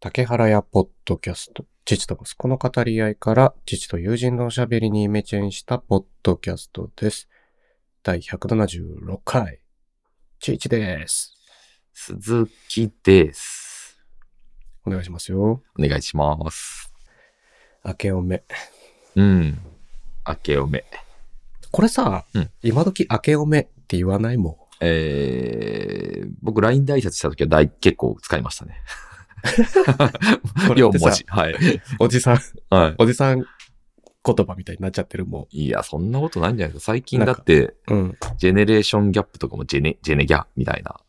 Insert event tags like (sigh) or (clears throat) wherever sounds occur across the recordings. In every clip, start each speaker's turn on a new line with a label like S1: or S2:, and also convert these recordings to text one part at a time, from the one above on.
S1: 竹原屋ポッドキャスト。父と息子の語り合いから、父と友人のおしゃべりにイメチェンしたポッドキャストです。第176回。ちいちです。
S2: 鈴木です。
S1: お願いしますよ。
S2: お願いします。
S1: 明けおめ。
S2: うん。明けおめ。
S1: これさ、
S2: うん
S1: 今時明けおめって言わないも
S2: えー、僕、LINE で挨拶した時は大結構使いま (laughs) したね。
S1: これってさ
S2: 4文字。はい。
S1: ん。おじさん、
S2: は
S1: おじさん言葉みたいになっちゃってるも
S2: い。いや、そんなことないんじゃないですか。最近だって、
S1: ん。うん。
S2: ジェネレーションギャップとかもジェネ、ジェネギャみたいな、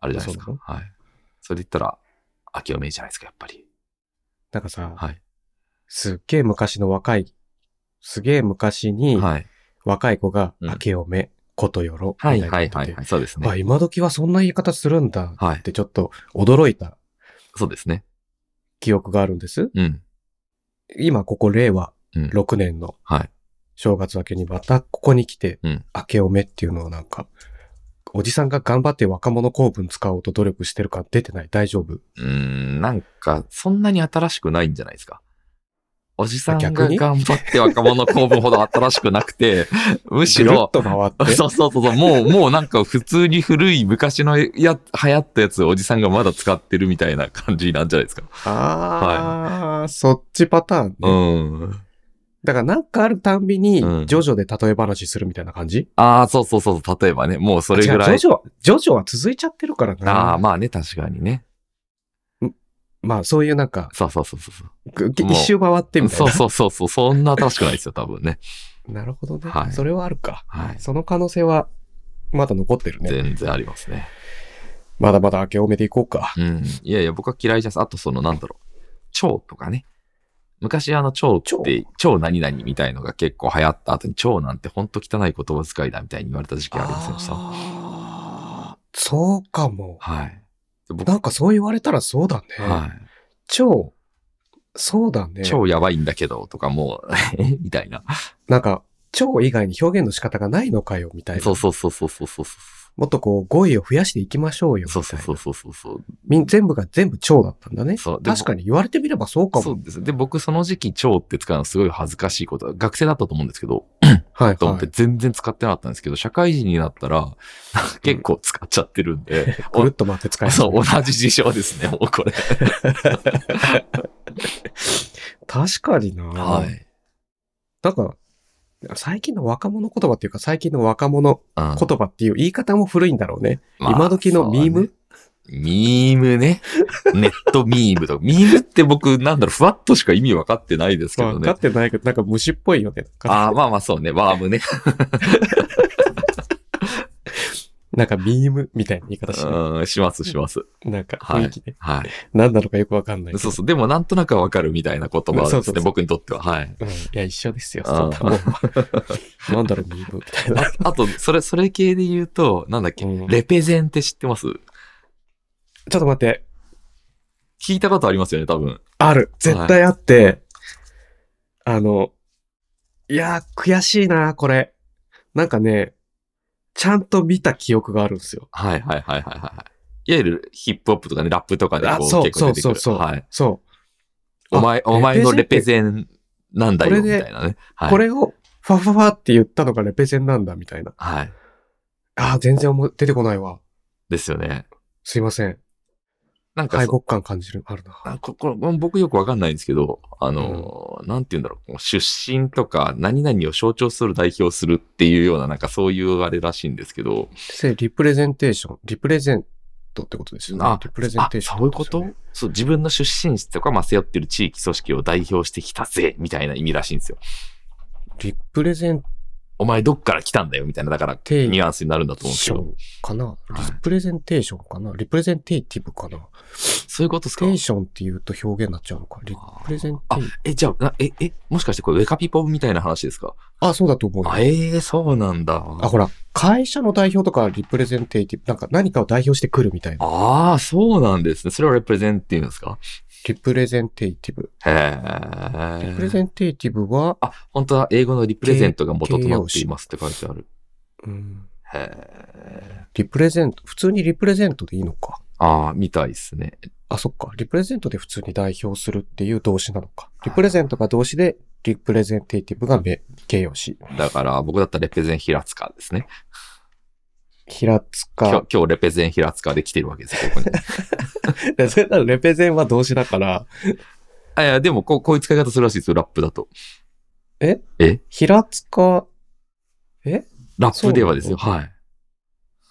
S2: あれじゃないです
S1: そ
S2: か
S1: う。
S2: はい。それで言ったら、明けおめじゃないですか、やっぱり。
S1: なんかさ、
S2: はい。
S1: すっげえ昔の若い、すげえ昔に
S2: はい。
S1: 若い子が、
S2: うん
S1: 明けおめ、ことよろ、み
S2: は
S1: たい
S2: い、
S1: な
S2: は
S1: 言
S2: い、
S1: ってて
S2: はいはい。そうです
S1: あ
S2: ね。
S1: 今時はそんな言い方するんだ
S2: は
S1: っ
S2: い。
S1: てちょっと驚いた
S2: そうですね。
S1: 記憶があるんです。
S2: うん。
S1: 今ここ令和
S2: うん
S1: 6年の
S2: はい。
S1: 正月明けにまたここに来て、
S2: うん
S1: 明けおめっていうのはなんか、おじさんが頑張って若者構文使おうと努力してるから出てない大丈夫
S2: うーん、なんか、そんなに新しくないんじゃないですか。おじさんが
S1: 逆に
S2: 頑張って若者公文ほど新しくなく
S1: (laughs)
S2: て、むし
S1: ぐるっ
S2: ろ、
S1: と回って。
S2: (laughs) そうそうそうそう、もう、もうなんか普通に古い昔のや、流行ったやつをおじさんがまだ使ってるみたいな感じなんじゃないですか。
S1: あー、そっちパターンね、
S2: うん。
S1: だからなんかあるたんびに、ジ
S2: うん
S1: ョジョで例え話するみたいな感じ、
S2: ああ、そうそうそうそう、例えばね、もうそれ
S1: 違
S2: ぐ
S1: う
S2: らい。
S1: ジョジョ、ジョジョは続いちゃってるから
S2: ああ、
S1: な。
S2: まあね、確かにね。
S1: まあそういうなんか、
S2: そうそうそうそう。
S1: ぐ
S2: もう
S1: 一周回ってみたい
S2: そ
S1: な
S2: う。そうそうそう、そんな新しくないですよ、多分ね。
S1: なるほどね。
S2: はい
S1: それはあるか。
S2: はい。
S1: その可能性は、まだ残ってるね。
S2: 全然ありますね。
S1: まだまだ明けおめでいこうか。
S2: うん。いやいや、僕は嫌いじゃん。あと、その、なんだろう。蝶とかね。昔、あの、蝶って、蝶何々みたいのが結構流行った後に、蝶なんてほんと汚い言葉遣いだみたいに言われた時期ありませんでした。
S1: あーそうかも。
S2: はい。で僕、
S1: なんかそう言われたらそうだね。
S2: は
S1: 超、そうだね
S2: い。。超やばいんだけど、とかもう、えみたいな。
S1: なんか、超以外に表現の仕方がないのかよ、みたいな。
S2: そうそうそうそうそうそう。
S1: もっとこう、語彙を増やしていきましょうよ。
S2: そうそうそう
S1: う。
S2: そうそうそう。
S1: みん全部が全部超だったんだね。
S2: そうでも
S1: 確かに言われてみればそうか
S2: そ
S1: も。
S2: うです。で、僕、その時期、蝶って使うのすごい恥ずかしいこと。学生だったと思うんですけど、
S1: はい
S2: と思っ
S1: は
S2: て
S1: い。
S2: 全然使ってなかったんですけど、社会人になったら、結構使っちゃってるん
S1: (laughs)
S2: で、
S1: ぐるっと回って使え
S2: そう、同じ事象ですね、もうこれ。
S1: 確かにな。
S2: い。
S1: なんか、最近の若者言葉っていうか、最近の若者
S2: うん
S1: 言葉っていう言い方も古いんだろうね。
S2: まあ
S1: 今時のミーム、
S2: そうだねミームね。ネットミームとか。ミームって僕、なんだろう、ふわっとしか意味分かってないですけ
S1: わ
S2: ど
S1: か
S2: ね
S1: っ。てないけど、なんか虫っぽいよね。
S2: ああ、まあまあそうね。ワームね。
S1: なんかミームみたいな言い方しな
S2: うん、します、します。
S1: い。なんか
S2: はい
S1: 雰囲気で。
S2: はい。
S1: 何なのかよくわかんないけど。
S2: そうそう。でも、なんとなくは分かるみたいな言葉
S1: そ
S2: で
S1: うそ
S2: す
S1: うそ
S2: ね、
S1: う
S2: 僕にとっては。はい。
S1: うん。いや、一緒ですよ。
S2: うん
S1: そんなもん。 (laughs) なんだろう、ミームみたいな。
S2: ああと、それ、それ系で (laughs) 言うと、なんだっけ、
S1: うん
S2: レペゼンって知ってます
S1: ちょっと待って。
S2: 聞いたことありますよね、多分。
S1: ある。絶対あって。あの、いやー、悔しいな、これ。なんかね、ちゃんと見た記憶があるんですよ。
S2: はいはいはいはいはいはい。いわゆるヒップホップとかね、ラップとかで
S1: あ
S2: こう
S1: そう
S2: 結構出てくる。
S1: そうそう
S2: はい。
S1: そう。
S2: お前、
S1: あ
S2: お前のレペ
S1: ン
S2: ゼンなんだよ、
S1: これ
S2: み
S1: で
S2: たいなね。はい。
S1: これを、ファファファって言ったのがレペゼンなんだ、みたいな。
S2: はい。
S1: ああ、全然思い出てこないわ。
S2: ですよね。
S1: すいません。
S2: なんか
S1: 敗
S2: そ、
S1: 北感感じる、あるな。
S2: なんかこれ僕よくわかんないんですけど、あのー、なんて言うんだろう、こう出身とか何々を象徴する代表するっていうような、なんかそういうあれらしいんですけど、
S1: せ、リプレゼンテーション、リプレゼントってことですよね。
S2: あ
S1: リプレゼン
S2: あ
S1: テー、ション、
S2: そういうことそう、自分の出身地とか、まあ、背負ってる地域組織を代表してきたぜ、みたいな意味らしいんですよ。
S1: リプレゼン
S2: お前どっから来たんだよ、みたいな、だから、
S1: 定義
S2: ニュアンスになるんだと思うんです
S1: シ
S2: け
S1: ョ
S2: ど、
S1: ンかな、
S2: い
S1: リプレゼンテーションかなリプレゼンテイティブかな
S2: そういうことです
S1: テ
S2: か
S1: ーションって言うと表現になっちゃうのか。リプレゼンテイ
S2: え、じゃあ、なえ、え、もしかしてこれウェカピポブみたいな話ですか
S1: あそうだと思うよ。
S2: あ、ええそうなんだ。
S1: あ、ほら、会社の代表とかリプレゼンテイティブ、なんか何かを代表してくるみたいな。
S2: ああ、そうなんですね。それをレプレゼンっていうんですか
S1: リプレゼンテイティブ。
S2: へ
S1: リプレ
S2: え。
S1: ゼンテイティブは、
S2: あ、本当は英語のリプレゼントが元となっていますって書いてある。
S1: うん
S2: へえ。
S1: リプレゼント、普通にリプレゼントでいいのか。
S2: あああ、みたいですね。
S1: あ、そっか。リプレゼントで普通に代表するっていう動詞なのか。リプレゼントが動詞で、リプレゼンテーティブが名形容詞。
S2: だから、僕だったらレペゼン平塚ですね。
S1: 平
S2: 今
S1: 塚
S2: 日、。今日レペゼン平塚で来てるわけですよ、ここ
S1: (laughs)
S2: に。
S1: でそれならレペゼンは動詞だから、
S2: あいや、でもこう、こういう使い方するらしいですよ、ラップだと。
S1: 平塚、
S2: ラップではですよ、
S1: そう
S2: はい。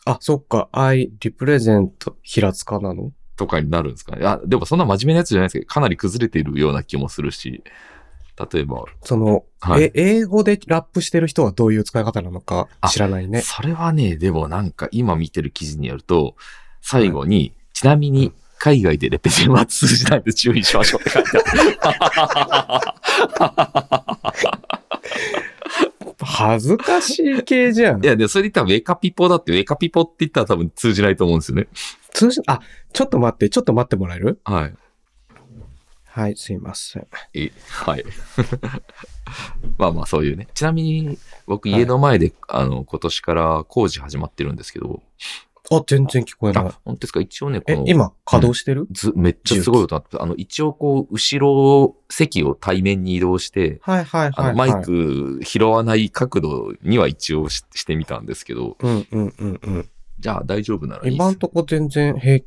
S1: あ、そっか。I represent 平塚なの
S2: とかになるんですかね。あ、でもそんな真面目なやつじゃないですけど、かなり崩れているような気もするし、例えば、
S1: その、
S2: はい
S1: え、英語でラップしてる人はどういう使い方なのか知らないね。
S2: それはね、でもなんか今見てる記事によると、最後に、ちなみに海外でレペゼンは通じないので注意しましょうって書いてある。
S1: 恥ずかしい系じゃん
S2: い。や、でもそれで言ったらウェカピポだって、ウェカピポって言ったら多分通じないと思うんですよね。
S1: 通信、あ、ちょっと待って、ちょっと待ってもらえる
S2: はい。
S1: はい、すいません。
S2: えはい。 (laughs) まあまあそういうね。ちなみに僕家の前で、あの今年から工事始まってるんですけど、
S1: あ、全然聞こえない
S2: あ、。本当ですか一応ね、こ
S1: え
S2: の、、
S1: 今、稼働してる、
S2: ずめっちゃすごい音だった。あの、一応こう、後ろ席を対面に移動して、
S1: はいはい
S2: あ
S1: は
S2: の
S1: い。
S2: マイ。ク拾わない角度には一応ししてみたんですけど、
S1: うんうんうんうん。
S2: じゃあ大丈夫ならいいっ
S1: 今ん
S2: す。
S1: とこ全然平気。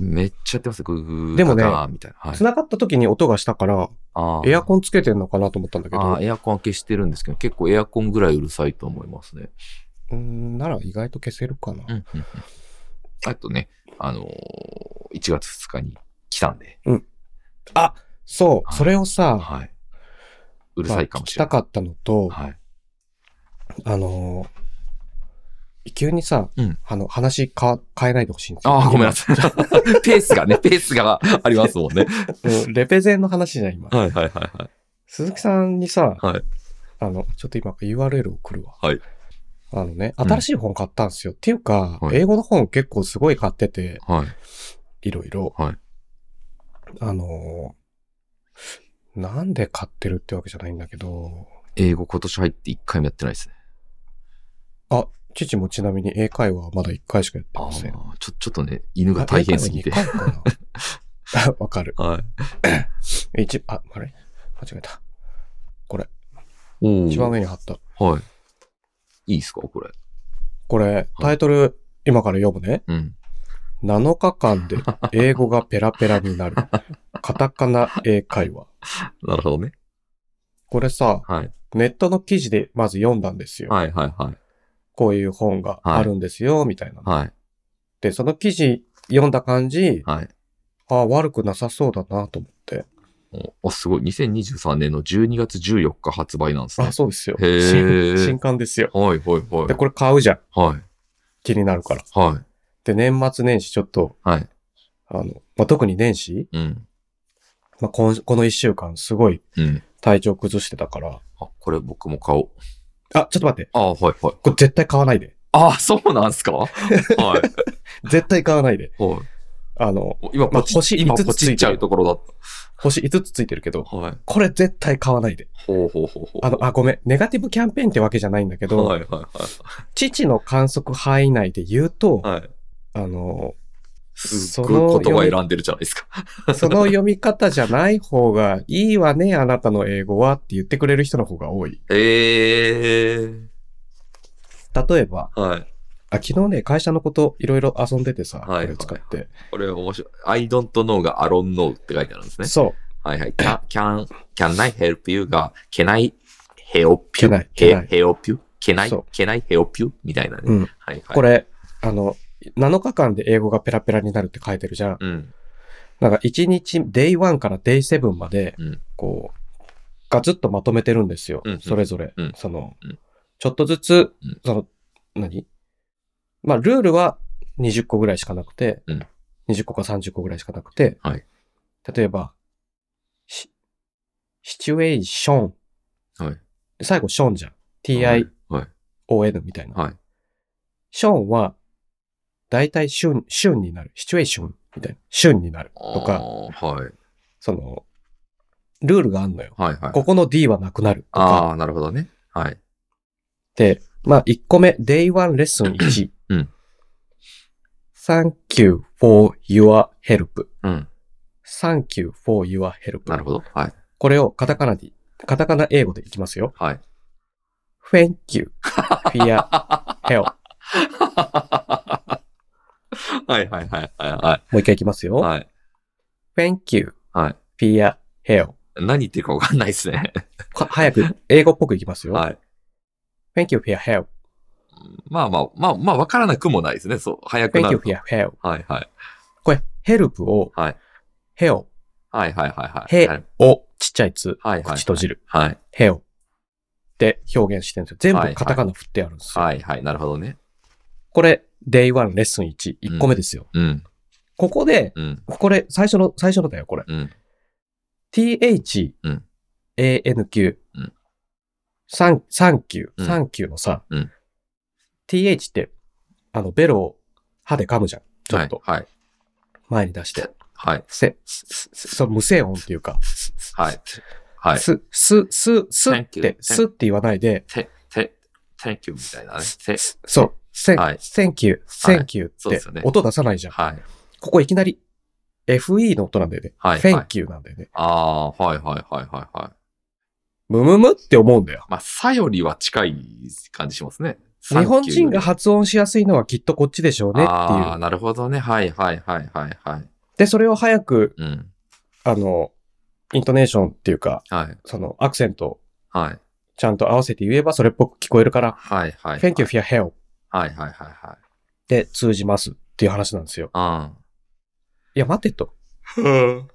S2: めっちゃやってますよ、グーグー
S1: でもね
S2: ガガーみたいな。はい、
S1: 繋がった時に音がしたから、
S2: あー
S1: エアコンつけてんのかなと思ったんだけ
S2: あ
S1: ど
S2: ー、エアコンは消してるんですけど、結構エアコンぐらいうるさいと思いますね。
S1: うん、なら意外と消せるかな。
S2: うんうんうんあとね、あのー、1月2日に来たんで、
S1: あ、そう、
S2: はい
S1: それをさ、
S2: はい。うる
S1: まあ
S2: さいか
S1: 聞
S2: も
S1: き
S2: しれ
S1: た
S2: ない。
S1: かったのと、
S2: はい。
S1: あのー急にさ、
S2: うん
S1: あの、話か変えないでほしいんですよ。
S2: ああ、ごめんなさい。
S1: (laughs)
S2: ペースがね、ペースがありますもんね。
S1: 今うんレペゼンの話じゃん、今。
S2: はいはいはいはい。
S1: 鈴木さんにさ、
S2: はい
S1: あの、ちょっと今 URL 送るわ。
S2: はい
S1: あのね、
S2: ん
S1: 新しい本買ったんですよ。っていうか、
S2: はい
S1: 英語の本結構すごい買ってて、
S2: はい。
S1: いろいろ。
S2: はい
S1: あのーなんで買ってるってわけじゃないんだけど、
S2: 英語今年入って1回もやってないですね。
S1: 父もちなみに英会話はまだ1回しかやって
S2: ああ
S1: ません。
S2: ー、ちょ、ちょっとね、犬が大変すぎて
S1: 英。会話2回かな (laughs) わかる。
S2: はい。
S1: 一、あ、あれ間違えた。
S2: お
S1: 一番上に貼った。
S2: はい。いいですかこれ。
S1: これ、タイトル、今から読むね。
S2: うん。
S1: 7日間で英語がペラペラにな
S2: (laughs)
S1: る。カタカナ英会話。
S2: なるほどね。
S1: これさ、
S2: はい。
S1: ネットの記事でまず読んだんですよ。
S2: はいはいはい。
S1: こういう本があるんですよ、みたいな。
S2: はい。
S1: で、その記事読んだ感じ、
S2: はい。
S1: ああ、悪くなさそうだなと思って。
S2: お、あすごい。2023年の12月14日発売なんですね
S1: あ、。そうですよ。
S2: へー
S1: 新新刊ですよ。
S2: はいはいはい
S1: で、。これ買うじゃん。
S2: はい。
S1: 気になるから。
S2: はい。
S1: で、年末年始ちょっと、
S2: はい。
S1: あの、まあ、特に年始、
S2: うん。
S1: まあ、こんこの一週間すごい
S2: うん。
S1: 体調崩してたから。
S2: あ、これ僕も買おう。
S1: あ、ちょっと待って。
S2: あはいはい。
S1: これ絶対買わないで。
S2: あそうなんすか (laughs) はい。はい。
S1: 絶対買わないで。 (laughs) あの、
S2: お今、
S1: まあ
S2: ポチ
S1: 星
S2: 今、
S1: 五つ
S2: ポチっちゃうところだっ
S1: 星5つついてるけど、
S2: た。はい。
S1: これ絶対買わないで。
S2: ほうほうほうほう。
S1: あの、あ、ごめん。ネガティブキャンペーンってわけじゃないんだけど、
S2: はいはいはい
S1: 父の観測範囲内で言うと、
S2: はい。はい。
S1: あの、
S2: すっごい言葉選んでるじゃないですか。
S1: その読み方じゃない方がいいわね、
S2: (laughs)
S1: あなたの英語はって言ってくれる人の方が多い。
S2: ええ
S1: 例えば、
S2: ー。はい。
S1: あ昨日ね、会社のこといろいろ遊んでてさ、こ
S2: はい
S1: れ使って。
S2: これ面白い。I don't know が I don't know って書いてあるんですね。
S1: そう。
S2: はいはい。can, can, can I help you が can I help you?
S1: Can I- can I-
S2: he- help you? Can I,
S1: そう
S2: can I help you? みたいなね。
S1: うん
S2: はいはい。
S1: こ。れ、あの、7日間で英語がペラペラになるって書いてるじゃん。
S2: うん。
S1: なんか1日、デイ1からデイ7まで
S2: うん、
S1: こう、ガツッとまとめてるんですよ。
S2: うんうん
S1: それぞれ。
S2: うん
S1: その
S2: うん、
S1: ちょっとずつ
S2: うん、
S1: その、何まあ、ルールは20個ぐらいしかなくて、
S2: うん
S1: 20個か30個ぐらいしかなくて、
S2: はい
S1: 例えば、シシチュエーション。
S2: はい
S1: 最後、ションじゃん。
S2: はい。はい。
S1: TION みたいな。
S2: はい。
S1: ショーンは、だいたい旬、旬になる。シチュエーションみたいな。旬になる。と
S2: あ
S1: か、
S2: ー。はい。
S1: その、ルールがあんのよ。
S2: はいはい。
S1: ここの D はなくなる。とか。
S2: ああ、なるほどね。はい。
S1: で、まあ、1個目、Day1 レッスン1。
S2: うん
S1: Thank you for your help.
S2: うん。
S1: Thank you for your help.
S2: なるほど。はい。
S1: これをカタカナで、カタカナ英語でいきますよ。
S2: はい。
S1: Thank you for your help. も
S2: はいはいはいはいは
S1: う一回いきます
S2: い。
S1: よ。
S2: はい。
S1: Thank you
S2: はい。
S1: for your help.
S2: 何言ってるかわかんないですね。
S1: か早く英語っぽくいきますよ。
S2: はい。
S1: Thank you for your help.
S2: まあまあ、まあまあ、わからなくもないですね。そう。早くな
S1: Thank you
S2: る
S1: for your help.
S2: はいはい。
S1: これ、help を、
S2: はい。
S1: help
S2: はいはいはいはい。
S1: へをちっちゃいつ、
S2: はいはい。
S1: 口閉じる。
S2: はい。
S1: help って表現してるんですよ。全
S2: はいは
S1: 部
S2: い
S1: カタカナ振ってあるんですよ。
S2: はいはい。なるほどね。
S1: これ、day one レッスン1、1個目ですよ。
S2: うん。
S1: ここで、
S2: うん。
S1: これ、最初の、最初のだよ、これ。
S2: うん。
S1: th,
S2: うん
S1: anq,
S2: うん
S1: サンサンキュ
S2: う
S1: ー、
S2: ん
S1: サンキューのさ、
S2: うん
S1: th って、あの、ベロを歯で噛むじゃん。ちょっと、
S2: はい。
S1: 前に出して。
S2: はい。
S1: せ、そう、無声音っていうか、
S2: はい。はい。
S1: す、す、す、すっ
S2: Thank you.
S1: て、すって言わないで、
S2: て、て、thank you みたいなね。て、
S1: そう、せ、
S2: はい
S1: thank you,
S2: はい
S1: thank you
S2: そう
S1: っ
S2: で
S1: て
S2: すよね
S1: 音出さないじゃん。
S2: はい。
S1: ここいきなり fe の音なんだよね。
S2: はい
S1: thank you なんだよね。
S2: ああー、はいはいはいはいはい。
S1: ムムムって思うんだよ。
S2: まあ、さよりは近い感じしますね。
S1: 日本人が
S2: ね
S1: 発音しやすいのはきっとこっちでしょうねって
S2: あ
S1: い
S2: あ、
S1: う。
S2: なるほどね。はいはいはいはいはい。
S1: で、それを早く、
S2: うん。
S1: あの、イントネーションっていうか、
S2: はい。
S1: そのアクセントを
S2: はい。
S1: ちゃんと合わせて言えばそれっぽく聞こえるから、
S2: はいはい。
S1: Thank you for your help っ
S2: はいはいは
S1: て通じますっていう話なんですよ。
S2: いはい。
S1: いや、待てと。 (laughs)
S2: うん。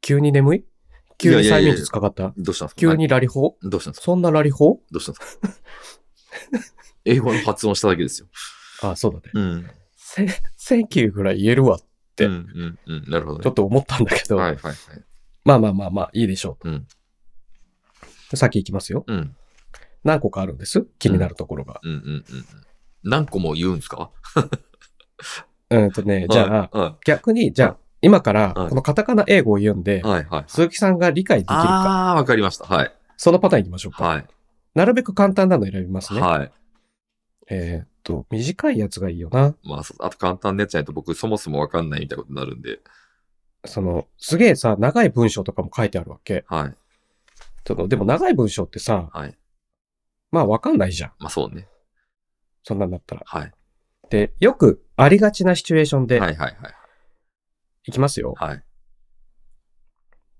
S1: 急に眠い急に
S2: いやいや
S1: 催
S2: いや
S1: 眠術かかった
S2: どうしたんですか
S1: 急にラリ法
S2: 何どうしたんですか
S1: そんなラリ法
S2: どうしたんですか (laughs) 英語の発音しただけですよ。
S1: ああ、そうだね。
S2: うん。
S1: せ Thank you ぐらい言えるわ。て
S2: うんうんうん。なるほど
S1: ちょっ
S2: ね。
S1: と思ったんだけど、
S2: はいはいはい。
S1: まあまあまあまあ、いいでしょうと。
S2: うん
S1: 先行きますよ。
S2: うん
S1: 何個かあるんです気になるところが。
S2: うんうんうんうん。何個も言うんですか
S1: うんとね、じゃあ、
S2: は
S1: 逆に、じゃあ、今から、
S2: はい
S1: このカタカナ英語を読んで
S2: い、はいはい。
S1: 鈴木さんが理解できるか、
S2: ああ、わかりました。はい。
S1: そのパターンいきましょうか。
S2: はい。
S1: なるべく簡単なの選びますね。
S2: はい。
S1: えーっと、短いやつがいいよな。
S2: まあ、そあと簡単なやつじゃないと僕そもそもわかんないみたいなことになるんで。
S1: その、すげえさ、長い文章とかも書いてあるわけ。
S2: はい。
S1: その、でも長い文章ってさ、
S2: はい。
S1: まあわかんないじゃん。
S2: まあそうね。
S1: そんなんだったら。
S2: はい。
S1: で、よくありがちなシチュエーションで
S2: は、いはいはい。
S1: いきますよ。
S2: はい。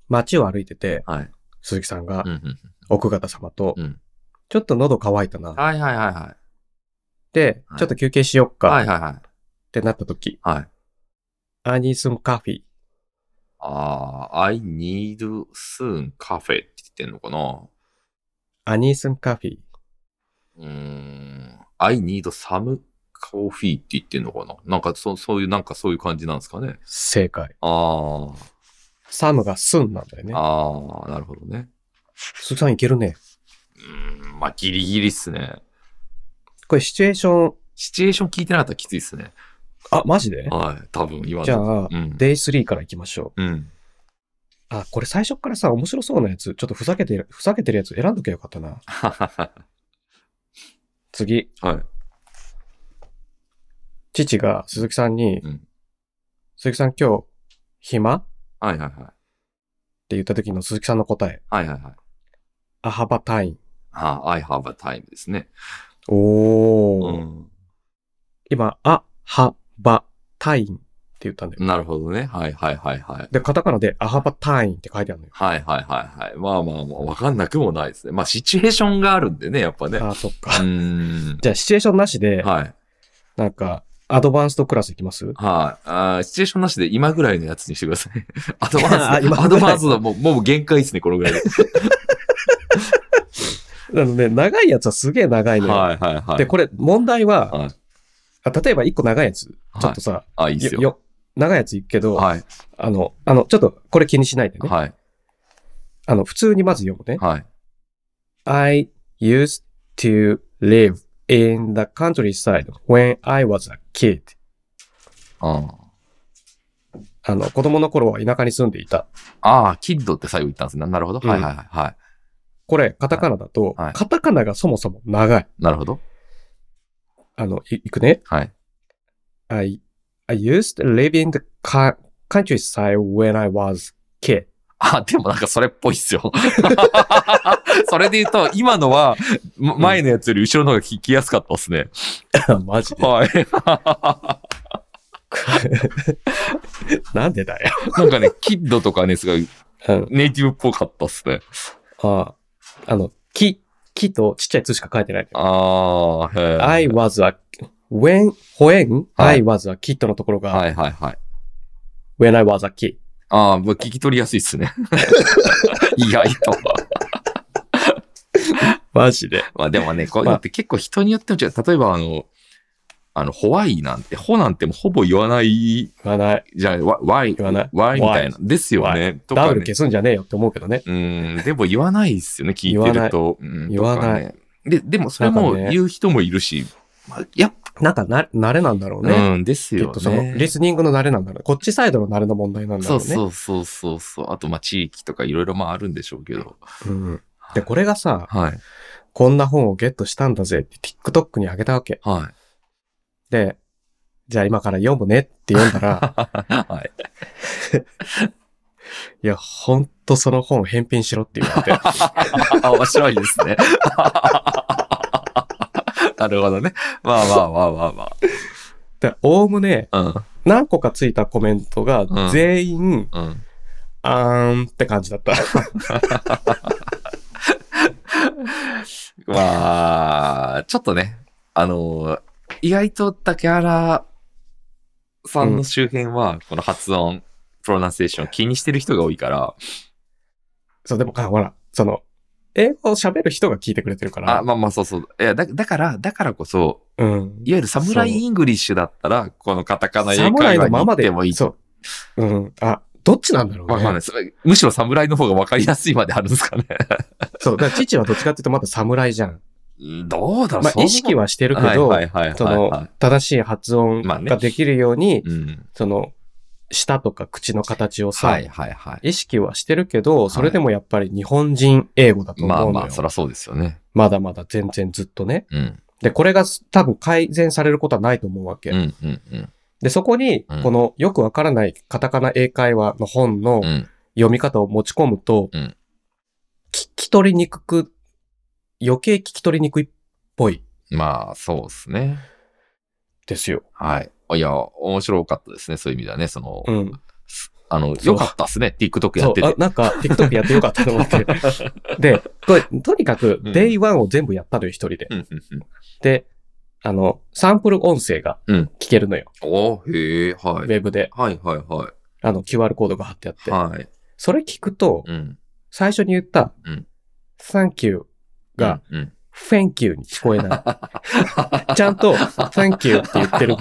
S1: 街を歩いてて、
S2: はい。
S1: 鈴木さんが
S2: うん、うん。
S1: 奥方様と
S2: うん、
S1: ちょっと喉乾いたな。
S2: はいはいはいはい。
S1: で
S2: は、い
S1: ちょっと休憩しよっ
S2: は
S1: か
S2: いはいはい。
S1: ってなった時、
S2: はい。
S1: アニスムカフィー。
S2: ああ、I need soon cafe って言ってんのかな
S1: アニスムカフィー。
S2: うーん。I need some coffee って言ってんのかななんかそそういう、なんかそういう感じなんですかね。
S1: 正解。
S2: あ
S1: サムがスンなんだよね
S2: あ、。ああ、なるほどね。
S1: 鈴木さんいけるね。
S2: うーん、まあギリギリっすね。
S1: これシチュエーション、
S2: シチュエーション聞いてなかったらきついっすね。
S1: あ、マジで
S2: はい、多分今の。
S1: じゃあ
S2: うん。
S1: デイ3からいきましょ
S2: うん。 (laughs)
S1: う。あ、これ最初っからさ、面白そうなやつ、ちょっとふざけてる、ふざけてるやつ選んどきゃよかったな。
S2: は
S1: 次、
S2: い。
S1: 父が鈴木さんに、
S2: うん
S1: 鈴木さん今日、暇って
S2: はいはいはい。
S1: 言った時の鈴木さんの答え、
S2: はいはいはい。
S1: アハバタイン。
S2: ああ、I have a time ですね。
S1: お
S2: う
S1: ー。
S2: ん。
S1: 今、アハバタインって言ったんだよ。
S2: なるほどね。はいはいはいはい。
S1: で、カタカナでアハバタインって書いてあるのよ。
S2: はいはいはいはい。まあまあまあ、わかんなくもないですね。まあ、シチュエーションがあるんでね、やっぱね。う
S1: あー、そっか。
S2: ーん。
S1: じゃあ、シチュエーションなしで、
S2: はい。
S1: なんか、アドバンストクラスいきます
S2: はい。あーシチュエーションなしで今ぐらいのやつにしてください。 (laughs) アドバ
S1: あ
S2: ンス
S1: 今ぐらい
S2: アドバンスだ。もう、もう限界ですね、このぐらいで。
S1: なので、長いやつはすげえ長いのよ。
S2: はいはいはい。
S1: で、これ、問題は、
S2: はい
S1: あ例えば一個長いやつ、
S2: はい
S1: ちょっとさ、
S2: あ、いいっ
S1: よ
S2: すよ。
S1: よ長いやついくけど、
S2: はい。
S1: あの、あの、ちょっとこれ気にしないでね。
S2: はい。
S1: あの、普通にまず読むね。
S2: はい。
S1: I used to live in the countryside when I was a kid.
S2: うん
S1: あの、子供の頃は田舎に住んでいた。
S2: ああ、キッドって最後言ったんですね。なるほど。
S1: うん
S2: はいはいはいはい。
S1: これ、カタカナだと、
S2: はい
S1: カタカナがそもそも長い。
S2: なるほど。
S1: あの、いいくね。
S2: はい。
S1: I, I used to live in the ca- countryside when I was kid. (laughs)
S2: あ、でもなんかそれっぽいっすよ。それで言うと、今のは、ま前のやつより後ろの方が聞きやすかったっすね。
S1: マジで。
S2: はい。 (laughs)
S1: なんでだよ。
S2: なんかね、キッドとかね、すごい
S1: うん
S2: ネイティブっぽかったっすね。
S1: ああの、木、木とちっちゃい「つ」しか書いてないのよ。
S2: あー、へー
S1: I was a, when, when
S2: はい
S1: I was a kid のところが、
S2: はいはいはい。
S1: when I was a kid。
S2: ああ、もう聞き取りやすいっすね。 (laughs) 意外と。
S1: マジで。
S2: まあでもね、こういうのって結構人によっても違う。例えばあの、あの、ホワイなんて、ホなんてもうほぼ言わない
S1: 言わない。
S2: じゃん。わワイ、
S1: 言わない
S2: ワイみたいな。ですよね。と
S1: ダ
S2: か
S1: ブル
S2: ね
S1: 消。すんじゃねえよって思うけどね。
S2: うん、でも言わないっすよね、聞いてると。うん
S1: 言わない。
S2: とかねで、でもそれ
S1: なん
S2: も
S1: かね
S2: 言う人もいるし、まあ、やっ
S1: なんかな、慣れなんだろう
S2: ぱ
S1: ね。
S2: うん、です
S1: き
S2: よ
S1: っとその、リ
S2: ね。
S1: スニングの慣れなんだろう。こっちサイドの慣れの問題なんだろ
S2: そうう
S1: ね。
S2: そうそうそうそう。あと、まあ、地域とかいろいろまああるんでしょうけど。
S1: うんで、これがさ、
S2: はい。
S1: こんな本をゲットしたんだぜって TikTok にあげたわけ。
S2: は
S1: で、じゃあ今から読むねって読んだら、
S2: (laughs) い。はい。
S1: いや、ほんとその本返品しろって言われて。
S2: あ、面白いですね。 (laughs) なるほどね。まあまあまあまあま
S1: で、おおむね、
S2: あ。
S1: 何個かついたコメントが
S2: うん
S1: 全員、
S2: うん。うん。
S1: あーんって感じだった。 (laughs)
S2: まあ、ちょっとね、あの、意外と竹原さんの周辺は、この発音、プロナンセーション気にしてる人が多いから、
S1: そう、でもか、ほら、その、英語を喋る人が聞いてくれてるから。
S2: あ、まあまあそうそう。いや、だだから、だからこそ、
S1: うん。
S2: いわゆるサムライ
S1: そう
S2: イングリッシュだったら、このカタカナ英
S1: サムラ
S2: 会
S1: イ
S2: 話
S1: の
S2: に
S1: ま
S2: 行
S1: ま
S2: っ
S1: で
S2: てもいい。
S1: そう。うん。あ、どっちなんだろうね。
S2: わかんないそれむしろ侍の方がわかりやすいまであるんです
S1: (laughs)
S2: かね。
S1: そう。だから、父はどっちかっていうとまだ侍じゃん。
S2: どうだろう、
S1: ま
S2: そん
S1: あ、
S2: な
S1: 意識はしてるけど、
S2: はいはいはいはい、はい。
S1: その、正しい発音
S2: まあね
S1: ができるように、
S2: うん。
S1: その、舌とか口の形をさ、
S2: はいはいはい。
S1: 意識はしてるけど、それでもやっぱり日本人英語だと
S2: ま
S1: 思
S2: あ
S1: うのよ。
S2: まあ、そりゃそうですよね。
S1: まだまだ全然ずっとね。
S2: うん。
S1: で、これが多分改善されることはないと思うわけ。
S2: うんうんうん。
S1: で、そこに
S2: うん、
S1: このよくわからないカタカナ英会話の本の
S2: うん。
S1: 読み方を持ち込むと、
S2: うん
S1: 聞き取りにくく、余計聞き取りにくいっぽい
S2: まあ、そうですね。
S1: ですよ。
S2: はい。いや、面白かったですね。そういう意味ではね。その、
S1: うん。
S2: あの、
S1: そう
S2: 良かったですね。TikTok や
S1: そ
S2: って
S1: う、あ
S2: て。
S1: なんか TikTok やってよかったと思
S2: (laughs)
S1: って。で、これ、とにかく
S2: うん
S1: Day1 を全部やったのよ、一人で。
S2: うんうんうん
S1: で、あの、サンプル音声が
S2: うん
S1: 聞けるのよ、
S2: おーへえ、は
S1: ウ
S2: い。
S1: ェブで。
S2: はいはいは
S1: あの、QR コードが貼ってあっ
S2: い。
S1: て。
S2: はい。
S1: それ聞くと、
S2: うん。
S1: 最初に言った
S2: うん、
S1: Thank you が、
S2: うん、うん。
S1: Thank you に聞こえ
S2: (laughs)
S1: ない。ちゃんと、Thank you って言ってる。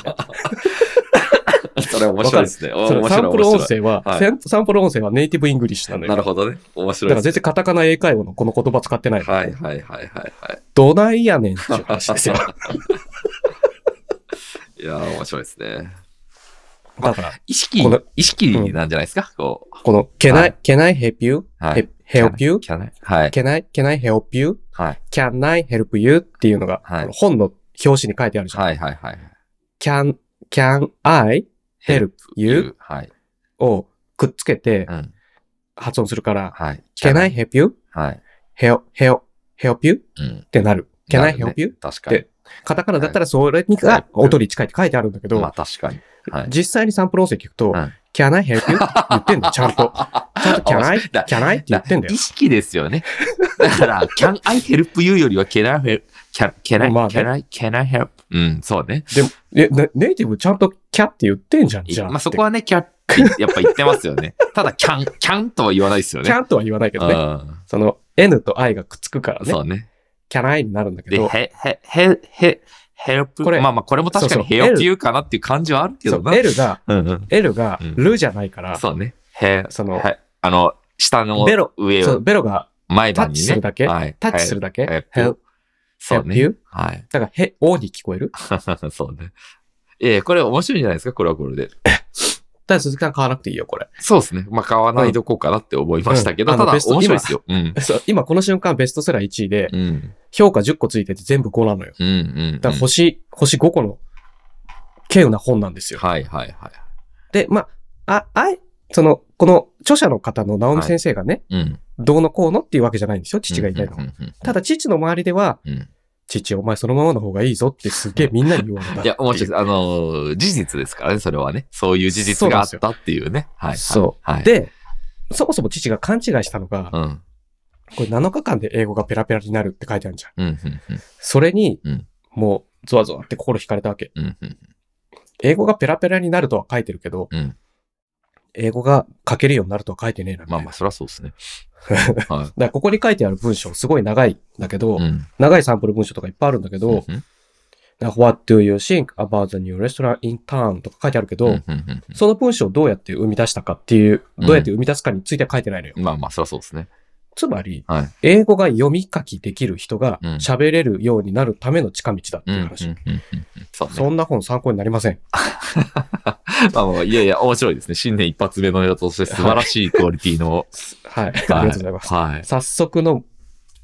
S2: それ面白いですね。お
S1: そ
S2: 面
S1: の
S2: 白い
S1: サンプル
S2: 面
S1: 音
S2: 白い。
S1: 声は、
S2: はい
S1: センサンプル音声はネイティブイングリッシュなのよ。
S2: なるほどね。面
S1: だ
S2: 白い
S1: から
S2: です
S1: 全
S2: ね。
S1: 然カタカナ英会話のこの言葉使ってない。
S2: はいはいはいはい
S1: (laughs)
S2: はい。
S1: どないやねんっていう話ですよ。
S2: (laughs) いやー、面白いですね。
S1: だから、
S2: 意識
S1: この、
S2: 意識なんじゃないですか、こう。
S1: この、can
S2: は
S1: I, can I help you?
S2: はい
S1: He- help you?
S2: Can I? はい。
S1: Can I, can I help you?
S2: はい。
S1: Can I help you? っていうのが、
S2: はい
S1: この本の表紙に書いてあるじゃん。
S2: はいはいはい。
S1: can, can I help you?
S2: はい。
S1: をくっつけて
S2: うん。
S1: 発音するから、
S2: はい。
S1: can I help you?
S2: はい。
S1: help, help, help you?
S2: うん。
S1: ってなる。can
S2: な
S1: I
S2: るね
S1: help you?
S2: 確かに。
S1: カタカナだったらそれに
S2: は
S1: が
S2: い
S1: 音に近いって書いてあるんだけど、
S2: まあ確かに。はい。
S1: 実際にサンプル音声聞くと、
S2: うん
S1: can I help you? って言ってんだよ、ちゃん
S2: (laughs)
S1: と。ちゃんと can I?
S2: だ
S1: can I? って言ってんだよ
S2: 意。識ですよね。 (laughs) だから、can I help you よりは can I help, can, can I,
S1: まあね
S2: can I, can I help? うん、そうね。
S1: でも、えねネイティブちゃんとキャって言ってんじゃん、じゃあ。
S2: まあそこはね、キャってやっぱ言ってますよね。ただ、can、can とは言わないですよ
S1: キ
S2: ね。
S1: ャンとは言わないけどね。
S2: う
S1: その N と I がくっつくから
S2: ん。
S1: ね
S2: そ。うね。
S1: キャライになるんだけ
S2: で、
S1: ど。
S2: へ、へ、へ、へ、ヘルプ。
S1: これ
S2: まあまあ、これも確か
S1: そ
S2: に
S1: うそう
S2: ヘル
S1: L
S2: プ言うかなっていう感じはあるけ
S1: そ
S2: ど
S1: う
S2: な。
S1: L が、
S2: うんうん。
S1: L が
S2: うん
S1: ルじゃないから、
S2: そうね。へ、
S1: その
S2: へあの、下の
S1: ベロ
S2: 上
S1: そう
S2: を
S1: ベロが
S2: 前歯
S1: タ
S2: に
S1: ッ
S2: ね。
S1: チするだけ、
S2: はい。
S1: タッチするだけ、
S2: はい
S1: help,
S2: そうね
S1: you。
S2: はい。 (laughs)
S1: だから、へ、O に聞こえる。
S2: そうね。ええ、これ面白いんじゃないですかこれはこれで。
S1: ただ、鈴木さん買わなくていいよ、これ。
S2: そうですね。まあ、買わないどこうかなって思いましたけど、
S1: うん
S2: た
S1: あ
S2: だ
S1: の
S2: 面
S1: ベスト
S2: 白いですよ。うん。
S1: そう、今この瞬間ベストセラー1位で、
S2: うん。うん。
S1: 評価10個ついてて全部5なのよ。
S2: うん。うん
S1: だから、星、星5個の稀有な本なんですよ。
S2: はいはいはい。
S1: で、まあ、あ、あい、その、この著者の方の直美先生がね、
S2: うん。
S1: どうのこうのっていうわけじゃないんですよ、父が言いたいのは。
S2: うんうんうんうん
S1: ただ、父の周りでは、
S2: うん
S1: 父、お前そのままの方がいいぞってすげえみんなに言われたってう。
S2: いや、もちろん、あのー事実ですからね、それはね。そういう事実があったっていうね。はい、はい。
S1: そう
S2: はい。、
S1: で、そもそも父が勘違いしたのが、
S2: うん。うん
S1: これ7日間で英語がペラペラになるって書いてあるじゃん。
S2: うん、うん
S1: それに
S2: うん、
S1: もう、ゾワゾワって心惹かれたわけ。
S2: うん、うん。
S1: 英語がペラペラになるとは書いてるけど、
S2: うん
S1: 英語が書けるようになるとは書いてねえなみた
S2: ま
S1: い
S2: あ
S1: な。
S2: まあ、そりゃそう
S1: (laughs)
S2: ですね。
S1: だ
S2: は
S1: からここに書いてある文章、すごい長いんだけど、
S2: い。うん。
S1: 長いサンプル文章とかいっぱいあるんだけど、
S2: うんうん
S1: なんか What do you think about the new restaurant in town? とか書いてあるけど、
S2: うんうんうん
S1: その文章をどうやって生み出したかっていう、
S2: うん
S1: どうやって生み出すかについては書いてないのよ。
S2: うんまあまあ、そりゃそうですね。
S1: つまり、
S2: はい。
S1: 英語が読み書きできる人が
S2: うん
S1: 喋れるようになるための近道だって
S2: うん、、
S1: いううん
S2: うん
S1: 話。
S2: うんうん。そうね。
S1: そんな本参考になりません。
S2: まあまあ、いやいや、面白いですね。新年一発目のやつとして素晴らしいクオリティの。
S1: (laughs) はい。あり
S2: は
S1: がとうございます。
S2: はい。
S1: 早速の、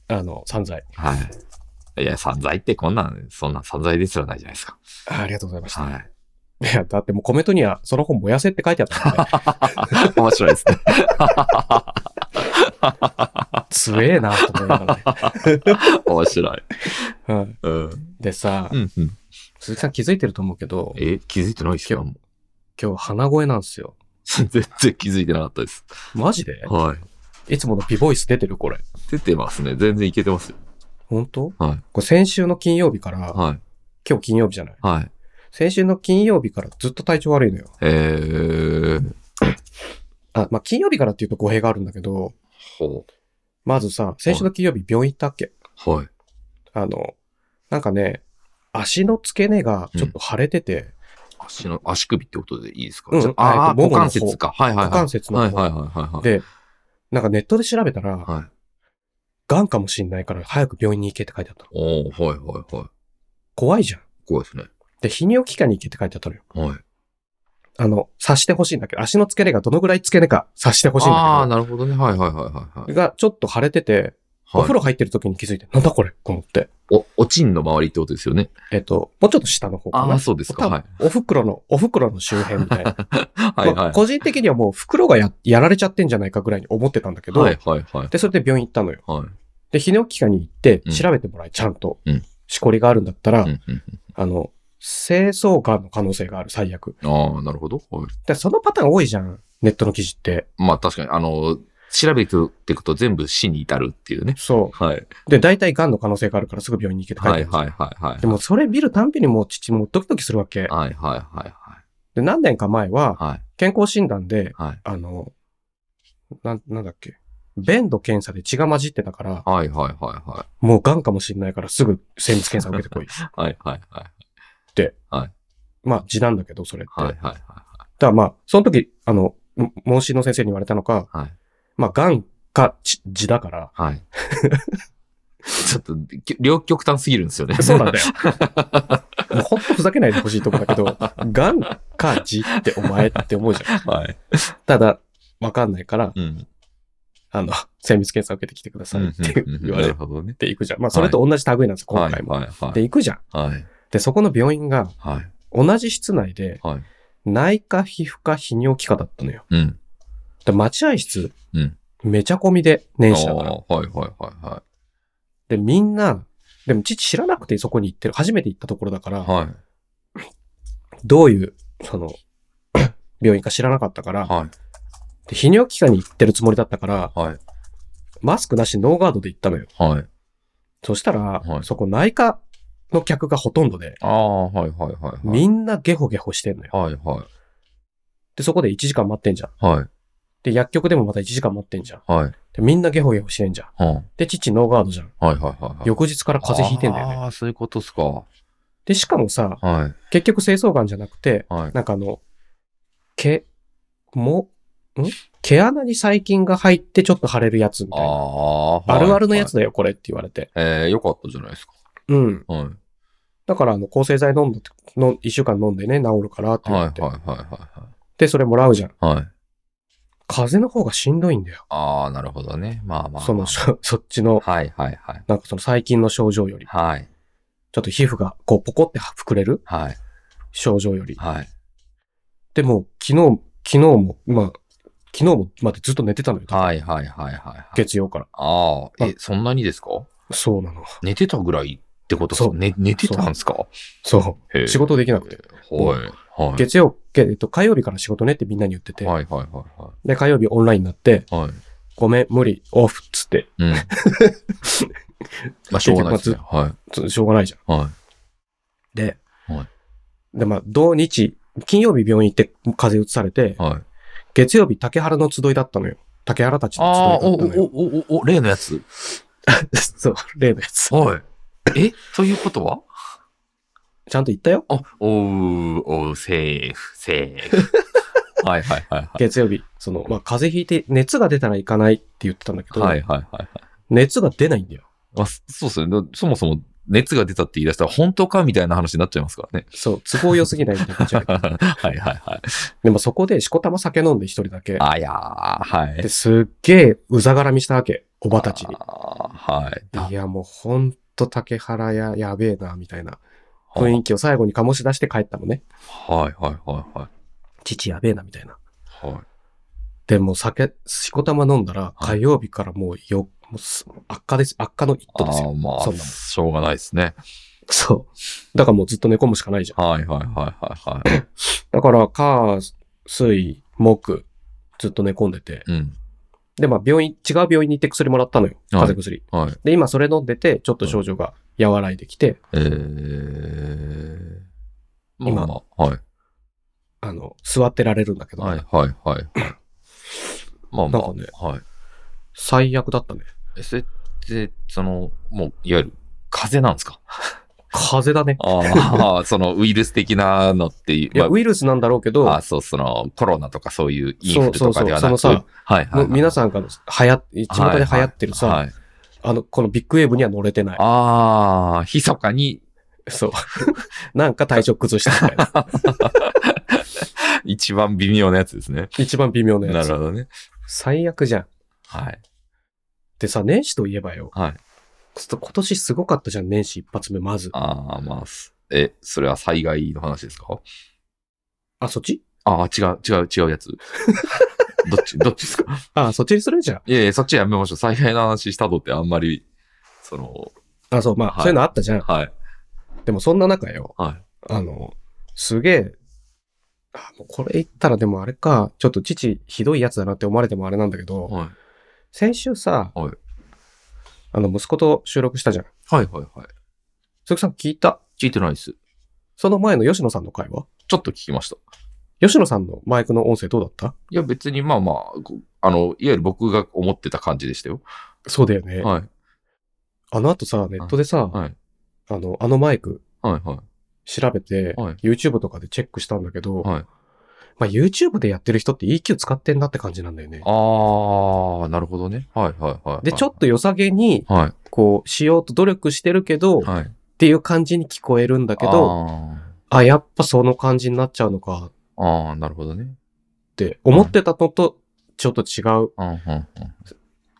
S1: あの、散財。
S2: はい。いや、散財ってこんなん、そんなん散財ですらないじゃないですか。
S1: あありがとうございました。
S2: はい。
S1: (laughs) いや、だってもうコメントには、その本燃やせって書いてあったんで、
S2: 面白いですね。
S1: 強えなと思いな
S2: (laughs)
S1: が
S2: 面白
S1: ら
S2: い。
S1: ね。はい
S2: うん。
S1: でさ
S2: う、んうん。
S1: 鈴木さん気づいてると思うけど、
S2: え、気づいてないですよ。もう
S1: 今日鼻声なんですよ。
S2: (laughs) 全然気づいてなかったです。
S1: マジで
S2: はい。
S1: いつものピボイス出てるこれ。
S2: 出てますね。全然いけてますよ。
S1: 本当
S2: はい。
S1: これ先週の金曜日から、
S2: はい。
S1: 今日金曜日じゃない
S2: はい。
S1: 先週の金曜日からずっと体調悪いのよ。
S2: えー。
S1: あ、まあ、金曜日からっていうと語弊があるんだけど、
S2: ほ
S1: まずさ、先週の金曜日病院行ったっけ
S2: う。はい。
S1: あの、なんかね、足の付け根がちょっと腫れてて、
S2: 足の、足首ってことでいいですか、
S1: うん
S2: じゃあ
S1: えっと
S2: あー、
S1: ももの
S2: 股
S1: 方
S2: 関節か。はいはいはい。
S1: 股関節の
S2: はい
S1: 方
S2: はいはいはいはい。、
S1: で、なんかネットで調べたら、
S2: はい。
S1: 癌かもしんないから早く病院に行けって書いてあったの。
S2: おー、はいはいはい。
S1: 怖いじゃん。
S2: 怖いですね。
S1: で、泌尿器科に行けって書いてあったのよ。
S2: はい。
S1: あの、察してほしいんだけど、足の付け根がどのぐらい付け根か察してほしいん
S2: ああー、
S1: だ
S2: なるほどね。はいはいはいはいは
S1: け
S2: い。
S1: ど、がちょっと腫れてて、お風
S2: 呂。
S1: 呂入ってる時に気づいて、なんだこれと思って。
S2: お、おちんの周りってことですよね。
S1: えっと、もうちょっと下の方か
S2: あ
S1: な。
S2: あー、そうですか。
S1: 多分
S2: はい。
S1: お袋の、お袋の周辺みたいな。
S2: (laughs) は
S1: ま
S2: いは
S1: あ
S2: い。
S1: 個人的にはもう袋がややられちゃってんじゃないかぐらいに思ってたんだけど、
S2: はいはいはい。
S1: で、それで病院行ったのよ。
S2: はい。
S1: で、泌尿器科に行って
S2: うん
S1: 調べてもらい、ちゃんと
S2: うん、
S1: しこりがあるんだったら、
S2: うんうん
S1: あの、清掃癌の可能性がある、最悪。
S2: うんああ、なるほど。はい
S1: で、そのパターン多いじゃん、ネットの記事って。
S2: まあ確かに、あの、調べていくと全部死に至るっていうね。
S1: そ
S2: はい。
S1: う。で、大体癌の可能性があるからすぐ病院に行けって書いてあ
S2: はい
S1: るんですよ
S2: はいはいはい。
S1: でも、それ見るたんびにもう父もドキドキするわけ。
S2: はいはいはい
S1: で、何年か前は、
S2: はい。はい
S1: 健康診断で、
S2: はい。
S1: あの、なん、なんだっけ。便度検査で血が混じってたから、
S2: はいはいはいはい。
S1: もう癌かもしれないからすぐ精密検査受けて
S2: (laughs)
S1: こい。
S2: はいはいはい。
S1: まあ、字なんだけど、それって。
S2: はい
S1: だ
S2: はい
S1: か
S2: はい
S1: らまあ、その時、あの、も問診の先生に言われたのか、
S2: はい。
S1: まあ、癌かち字だから、 (laughs)
S2: はい。ちょっと、き両極端すぎるんですよね。
S1: そう
S2: (laughs)
S1: なんだよ。もうほんとふざけないでほしいとこだけど、癌か字ってお前って思うじゃん。
S2: (laughs) はい。
S1: ただ、わかんないから、
S2: うん。
S1: あの、精密検査受けてきてくださいって
S2: うんうんうん
S1: 言わ
S2: な
S1: れ
S2: るほどね。
S1: ていくじゃん。まあ、それと同じ類なんですよ、今回も。
S2: はいはいはい
S1: で、。行くじゃん。
S2: はい。
S1: で、そこの病院が、
S2: はい。
S1: 同じ室内で、
S2: はい。
S1: 内科、皮膚科、泌尿器科だったのよ。
S2: うん。
S1: で、待合室、
S2: うん
S1: めちゃ込みで、年始だから。
S2: あーはいはいはいは
S1: で、みんな、でも父知らなくてそこに行ってる、初めて行ったところだから、
S2: い。はい。
S1: どういう、その、 (coughs) 病院か知らなかったから、
S2: はい。
S1: で泌尿器科に行ってるつもりだったから、
S2: はい。
S1: マスクなしノーガードで行ったのよ。
S2: はい。
S1: そしたら、
S2: はい
S1: そこ内科の客がほとんどで、
S2: ああ、はいはいはいはい。
S1: みんなゲホゲホしてんのよ。
S2: はいは
S1: で、そこで1時間待ってんじゃん。
S2: い。はい。
S1: で、薬局でもまた1時間待ってんじゃん。
S2: はい。
S1: で、みんなゲホゲホしてんじゃん。
S2: うんはい
S1: で、父ノーガードじゃん。
S2: はいはいはい。
S1: 翌日から風邪ひいてんだよね。
S2: ああ、そういうことっすか。は
S1: で、しかもさ、
S2: い。
S1: 結局清掃眼じゃなくて、
S2: はい。
S1: なんかあの、毛、も、ん毛穴に細菌が入ってちょっと腫れるやつみたいな。
S2: ああ、
S1: あるあるのやつ
S2: だ。
S1: だよ、これって言われて。
S2: ええ、よかったじゃないですか。
S1: うん。
S2: はい。
S1: だから、あの、抗生剤飲んだ、の一週間飲んでね、治るからって言
S2: は
S1: って。
S2: いはいはいは
S1: で、それもらうじゃん。
S2: いはい。はい。
S1: 風邪の方がしんどいんだよ。
S2: ああ、なるほどね。まあまあまあ。
S1: その、そ (laughs) そっちの、
S2: はいはいはい。
S1: なんかその細菌の症状より。
S2: はい。
S1: ちょっと皮膚がこうポコって膨れる
S2: はい。
S1: 症状より。
S2: はい。
S1: でも、昨日、昨日も、まあ、昨日もまでずっと寝てたのよ。
S2: はいはいはいはいはい。
S1: 月曜から。
S2: ああ、
S1: う
S2: え、そんなにですか
S1: そうなの。
S2: 寝てたぐらいってことです
S1: そ
S2: か
S1: う
S2: 寝寝てたんですか
S1: そ
S2: へ
S1: う。
S2: え
S1: 仕事できなくて。
S2: はい。はい。
S1: 月曜、けえっと、火曜日から仕事ねってみんなに言ってて、
S2: はいはいはいは
S1: で、火曜日オンラインになって、
S2: い。はい。
S1: ごめん、無理、オフっつって、 (laughs)
S2: うん。まあ、しょうがないですね。は
S1: つしょうがないじゃん。
S2: い。は
S1: で、
S2: は
S1: で、まあ、土日、金曜日病院行って風邪移されて
S2: い。、はい。
S1: 月曜日竹原の集いだったのよ。竹原たちの集い
S2: あ
S1: だ
S2: あ、お、
S1: ったのよ。
S2: お、お、お、お、例のやつ。
S1: (laughs) そう、例のやつ。
S2: はい。えということは
S1: ちゃんと言ったよ。
S2: あ、おう、おう、セーフ、セ
S1: (laughs)
S2: ーフ。はいはいはいはい。
S1: 月曜日、その、まあ、風邪ひいて熱が出たら行かないって言ってたんだけど、
S2: はいはいはい。
S1: 熱が出ないんだよ。
S2: まあ、そそうですね。だそもそも熱が出たって言い出したら本当かみたいな話になっちゃいます
S1: (laughs)
S2: からね。
S1: そう、都合良すぎないみたいになっちゃう
S2: (laughs) はいはいはい。
S1: でもそこでしこたま酒飲んで一人だけ。
S2: あやー、はい。
S1: で、すっげえうざがらみしたわけ、おばたちに。
S2: あーはい。
S1: いや、もうほんと竹原ややべえな、みたいな雰囲気を最後に醸し出して帰ったのね。
S2: はいはいはいは
S1: 父やべえな、みたいな。
S2: い。はい。
S1: で、もう酒、しこたま飲んだら、
S2: は
S1: 火
S2: い
S1: 曜日からもうよ、もうす悪化です。悪化の一途です
S2: あ
S1: よ。
S2: ーま
S1: そ
S2: あ、
S1: んなもん
S2: しょうがないですね。
S1: そう。だからもうずっと寝込むしかないじゃん。
S2: はいはいはいはいはい。
S1: だから、火、水、木、ずっと寝込んでて。
S2: うん。
S1: で、まあ、病院、違う病院に行って薬もらったのよ。風邪薬。
S2: はい。
S1: で、今それ飲んでて、ちょっと症状が和らいできて、
S2: えー。まあ
S1: 今
S2: まあ、はい。
S1: あの、座ってられるんだけど、
S2: はいはいはいはい。まあま
S1: な
S2: あ、
S1: んかね
S2: はい。
S1: 最悪だったね。
S2: え、それって、その、もう、いわゆる、風邪なんですか
S1: 風邪だね。 (laughs)
S2: ああ、その、ウイルス的なのっていう。
S1: いや、
S2: ま
S1: ウイルスなんだろうけ
S2: あ
S1: ど、
S2: あーそう、その、コロナとかそういうインフルとかではなく。
S1: そうそうそうそのさ
S2: はいはい、
S1: も
S2: は
S1: う
S2: い。
S1: 皆
S2: さ
S1: さんが流行っ、地元で流行ってるさ、
S2: はいはい
S1: あの、このビッグウェーブには乗れてない。
S2: ああ、密かに、
S1: そう。 (laughs) なんか体調崩したみたい
S2: (laughs)
S1: な。
S2: 一番微妙なやつですね。
S1: 一番微妙な
S2: な
S1: や
S2: る
S1: つ。
S2: ほどね。
S1: 最悪じゃん。
S2: はい。
S1: でさ、年始といえばよ。
S2: はい。
S1: ちょっと今年すごかったじゃん、年始一発目、まず。あ、
S2: ああ、まあ、すえ、それは災害の話ですか
S1: そっち
S2: ああ、違う、違う、違う
S1: (laughs)
S2: やつ。どっち、どっちですか
S1: あ、そっちにするじゃん。
S2: いやいや、そっちやめましょう。災害の話したとってあんまり、その、
S1: あ、そう、まあ、
S2: はい
S1: そういうのあったじゃん。
S2: はい。
S1: でもそんな中よ、
S2: はい。
S1: あの、すげえ、あ、もうこれ言ったらでもあれか、ちょっと父ひどいやつだなって思われてもあれなんだけど、
S2: はい。
S1: 先週さ、
S2: はい
S1: あの、息子と収録したじゃん。
S2: はいはいはい。
S1: 鈴木さん聞いた
S2: 聞いてないです。
S1: その前の吉野さんの会話
S2: ちょっと聞きました。
S1: 吉野さんのマイクの音声どうだった
S2: いや、別にまあまあ、こあの、いわゆる僕が思ってた感じでしたよ。
S1: そうだよね。
S2: はい。
S1: あの後さ、ネットでさ、
S2: はい。
S1: あの、あのマイク
S2: はいはい。
S1: 調べて、
S2: はい
S1: YouTube とかでチェックしたんだけど、
S2: はい。
S1: まあ YouTube でやってる人って EQ 使ってんなって感じなんだよね。
S2: あー、なるほどね。はいはいはい。
S1: で、ちょっと良さげに、
S2: と。は
S1: こう、しようと努力してるけど、
S2: い。はい。だ
S1: っていう感じに聞こえるんだけど、あ、やっぱその感じになっちゃうのか
S2: あーあー、なるほどね。
S1: って思ってたのと、ちょっと違う
S2: うん、うん、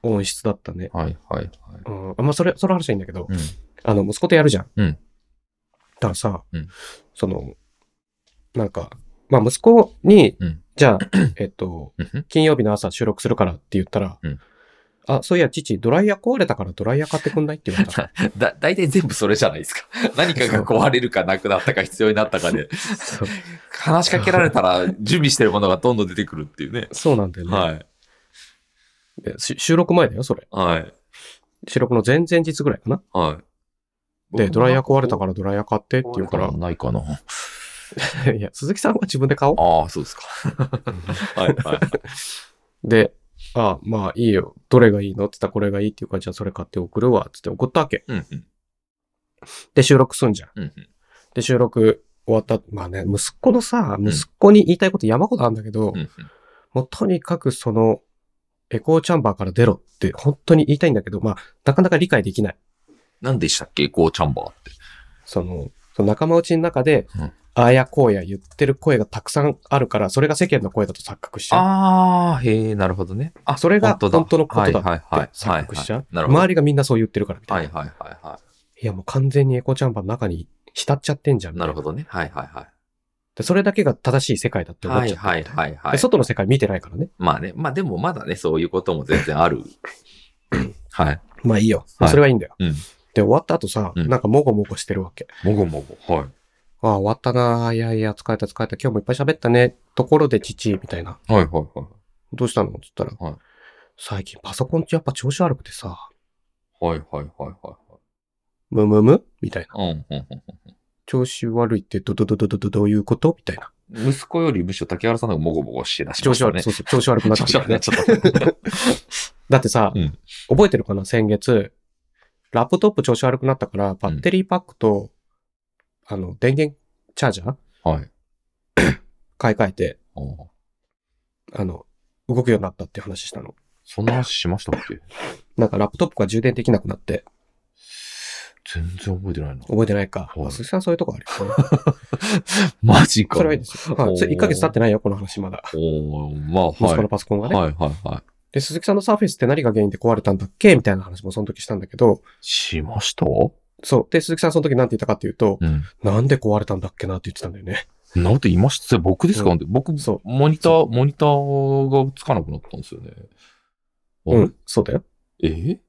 S2: うん。
S1: 音質だったね。
S2: はいはいはい。
S1: うん、あまあ、それ、その話はいいんだけど、
S2: うん。
S1: あの、息子とやるじゃん。
S2: うん
S1: だからさ、
S2: うん
S1: その、なんか、まあ、息子に、
S2: うん
S1: じゃあ、 (clears throat) えっと、
S2: うんふん
S1: 金曜日の朝収録するからって言ったら、
S2: うん
S1: あ、そういや、父、ドライヤー壊れたからドライヤー買ってくんないって言われ
S2: (laughs)
S1: た。
S2: (laughs) だ、大体全部それじゃないです (laughs) か。何かが壊れるかなくなったか必要になったか (laughs) で、
S1: そう
S2: 話しかけられたら準備してるものがどんどん出てくるっていうね。
S1: そうなんだよね、
S2: はい。
S1: でし収録前だよ、それ。
S2: はい。
S1: 収録の前々日ぐらいかな。
S2: はい。
S1: で、ドライヤー壊れた
S2: か
S1: からドライヤー買ってって言うから、
S2: ないかな。
S1: (laughs) いや、鈴木さんは自分で買おう。
S2: ああ、そうですか。はいはい。
S1: で、あ、まあいいよ。どれがいいのって言ったらこれがいいっていうから、じゃあそれ買って送るわ。つって送ったわけ。
S2: うんうん
S1: で、収録すんじゃん。
S2: うんうん。
S1: で、収録終わった。まあね、息子のさ、
S2: ん
S1: 息子に言いたいこと山ほどあるんだけど、
S2: うんうん
S1: もうとにかくその、エコーチャンバーから出ろって本当に言いたいんだけど、まあ、なかなか理解できない。
S2: 何でしたっけこうチャンバーって。
S1: その、その仲間内の中で、
S2: うん
S1: ああやこうや言ってる声がたくさんあるから、それが世間の声だと錯覚しちゃう。
S2: ああ、へえ、なるほどね。あ、
S1: それが本当のこ
S2: は
S1: と
S2: い
S1: だ
S2: は
S1: っ
S2: い
S1: て
S2: はい。
S1: 錯覚しちゃう。
S2: なるほど。
S1: 周りがみんなそう言ってるからみたいな。
S2: はいはいはいはい
S1: や、もう完全にエコーチャンバーの中に浸っちゃってんじゃん。
S2: い。なるほどね。はいはいはい。
S1: で、それだけが正しい世界だって思っ
S2: は
S1: ち
S2: い
S1: ゃったみた
S2: はいい
S1: な。
S2: はいは
S1: で
S2: い。
S1: 外の世界見てないからね。
S2: まあね、まあでもまだね、そういうことも全然ある。はい。
S1: まあいいよ。
S2: はい
S1: それはいいんだよ。
S2: うん
S1: で、終わった後さ、
S2: うん
S1: なんかもごもごしてるわけ。
S2: もごもご。は
S1: ああ、終わったな。いやいや、疲れた疲れた。今日もいっぱい喋ったね。ところで、父、みたいな。
S2: い。はいはいはい。
S1: どうしたのって言ったら、
S2: はい
S1: 最近パソコンってやっぱ調子悪くてさ、
S2: はいはいはいは
S1: むむむみたいな。
S2: いはい。うんうんうん
S1: 調子悪いってどどどどどどどういうことみたいな。
S2: うん。息子よりむしろ竹原さんの方がもごもごして出し
S1: 調
S2: ま
S1: 子
S2: した
S1: 悪
S2: ね
S1: い。。そうそう、調子悪くなって
S2: 調
S1: き
S2: 子
S1: た
S2: 悪
S1: よ
S2: く
S1: ね。
S2: なっちゃった。
S1: だってさ、
S2: うん
S1: 覚えてるかな先月、ラップトップ調子悪くなったから、バッテリーパックと、あの、電源チャージャー
S2: (laughs) はい。
S1: 買い替えて、
S2: うん
S1: あの、動くようになったって話したの。
S2: そんな話しましたっけ
S1: なんかラップトップが充電できなくなって、
S2: 全然覚えてな
S1: (laughs)
S2: いな。
S1: 覚えてないか。
S2: はい
S1: まあ鈴木さんそういうとこあるよね。
S2: (laughs) マジか。
S1: それはいいですよ。はい。それ1ヶ月経ってないよ、この話まだ。
S2: おーまあ、
S1: 息子の
S2: は
S1: パソコン
S2: い。
S1: がね。
S2: はいはいはい。
S1: で、鈴木さんのサーフェイスって何が原因で壊れたんだっけみたいな話もその時したんだけど、
S2: しました
S1: そう。で、鈴木さんその時何て言ったかっていうと、
S2: うん。
S1: なんで壊れたんだっけなって言ってたんだよね。
S2: なんて言いましたそれ僕ですか、
S1: う
S2: 僕、
S1: そ
S2: モニター、モニターがつかなくなったんですよね。
S1: う。
S2: あれ
S1: うん。そうだよ。
S2: え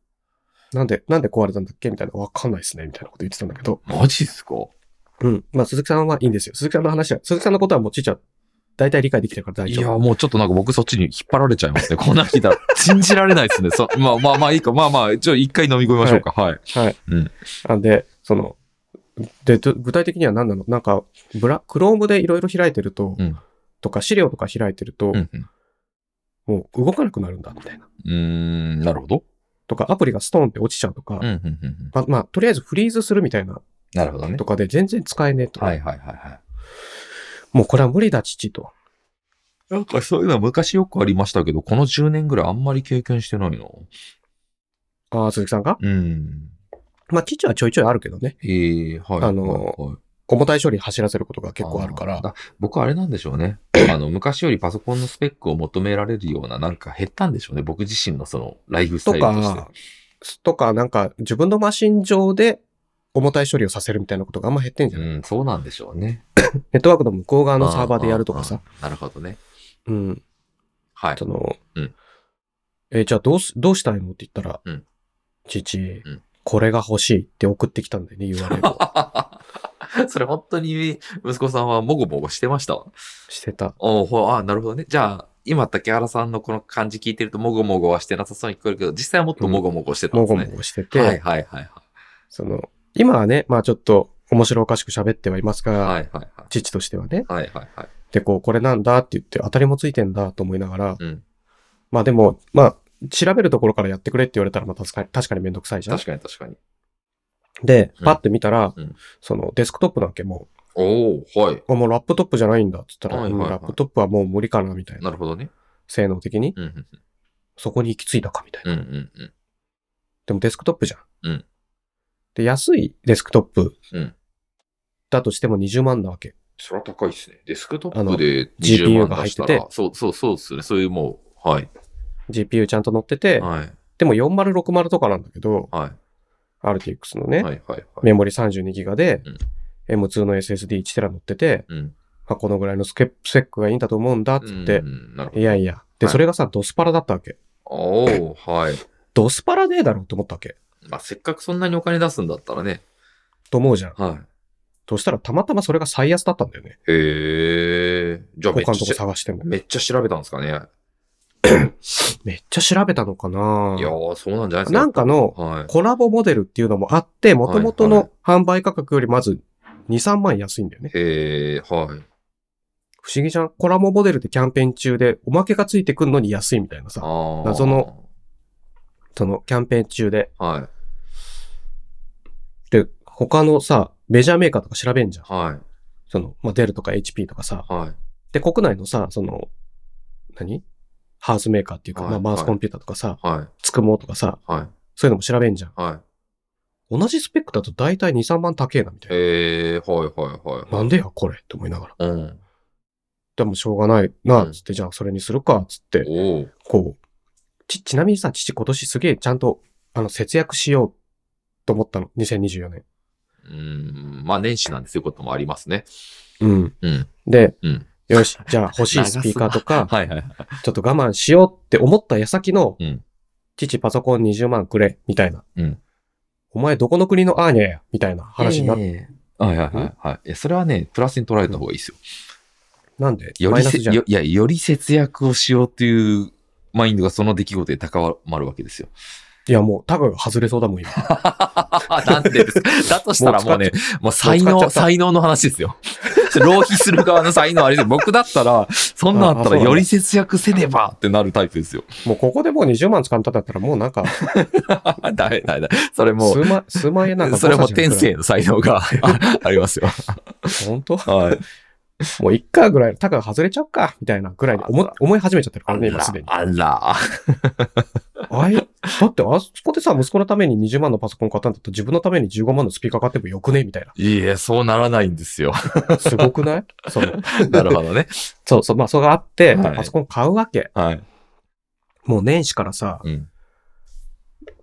S1: なんで、なんで壊れたんだっけみたいな、わかんないですね。みたいなこと言ってたんだけど。
S2: マジっすか
S1: うん。まあ、鈴木さんはいいんですよ。鈴木さんの話は、鈴木さんのことはもうちいちゃん、大体理解できてるから大
S2: い
S1: 丈
S2: や、
S1: 夫。
S2: もうちょっとなんか僕そっちに引っ張られちゃいますね。こんな
S1: (laughs)
S2: 聞いたら。信じられないですね。そまあまあまあいいか。まあまあ、ちょ、一回飲み込みましょうか。はい。
S1: はい。
S2: うん
S1: なんで、その、で、ど具体的には何なのなんか、ブラ、クロームでいろいろ開いてると、
S2: うん
S1: とか資料とか開いてると、
S2: うん
S1: もう動かなくなるんだ、みたいな。
S2: うん。うーん、なるほど。
S1: とか、アプリがストーンって落ちちゃうとか、
S2: うん、うん、うんうん。
S1: まあ、まあ、とりあえずフリーズするみたいな
S2: なるほどね
S1: と。かで全然使えねえと。
S2: はいはいはいはい。
S1: もうこれは無理だ、父と。
S2: なんかそういうのは昔よくありましたけど、この10年ぐらいあんまり経験してないな。
S1: ああ、鈴木さんが
S2: うん。
S1: まあ、父はちょいちょいあるけどね。
S2: ええはい。
S1: あの
S2: はいはい
S1: 重たい処理走らせることが結構あるから
S2: ー。だ僕あれなんでしょうね。あの、昔よりパソコンのスペックを求められるような、なんか減ったんでしょうね。僕自身のその、ライフスタ
S1: と
S2: イルとして。
S1: か、とか、なんか自分のマシン上で重たい処理をさせるみたいなことがあんま減ってんじゃない、
S2: うん、そうなんでしょうね。
S1: ネットワークの向こう側
S2: あ
S1: のサーバーでやるとか
S2: ー
S1: さ。。
S2: あーなるほどね。
S1: うん。
S2: はい
S1: そ。の、
S2: うん
S1: えーじゃあどうす、どうしたいのって言ったら、
S2: うん
S1: 父、
S2: うん
S1: これが欲しいって送ってきたん
S2: (laughs)
S1: だよね、URL を。
S2: (laughs) それ本当に息子さんはもごもごしてました。
S1: してた。
S2: おーほうあー、なるほどね。じゃあ、今竹原さんのこの感じ聞いてるともごもごはしてなさそうに聞こえるけど、実際はもっともごもごしてたん
S1: も
S2: です
S1: ご
S2: ね。
S1: もごしてて、
S2: はいはいはいはい。
S1: その、今はね、まあちょっと面白おかしく喋ってはいますが、
S2: はいはいはい。
S1: 父としてはね。
S2: はいはいはい。
S1: で、こう、これなんだって言って、当たりもついてんだと思いながら、
S2: うん。
S1: まあでも、まあ、調べるところからやってくれって言われたら、まあ確かに、確かにめんどくさいじゃん
S2: 確。かに確かに。
S1: で
S2: う、ん
S1: パッて見たら、
S2: うん
S1: そのデスクトップなわけも
S2: おおはい。
S1: う、あもうラップトップじゃないんだっつったら、
S2: はいはいはい
S1: うんラップトップはもう無理かなみたいな。
S2: なるほどね。
S1: 性能的に、
S2: うんうん
S1: そこに行き着いたかみたいな。
S2: うんうんうん。
S1: でもデスクトップじゃん。
S2: うん
S1: で、安いデスクトップ
S2: うん
S1: だとしても20万なわけ。
S2: それは高いですね。デスクト
S1: あの
S2: ップで
S1: GPU
S2: 20
S1: が
S2: 万
S1: 入
S2: 出
S1: っ
S2: してた
S1: て
S2: ら、そうそうそうですね。そういうもう、はい。
S1: GPU ちゃんと乗ってて、
S2: はい。
S1: でも4060とかなんだけど、
S2: は
S1: RTX の
S2: い。
S1: ね、
S2: はいはいはい。
S1: メモリ 32GB で、M2 の SSD1TB 乗ってて、
S2: うん。
S1: まあ、このぐらいのスケスペックがいいんだと思うんだっつって、
S2: うん、なるほ
S1: いやいや。で、
S2: はい
S1: それがさ、ドスパラだったわけ。
S2: ど。おおはい。
S1: ドスパラねえだろって思ったわけ。
S2: まあ、せっかくそんなにお金出すんだったらね。
S1: と思うじゃん。
S2: は
S1: そしたらたまたまそれが最安だったんだよね。
S2: い。へえ。じゃあめっ
S1: 他のと
S2: ちゃ
S1: こ探しても。
S2: めっちゃ調べたんですかね。いや
S1: めっちゃ調べたのかな
S2: ー、そうなんじゃないですか。
S1: なんかの
S2: はい。
S1: コラボモデルっていうのもあって、元々
S2: はいは
S1: の販売価格よりまず2、3万安いんだよね。
S2: へえ、はい。
S1: 不思議じゃん。コラボモデルってキャンペーン中でおまけがついてくんのに安いみたいなさ。
S2: ああ。
S1: 謎の。そのキャンペーン中で。
S2: はい。
S1: で、他のさ、メジャーメーカーとか調べんじゃん。
S2: は
S1: その、まあ、デルとか HP とかさ。
S2: い。はい。
S1: で、国内のさ、その、何ハウスメーカーっていうか、
S2: はい
S1: まあ、マウスコンピューターとかさ、
S2: はい。
S1: つくもとかさ、
S2: はい。
S1: そういうのも調べんじゃん。
S2: はい。
S1: 同じスペックだと大体2、3万高えな、みたい
S2: へえ、はいはいはい。
S1: な。なんでや、これって思いながら。
S2: うん。
S1: でもしょうがないな、
S2: うん
S1: つって、じゃあそれにするか、つって、
S2: おお。
S1: こう。ち、ちなみにさ、父今年すげえちゃんと、あの、節約しようと思ったの。2024年。
S2: うん。まあ、年始なんですよこともありますね。
S1: うん。
S2: うん。
S1: で、
S2: うん。
S1: よし、じゃあ欲しいスピーカーとか、 (laughs)
S2: はいはいはい。
S1: ちょっと我慢しようって思った矢先の、
S2: うん
S1: 父パソコン20万くれ、みたいな。
S2: うん
S1: お前どこの国のアーニャや、みたいな話になって、
S2: ええはいはいはいはい。いや、それはね、プラスに捉えた方がいいですよ。
S1: なんで
S2: よ
S1: マ
S2: り
S1: イナ
S2: せ
S1: スじゃ
S2: よ
S1: ん。
S2: いや、より節約をしようっていうマインドがその出来事で高まるわけですよ。
S1: いや、もう、タグ外れそうだもん、今。
S2: (laughs) なんでですだとしたらもうね、もう才
S1: もう使っちゃ
S2: 能、
S1: った
S2: 才能の話ですよ。浪費する側の才能あれですよ。僕だったら、そんなんあった
S1: あそう
S2: ら
S1: なんだ
S2: より節約せねばってなるタイプですよ。 (laughs)
S1: もうここでもう20万使ったんだったら、もうなんか、
S2: ダメだめだ。それも
S1: 数万、数万円なんか
S2: う、それも
S1: 誤差じゃん
S2: 天性。の才能があありますよ。
S1: それ本当
S2: はい。
S1: もう一回ぐらい、タグが外れちゃうか、みたいなぐらいで思思い始めちゃってるからね、今すでに。
S2: あら。
S1: あい、 (laughs) だってあそこでさ、息子のために20万のパソコン買ったんだったら、自分のために15万のスピーカー買ってもよくねみたい
S2: いえ、そうならないんですよ。
S1: な。すごくない (laughs) その、
S2: (laughs) なるほどね。
S1: そうそう、まあ、それがあって、
S2: はい
S1: パソコン買うわけ。
S2: はい。
S1: もう年始からさ、
S2: うん。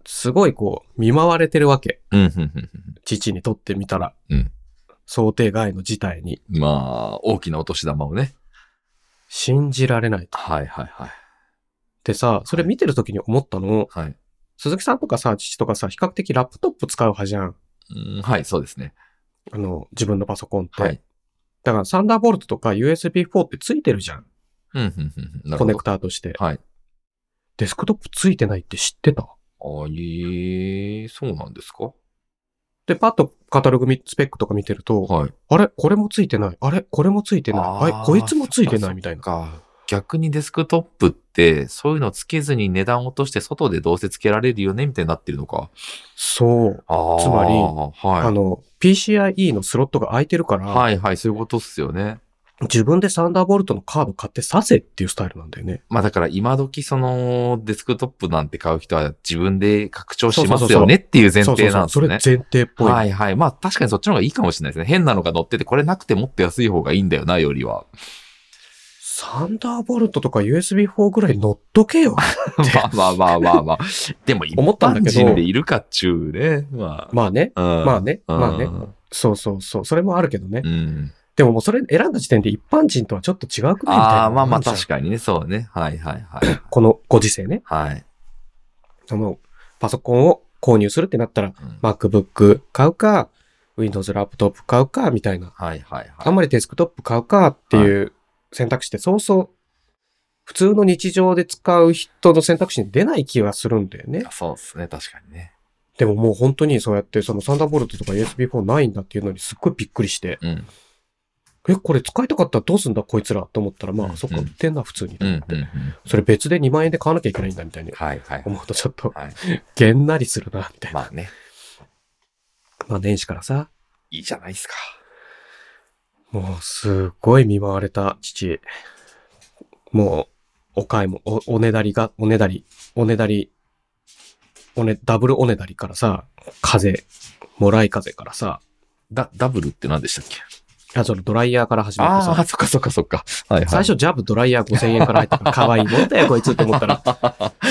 S1: すごいこう、見舞われてるわけ。
S2: うん、うんうん、
S1: 父にとってみたら。
S2: うん
S1: 想定外の事態に。
S2: うん。まあ、大きなお年玉をね。
S1: 信じられないと。
S2: はい、はい、はい。
S1: でさ、それ見てる時に思ったの、
S2: はい。
S1: 鈴木さんとかさ、父とかさ、比較的ラップトップ使う派じゃん。
S2: うん、はい、そうですね。
S1: あの、自分のパソコンって。
S2: はい。
S1: だから、サンダーボルトとか USB4 ってついてるじゃん。
S2: うん、うん、うんうん。なる
S1: コ
S2: ほ
S1: ネ
S2: ど
S1: ク。ターとして。
S2: はい。
S1: デスクトップついてないって知ってた
S2: あえー、そうなんですか
S1: で、パッとカタログ見スペックとか見てると、
S2: はい。
S1: あれこれもついてない。あれこれもついてない。
S2: あ
S1: あ
S2: ー
S1: れこいつもついてないみたいな。
S2: か。逆にデスクトップって、そういうのつけずに値段落として外でどうせつけられるよねみたいになってるのか。
S1: そう。
S2: ああ。
S1: つまりあ
S2: は
S1: の、PCIe のスロットが空いてるから、
S2: い。はいはい、そういうことっすよね。
S1: 自分でサンダーボルトのカード買ってさせっていうスタイルなんだよね。
S2: まあだから今時そのデスクトップなんて買う人は自分で拡張し
S1: そう
S2: ます
S1: そうそ
S2: よ
S1: う
S2: ねっていう前提なんです
S1: そうそうそ
S2: ね。
S1: うそれ前提っぽい。
S2: はいはい。まあ確かにそっちの方がいいかもしれないですね。変なのが乗ってて、これなくてもっと安い方がいいんだよな、よ
S1: (laughs)
S2: りは。
S1: サンダーボルトとか USB4 ぐらい乗っとけよ。
S2: まあまあまあまあまあ。でも一
S1: 思ったん
S2: 般
S1: だけど
S2: 人でいるかっちゅうね。ま
S1: まあね。
S2: あ。うん
S1: まあね。まあね。
S2: うん
S1: そうそうそう。それもあるけどね。
S2: うん。
S1: でももうそれ選んだ時点で一般人とはちょっと違うくないみたいな。
S2: ああ、まあま
S1: な
S2: あ
S1: んか
S2: 確かにね、そうね。はいはいはい。
S1: このご時世ね。
S2: はい。
S1: その、パソコンを購入するってなったら、
S2: うん
S1: MacBook 買うか、Windows ラップトップ買うか、みたいな。
S2: はいはい
S1: あん
S2: は
S1: まりデスクトップ買うかっていう選択肢って、そうそう、普通の日常で使う人の選択肢に出ない気がするんだよね
S2: い。。そうですね、確かにね。
S1: でももう本当にそうやって、そのサンダーボルトとか USB4 ないんだっていうのにすっごいびっくりして、
S2: うん。
S1: え、これ使いたかったらどうすんだこいつらと思ったら、
S2: うん
S1: ま
S2: う
S1: あ、
S2: ん
S1: そっか、売ってんな、普通に
S2: う。んうんうん。
S1: それ別で2万円で買わなきゃいけないんだみたいに
S2: はいはい。
S1: 思うとちょっと、
S2: はい。
S1: げんなりするな、みたいな。
S2: まあね、
S1: まあ、年始からさ、
S2: いいじゃないですか。
S1: もうすごい見舞われた父。もう、お買いも、お、おねだりが、おねだり、おねだり、おね、ダブルおねだりからさ、風、もらい風からさ、
S2: ダ、ダブルって何でしたっけ
S1: あ、そのドライヤーから始まって
S2: ああ
S1: さ
S2: ー、、そっかそっかそっか。はいはい。
S1: 最初ジャブドライヤー5000円から入ったから、かわいいもんだよ、こいつって思ったら、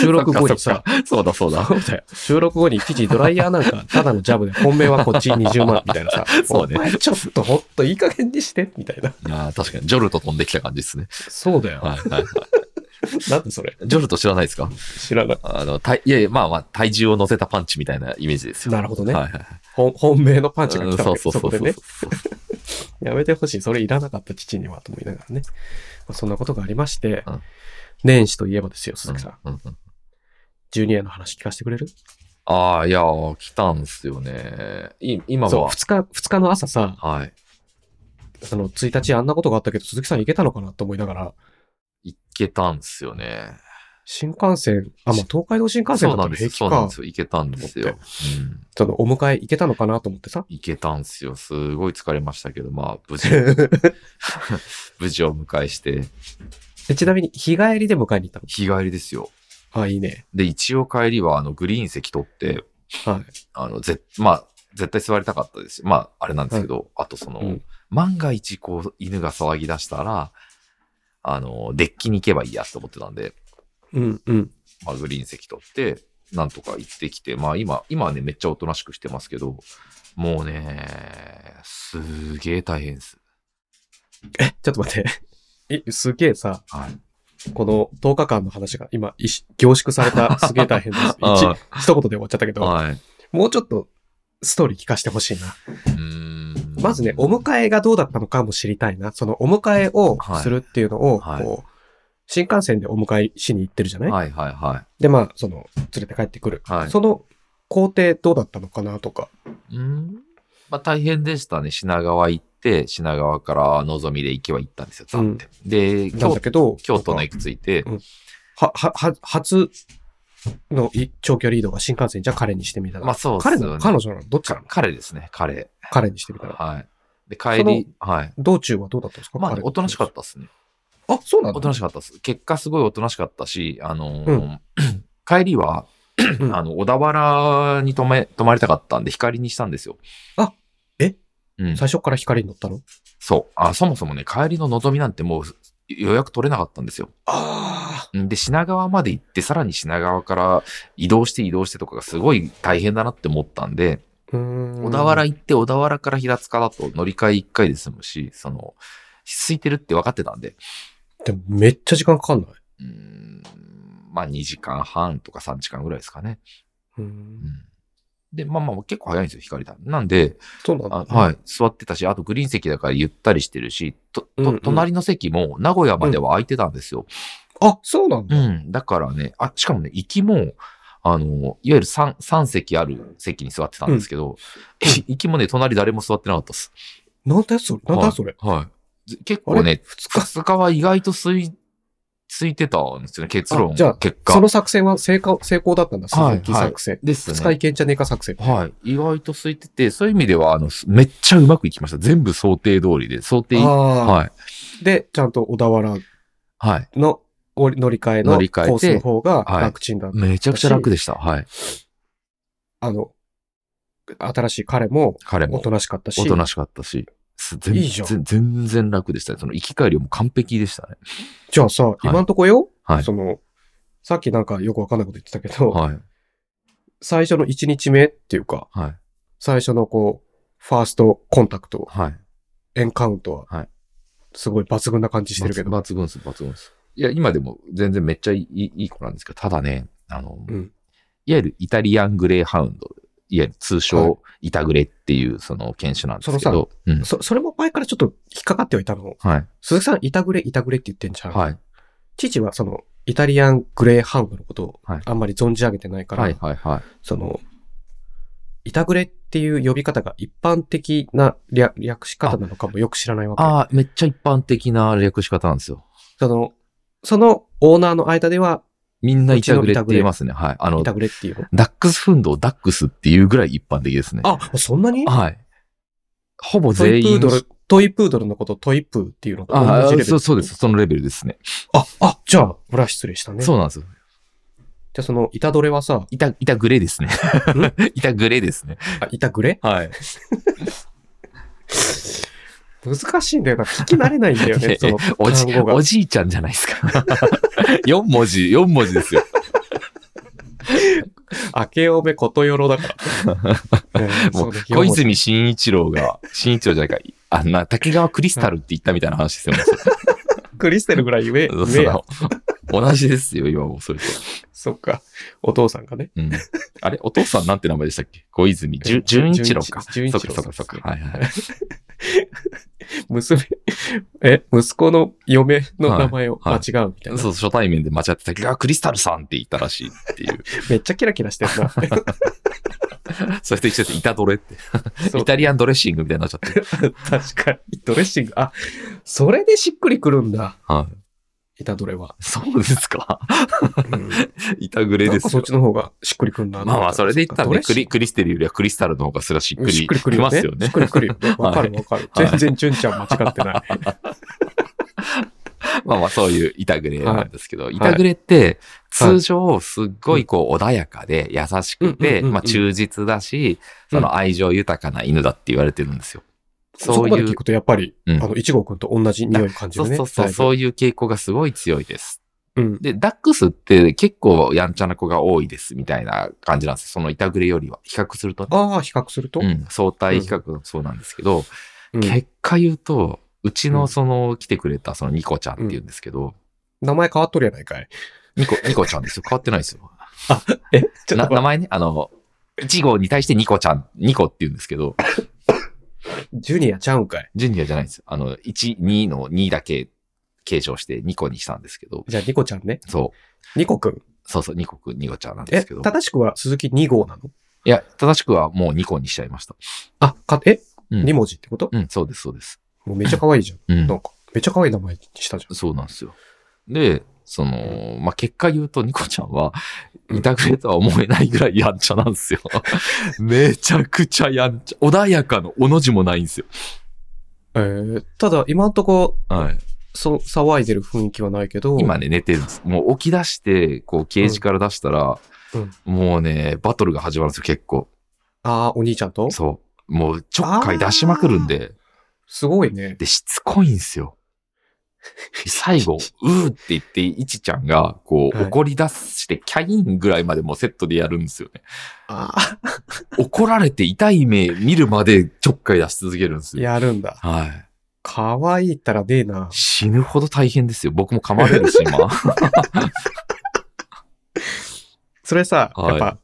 S1: 収録後にさ、
S2: そうだそうだ。
S1: そうだよ。収録後に一時ドライヤーなんか、ただのジャブで、本命はこっち20万みたいなさ、
S2: (laughs) そうね
S1: お前ちょっとほっといい加減にして、みたいな。
S2: ああ、確かに、ジョルト飛んできた感じですね。
S1: (laughs) そうだよ。
S2: はいはいはい。
S1: なんでそれ
S2: ジョルト知らないですか
S1: 知らない。
S2: あの、体、いやいや、まあまあ、体重を乗せたパンチみた (laughs) いなイメージですよ。
S1: なるほどね。
S2: はいはい。
S1: 本本命のパンチが
S2: う
S1: 来
S2: ん
S1: たわ
S2: そ
S1: け
S2: うそう
S1: そ
S2: そ
S1: こ
S2: うそ
S1: でね
S2: う。。
S1: やめてほしい。それいらなかった父にはと思いながらね。まあそんなことがありまして、
S2: うん
S1: 年始といえばですよ、鈴木さん。
S2: うんうんうん
S1: ジュニアの話聞かせてくれる
S2: ああ、いやー、来たんすよね。い今
S1: そう、
S2: は。
S1: 2日、二日の朝さ、
S2: はい。
S1: その1日あんなことがあったけど、鈴木さん行けたのかなと思いながら、
S2: 行けたんすよね。
S1: 新幹線、あ、まあ、東海道新幹線
S2: そ
S1: だ
S2: う
S1: った
S2: なん
S1: ら
S2: で
S1: 平
S2: すよ。
S1: 気
S2: そうなん
S1: か
S2: で。すよ。行けたんです
S1: と
S2: よ
S1: 思。
S2: うん
S1: そのお迎え行けたのかなと思ってさ。
S2: 行けたんすよ。すごい疲れましたけど、まあ、
S1: (laughs)
S2: 無事、 (laughs) 無事を迎えして、
S1: でちなみに日帰りで迎えに行ったの。
S2: 日帰りですよ。
S1: あ、いいね。
S2: で、一応帰りは、あの、グリーン席取って、
S1: はい。
S2: あの、ぜ、まあ、絶対座りたかったですよ。まあ、あれなんですけど、あとその、
S1: うん
S2: 万が一、こう、犬が騒ぎ出したら、あの、デッキに行けばいいやと思ってたんで、
S1: うんうん。
S2: まあ、グリーン席取って、なんとか行ってきて、まあ今、今はね、めっちゃおとなしくしてますけど、もうね、すげえ大変です。
S1: え、ちょっと待って。 (laughs) え、すげえさ、
S2: はい。。
S1: この10日間の話が今、いし凝縮された、すげえ大変です
S2: (laughs) あー
S1: 一一言で終わっちゃったけど、
S2: はい。
S1: もうちょっとストーリー聞かせてほしいな。
S2: うーん
S1: まずね、お迎えがどうだったのかも知りたいな。そのお迎えをするっていうのを、
S2: はい
S1: こう、新幹線でお迎えしに行ってるじゃない、
S2: はいはいは
S1: で、まあ、その、連れて帰ってくる。
S2: はい
S1: その工程どうだったのかなとか。
S2: い。うーん。まあ大変でしたね。品川行って、品川からのぞみで行けば行ったんですよ、ざって。で、
S1: なん
S2: 京
S1: だけど、
S2: 京都の
S1: なんか
S2: 駅着いて、
S1: は、は、は、初のい長距離移動が新幹線じゃ彼にしてみたら。
S2: まあそうです
S1: 彼
S2: よ
S1: な
S2: ね
S1: の彼女なのどっちな
S2: か
S1: の
S2: 彼ですね、彼。
S1: 彼にしてみたら。
S2: はい。で、帰り、はい。
S1: 道中はどうだったんですか
S2: まあ、
S1: 彼
S2: おとなしかったですね。
S1: あ、そうなの
S2: おとなしかったです。結果、すごいおとなしかったし、あのー
S1: う
S2: 帰りは、
S1: うん
S2: あの、小田原に泊め、泊まりたかったんで、光にしたんですよ。
S1: あえ
S2: うん。
S1: 最初から光に乗ったの
S2: そう。あ、そもそもね、帰りの望みなんてもう予約取れなかったんですよ。
S1: あ
S2: うんで、品川まで行って、さらに品川から移動して移動してとかがすごい大変だなって思ったんで、
S1: あ。うーん
S2: 小田原行って、小田原から平塚だと乗り換え1回で済むし、その、空いてるって分かってたんで、
S1: でもめっちゃ時間かかんないう
S2: ーんまあ2時間半とか3時間ぐらいですかね。
S1: うー。
S2: うんん、で、まあまあ結構早いんですよ、光だ。なんで、
S1: そうなんだ
S2: あ。はい、座ってたし、あとグリーン席だからゆったりしてるし、とと
S1: うんうん
S2: 隣の席も名古屋までは空いてたんですよ。
S1: あ、そうなん
S2: う
S1: だ。
S2: ん、だからね、あ、しかもね、行きも、あの、いわゆる 3, 三席ある席に座ってたんですけど、 (laughs) 行きもね、隣誰も座ってなかったです。
S1: なんだよそれなんだよそれ
S2: はい。はいず結構
S1: あ
S2: ね、
S1: 二日。
S2: 2日は意外と空い、空いてたんですよね、結論、
S1: あじゃあ
S2: 結果。
S1: その作戦は成功成功だったんだ、鈴
S2: はい
S1: 木作戦。
S2: ですね
S1: 二日いけんじゃねえか作戦。
S2: はい。意外と空いてて、そういう意味では、あの、すめっちゃうまくいきました。全部想定通りで、想定、
S1: ああ。
S2: はい。
S1: で、ちゃんと小田原
S2: はい。
S1: のお乗り換えの
S2: 乗
S1: コ
S2: り換えて
S1: ースの方が
S2: はい
S1: 楽ちんだ。
S2: めちゃくちゃ楽でした。はい。
S1: あの、新しい彼も
S2: 彼
S1: お
S2: も
S1: と。なしかったし
S2: お、となしかったし。す全
S1: いいじゃん
S2: 全全然楽でしたね。その行き帰りはもう完璧でしたね。
S1: じゃあさ、今んとこよ、
S2: はい
S1: その、さっきなんかよくわかんないこと言ってたけど、
S2: はい。
S1: 最初の1日目っていうか、
S2: はい。
S1: 最初のこう、ファーストコンタクト、
S2: はい。
S1: エンカウント
S2: は、
S1: はいすごい抜群な感じしてるけど。
S2: 抜抜群です、抜群です。いや、今でも全然めっちゃいいいい子なんですけど、ただね、あの、
S1: うん
S2: いわゆるイタリアングレーハウンド、いわゆる通
S1: は
S2: 称、イタグレっていうその犬種なんですけ
S1: その
S2: ど、うん。
S1: そ、それも前からちょっと引っかかってはいたの。
S2: はい。
S1: 鈴木さん、イタグレ、イタグレって言ってんじゃん。
S2: はい。
S1: 父はその、イタリアングレーハウンドのことを
S2: はい
S1: あんまり存じ上げてないから、
S2: はいはいはい。
S1: その、イタグレっていう呼び方が一般的な略略し方なのかもよく知らないわけ。
S2: ああ、めっちゃ一般的な略し方なんですよ。
S1: その、そのオーナーの間では、
S2: みんなイタグレって言いますね。はい。あの
S1: イ、タグレっていうの。
S2: ダックスフンドをダックスっていうぐらい一般的ですね。
S1: あ、そんなに
S2: はい。ほぼ
S1: トイ
S2: 全
S1: プー
S2: 員
S1: ド。ル、トイプードルのことトイプーっていうのと
S2: あ
S1: 同じレベ
S2: あ、
S1: ル。
S2: そうそうです。そのレベルですね。
S1: あ、あ、じゃあ、俺は失礼したね。
S2: そうなんですよ。
S1: じゃあその、イタドレはさ、
S2: イタ、イタグレですね。 (laughs) イタグレですね。
S1: あイタグレ
S2: はい。
S1: 難しいんだよな。聞き慣れないんだよ
S2: (laughs)
S1: ね、その
S2: おじ、
S1: 単語
S2: お
S1: が。
S2: じいちゃんじゃないです
S1: (laughs)
S2: か。4文字、4文字ですよ。
S1: 明けおめことよろだ
S2: (laughs)
S1: から。ね
S2: も
S1: そ
S2: う
S1: うだ、
S2: 小泉慎一郎が、慎一郎じゃないか、あんな、竹川クリスタルって言ったみたいな話ですよ。もう
S1: クリステルぐらい (laughs) 言え、
S2: そう
S1: 言えや。
S2: 同じですよ、今もそれと。
S1: そっか。お父さんがね。
S2: うん、あれお父さんなんて名前でしたっけ小泉じゅ純一郎か。
S1: 純一
S2: そ
S1: 郎
S2: っかそっかそっか。はいはい。
S1: 娘、え、息子の嫁の名前を間違うみたいな。
S2: そう、初対面で間違ってたけど、あクリスタルさんって言ったらしいっていう。
S1: めっちゃキラキラしてる
S2: (laughs)
S1: な。
S2: それと一緒です。イタドレって。
S1: そう
S2: イタリアンドレッシングみたいになっち
S1: (laughs)
S2: ゃって。
S1: 確かに。ドレッシング。あ、それでしっくりくるんだ。
S2: はい。
S1: イタドレ
S2: (laughs)
S1: は。
S2: そうですか。イタグレ
S1: なん
S2: で
S1: か
S2: す
S1: そっ
S2: よ。
S1: ちの方がしっくりくるんだ。
S2: まあまあ、それで言ったらね、
S1: ドレ
S2: ク
S1: ッシ
S2: リ
S1: ング
S2: クリステルよりはクリスタルの方がそれはしっくり
S1: しっくりくる
S2: き
S1: よ
S2: ま
S1: ね。
S2: すよね
S1: しっ。くり
S2: (laughs)
S1: くるよね。わかるわかる。
S2: はい
S1: 全然純ちゃん間違ってない。
S2: まあまあ、そういうイタグレなんですけど、
S1: い
S2: イタグレって、通常、すっごいこう、穏やかで、優しく
S1: うんうんう
S2: て、
S1: んうん
S2: まあ、忠実だし、
S1: うん
S2: その愛情豊かな犬だって言われてるんですよ。
S1: そこ
S2: そう
S1: まで
S2: い
S1: 聞
S2: う
S1: く、とやっぱり、
S2: うん
S1: あの、一号くんと同じ匂い感じ
S2: そ
S1: る
S2: う
S1: ね。
S2: そうそう、
S1: だい
S2: そういう傾向がすごい強いです。
S1: ぶうん。
S2: で、ダックスって結構やんちゃな子が多いです、みたいな感じなんですよ。そのイタグレよりは。比較するとね。
S1: ああ、比較すると
S2: う。ん、相対比較そうなんですけど、
S1: うん
S2: 結果言うと、うちのその来てくれたそのニコちゃんって言うんですけど、
S1: 名前変わっとるやないかい。
S2: ニコ、ニ (laughs) コちゃんですよ。変わってないですよ。
S1: え、ちょ
S2: な
S1: っと
S2: 名
S1: 待
S2: 前ね、あの、1号に対してニコちゃん、ニコって言うんですけど、
S1: って、ジュニアちゃうんかい。
S2: ジュニアじゃないんですよ。あの、1、2の2だけ継承してニコにしたんですけど、
S1: じゃあ、ニコちゃんね。
S2: そ
S1: ニコくん。
S2: う、そうそう、ニコくん、ニコちゃんなんで
S1: え、
S2: すけど、
S1: 正しくは鈴木2号なの
S2: いや、正しくはもうニコにしちゃいました。
S1: あ、か、え、
S2: うん
S1: 二文字ってこと
S2: うん、そうです、そうです。
S1: もうめっちゃ可愛いじゃん。
S2: うん
S1: なんか、めっちゃ可愛い名前にしたじゃん。
S2: そうなんですよ。で、その、まあ、結果言うと、ニコちゃんは、いたくれとは思えないぐらいやんちゃなん
S1: (laughs)
S2: ですよ。めちゃくちゃやんちゃ。穏やかのおの字もないんですよ。
S1: えー、ただ、今んとこ、
S2: はい。
S1: そ、騒いでる雰囲気はないけど、
S2: 今ね、寝てるんです。もう起き出して、こう、ケージから出したら、
S1: うん
S2: もうね、バトルが始まるんですよ、結構。
S1: ああ、お兄ちゃんと
S2: そう。もう、ちょっかい出しまくるんで、
S1: すごいね。
S2: で、しつこいんですよ。最
S1: (laughs)
S2: 後、うーって言って、いちちゃんが、こう、
S1: はい
S2: 怒り出して、キャインぐらいまでもうセットでやるんですよね。
S1: あ
S2: 怒られて痛い目見るまでちょっかい出し続けるんです
S1: あ、
S2: よ。
S1: やるんだ。
S2: はい。
S1: 可愛いったらねえな。
S2: 死ぬほど大変ですよ。僕も噛まれるし、今。
S1: それさ、
S2: はい
S1: やっぱ、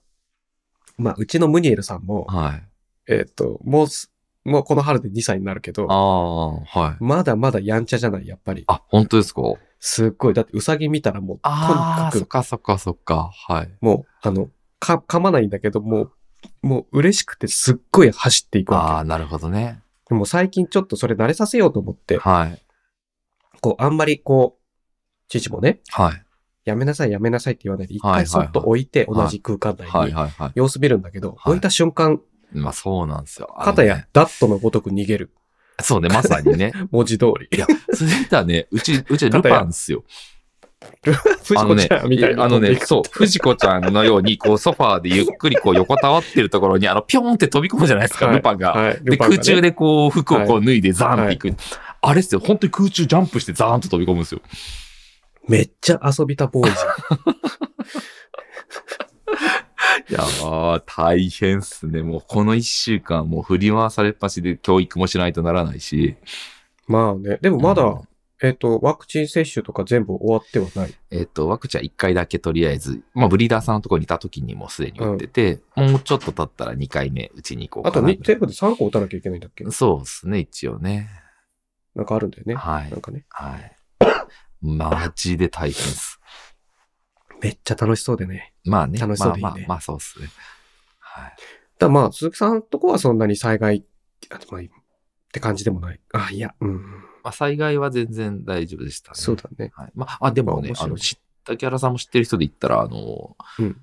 S1: まあ、うちのムニエルさんも、
S2: はい。
S1: えっ、と、もうす、もうこの春で2歳になるけど
S2: あ、あ、はい。
S1: まだまだやんちゃじゃない、やっぱり。
S2: あ、本当ですか
S1: すっごい。だって、うさぎ見たらもう、とにか
S2: ああ、そ
S1: く
S2: っ、かそっかそっか。はい。
S1: もう、あの、か、噛まないんだけど、もう、もう嬉しくてすっごい走っていく
S2: あ
S1: わ
S2: あ、なるほどね。
S1: け。でも最近ちょっとそれ慣れさせようと思って、
S2: はい。
S1: こう、あんまりこう、父もね、
S2: はい。
S1: やめなさいやめなさいって言わないで、一
S2: はいはい
S1: 回そっと置いて、
S2: い
S1: 同じ空間
S2: は
S1: 内
S2: い
S1: に
S2: はいはい。
S1: 様子見るんだけど、
S2: はい
S1: 置いた瞬間、
S2: まあそうなんですよ。あのね
S1: 肩やダットのごとく逃げる。
S2: そうね、まさにね。
S1: 文字通り。
S2: いや、それで言ったらね、うち、うちルパンっすよ。
S1: 藤
S2: あの
S1: 子
S2: ね
S1: ちゃんみたいな。
S2: あのね、
S1: 飛んでいく
S2: そう、藤子ちゃんのように、こう、ソファーでゆっくりこう、横たわってるところに、あの、ぴょんって飛び込むじゃないですか、
S1: はい
S2: ルパンが。
S1: はい。
S2: で、
S1: ルパンが
S2: 空
S1: ね
S2: 中。でこう、服をこう脱いでザーンっていく。あれっすよ、本当に空中ジャンプしてザーンと飛び込むんですよ。
S1: めっちゃ遊びたボーイ
S2: (laughs)
S1: ズ。
S2: いやー、大変っすね。もうこの一週間、もう振り回されっぱしで教育もしないとならないし。
S1: まあね、でもまだ、
S2: うん
S1: えっ、と、ワクチン接種とか全部終わってはない。
S2: えっと、ワクチンは1回だけとりあえず、まあ、ブリーダーさんのところにいた時にもうすでに打ってて、もうちょっと経ったら2回目打ちに行こ
S1: あ
S2: うか
S1: と
S2: な
S1: に、全部で3個打たなきゃいけないんだっけ
S2: そうですね、一応ね。
S1: なんかあるんだよね。
S2: はい
S1: なん。かね。
S2: はい。マジで大変です。
S1: めっちゃ楽しそうでね。
S2: まあね。
S1: 楽しそうでいいね
S2: まあまあ、まあそうっすね。はい。
S1: ただまあ、鈴木さんとこはそんなに災害、あまあ、って感じでもない。あ、いや、うん。
S2: まあ災害は全然大丈夫でしたね。
S1: そうだね。
S2: はい。まあ、あでもね
S1: 面、白
S2: あ
S1: い
S2: の、知ったキャラさんも知ってる人で言ったら、あの、
S1: うん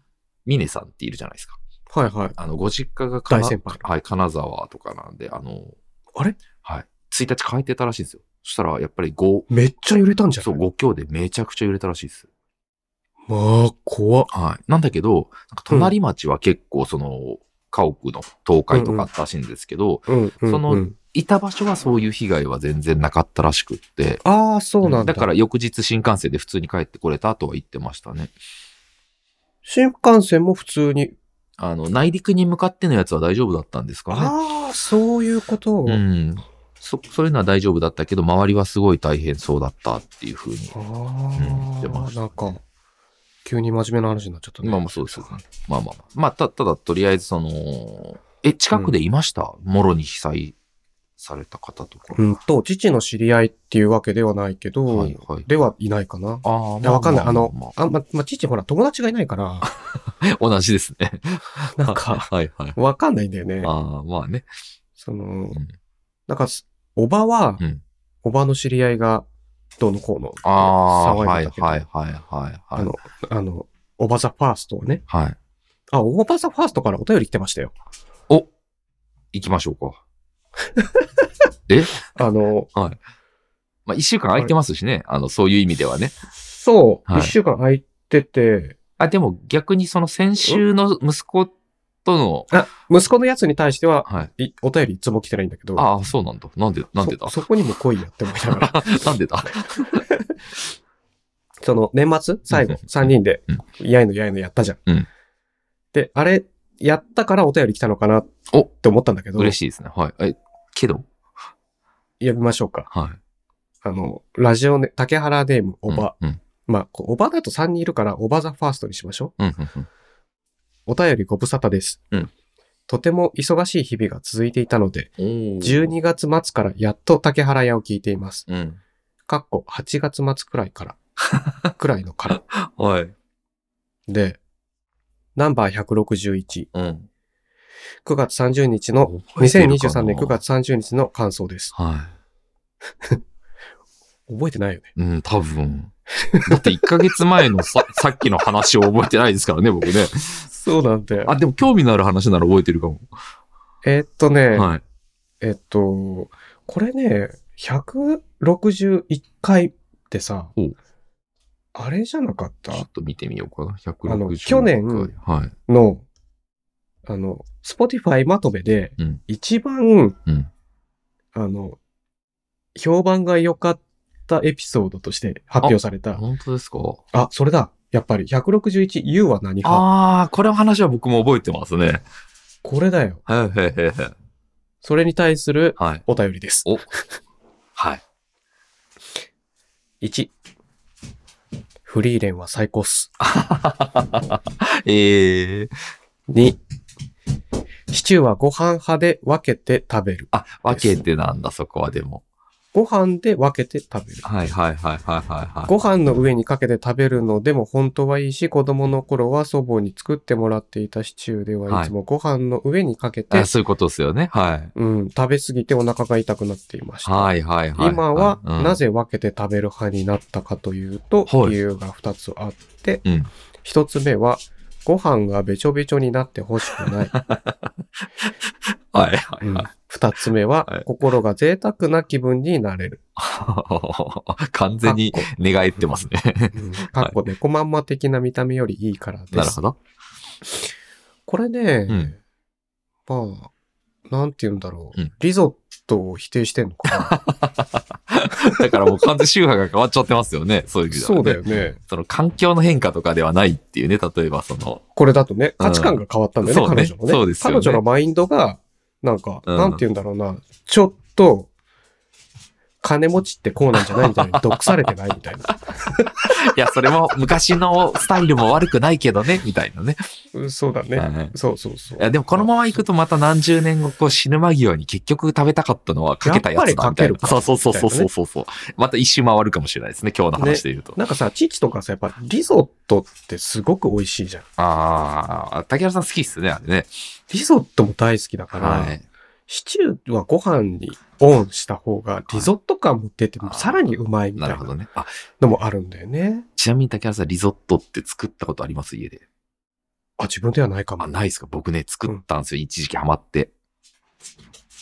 S2: ミネさんっているじゃないですか。
S1: はいはい。
S2: あの、ご実家が金
S1: 大先輩
S2: はい、金沢とかなんで、あの、
S1: あれ
S2: はい。1日帰ってたらしいんですよ。そしたら、やっぱり5、
S1: めっちゃ揺れたんじゃん。
S2: そう、5強でめちゃくちゃ揺れたらしいです。
S1: まあ、怖っ。
S2: はい。なんだけど、なんか隣町は結構、その、家屋の倒壊とかあったらしいんですけど、
S1: うん、うんうん。
S2: そのいた場所はそういう被害は全然なかったらしくって。
S1: ああ、そうなんだ。
S2: から翌日新幹線で普通に帰ってこれたとは言ってましたね。
S1: 新幹線も普通に。
S2: あの、内陸に向かってのやつは大丈夫だったんですかね。
S1: ああ、そういうこと。
S2: うん。そ、そういうのは大丈夫だったけど、周りはすごい大変そうだったっていうふうに。うん
S1: あ
S2: 出ま
S1: あ、
S2: した
S1: なんか、急に真面目な話になっちゃったね。
S2: 今もそうですよね。まあまあまあ。まあ、た、ただとりあえずその、え、近くでいました、もろに被災された方とか。
S1: うんと、父の知り合いっていうわけではないけど、
S2: はいはい。
S1: ではいないかな。
S2: ああ、
S1: いや、わかんない。あの
S2: ま、
S1: あ、ま、ま、父ほら、友達がいない
S2: (laughs)
S1: から、
S2: あ同じですね。
S1: なんか、
S2: (laughs) はいはい。
S1: わかんないんだよね。
S2: ああ、まあね。
S1: その
S2: うん、
S1: なんか、すおばは
S2: うん、
S1: おばの知り合いが、どうのこうの、
S2: ああー、
S1: 騒
S2: はいい
S1: でた
S2: は
S1: け
S2: い
S1: ど
S2: はいはい。
S1: あの、あの、おばザファーストをね。
S2: はい。
S1: あ、おばザファーストからお便り来てましたよ。
S2: お行きましょうか。
S1: あの、
S2: まあ、一週間空いてますしね。あの、そういう意味ではね。
S1: そう、一、
S2: はい
S1: 週間空いてて、
S2: あ、でも逆にその先週の息子との、
S1: あ、息子のやつに対しては、
S2: はい。
S1: いお便りいつも来てないんだけど、
S2: ああ、そうなんだ。なんで、なんでだ
S1: そそこにも来いやって思いながら。
S2: (laughs) なんでだ
S1: その年末最後
S2: うん、
S1: 3人で
S2: うん、
S1: やいのやいのやったじゃん。
S2: うん
S1: で、あれ、やったからお便り来たのかなっ
S2: お
S1: て思ったんだけど、
S2: 嬉しいですね。はい。え、けど
S1: 呼びましょうか。
S2: はい。
S1: あの、ラジオネ、竹原ネーム、おば。
S2: うん。
S1: まあ、こうおばだと3人いるから、おばザファーストにしましょ
S2: うん。うんうん。
S1: う。お便りご無沙汰です。
S2: うん
S1: とても忙しい日々が続いていたので、
S2: おー
S1: 12月末からやっと竹原屋を聞いています。
S2: うん。
S1: かっこ8月末くらい
S2: (laughs)
S1: から。くらいのから。
S2: はい。
S1: で、ナンバー161、
S2: うん。
S1: 9月30日の、
S2: 覚えてるか
S1: 2023
S2: な
S1: 年9月30日の感想です。
S2: は
S1: 覚えてないよね。
S2: い。うん、多分。だって1ヶ月前のさ (laughs) さっきの話を覚えてないですからね、僕ね。
S1: そうなんだよ。
S2: あ、でも興味のある話なら覚えてるかも。
S1: えーっとね、
S2: はい。
S1: えっと、これね、161回ってさ
S2: おう、
S1: あれじゃなかっ
S2: ちょ
S1: た
S2: っと見てみようかな。160
S1: あの去年
S2: 回はい。
S1: の、あの、Spotify まとめで
S2: うん、
S1: 一番、
S2: うん
S1: あの、評判が良かったエピソードとして発表された。
S2: 本当ですか
S1: あそれだ。やっぱり 161U は何か。
S2: ああ、これの話は僕も覚えてますね。
S1: これだよ。
S2: はいはいはいはい。
S1: それに対する
S2: はい。
S1: お便りです。
S2: お。はい。
S1: 1。フリーレンは最高っす。
S2: ええー。
S1: 2。シチューはご飯派で分けて食べる。
S2: あ、分けてなんだ、そこはでも。
S1: ご飯で分けて食べる。
S2: はいはいはいはいはいはい。
S1: ご飯の上にかけて食べるのでも本当はいいし、子供の頃は祖母に作ってもらっていたシチューでは
S2: は
S1: い
S2: い
S1: つもご飯の上にかけて、
S2: あそういうことですよね。はい。
S1: うん、食べ過ぎてお腹が痛くなっていました。
S2: はいはいはい。
S1: 今は
S2: うん
S1: な、ぜ分けて食べる派になったかというと、
S2: はい
S1: 理由が2つあって、
S2: うん
S1: 1つ目はご飯がべちょべちょになってほしくない。
S2: はいは
S1: う
S2: い
S1: ん
S2: はい。
S1: 2つ目
S2: は
S1: はい心が贅沢な気分になれる。
S2: (laughs) 完全に
S1: かっこ
S2: 寝返ってますね。
S1: うんかっこ猫まんま的な見た目よりいいからで
S2: なる
S1: す
S2: ほ。ど。
S1: これね、
S2: うん
S1: まあ、なんて言うんだろう。
S2: うん
S1: リゾットを否定してんのか
S2: だからもう完全に宗派が変わっちゃってます
S1: (laughs)
S2: よね。 (laughs) そういう意
S1: な
S2: 味では
S1: そうだ
S2: ね。
S1: よね。
S2: その環境の変化とかではないっていうね。例えばその、
S1: これだとね、価値観が変わったんだよね、
S2: うん
S1: 彼女のね。
S2: そうねそうですよね
S1: 彼女のマインドが、なんか、
S2: うん
S1: なんて言うんだろうな、ちょっと、金持ちってこうなんじゃないみたいに、毒されてないみたいな。
S2: いや、それも昔のスタイルも悪くないけどね、みたいなね。 (laughs)
S1: うんそうだ
S2: は
S1: ね。
S2: いはい
S1: そうそうそう。
S2: いや、でもこのまま行くとまた何十年後こう死ぬ間際に結局食べたかったのはかけたやつだみたい
S1: やっぱりかける
S2: な。
S1: か
S2: そうそうそうそうそうそう。また一周回るかもしれないですね、今日の話で言うと。
S1: なんかさ、父とかさ、やっぱリゾットってすごく美味しいじゃん。
S2: ああ、竹原さん好きっすね、あれね。
S1: リゾットも大好きだから、
S2: はい。
S1: シチューはご飯にオンした方がリゾット感も出て、
S2: はい
S1: さらにうまいみた
S2: ないるほ
S1: な
S2: どね。あ、
S1: のもあるんだよね。
S2: ちなみに竹原さん、リゾットって作ったことあります家で。
S1: あ、自分ではないかも
S2: あ、。ないですか僕ね、作ったんですよ。一時期ハマって。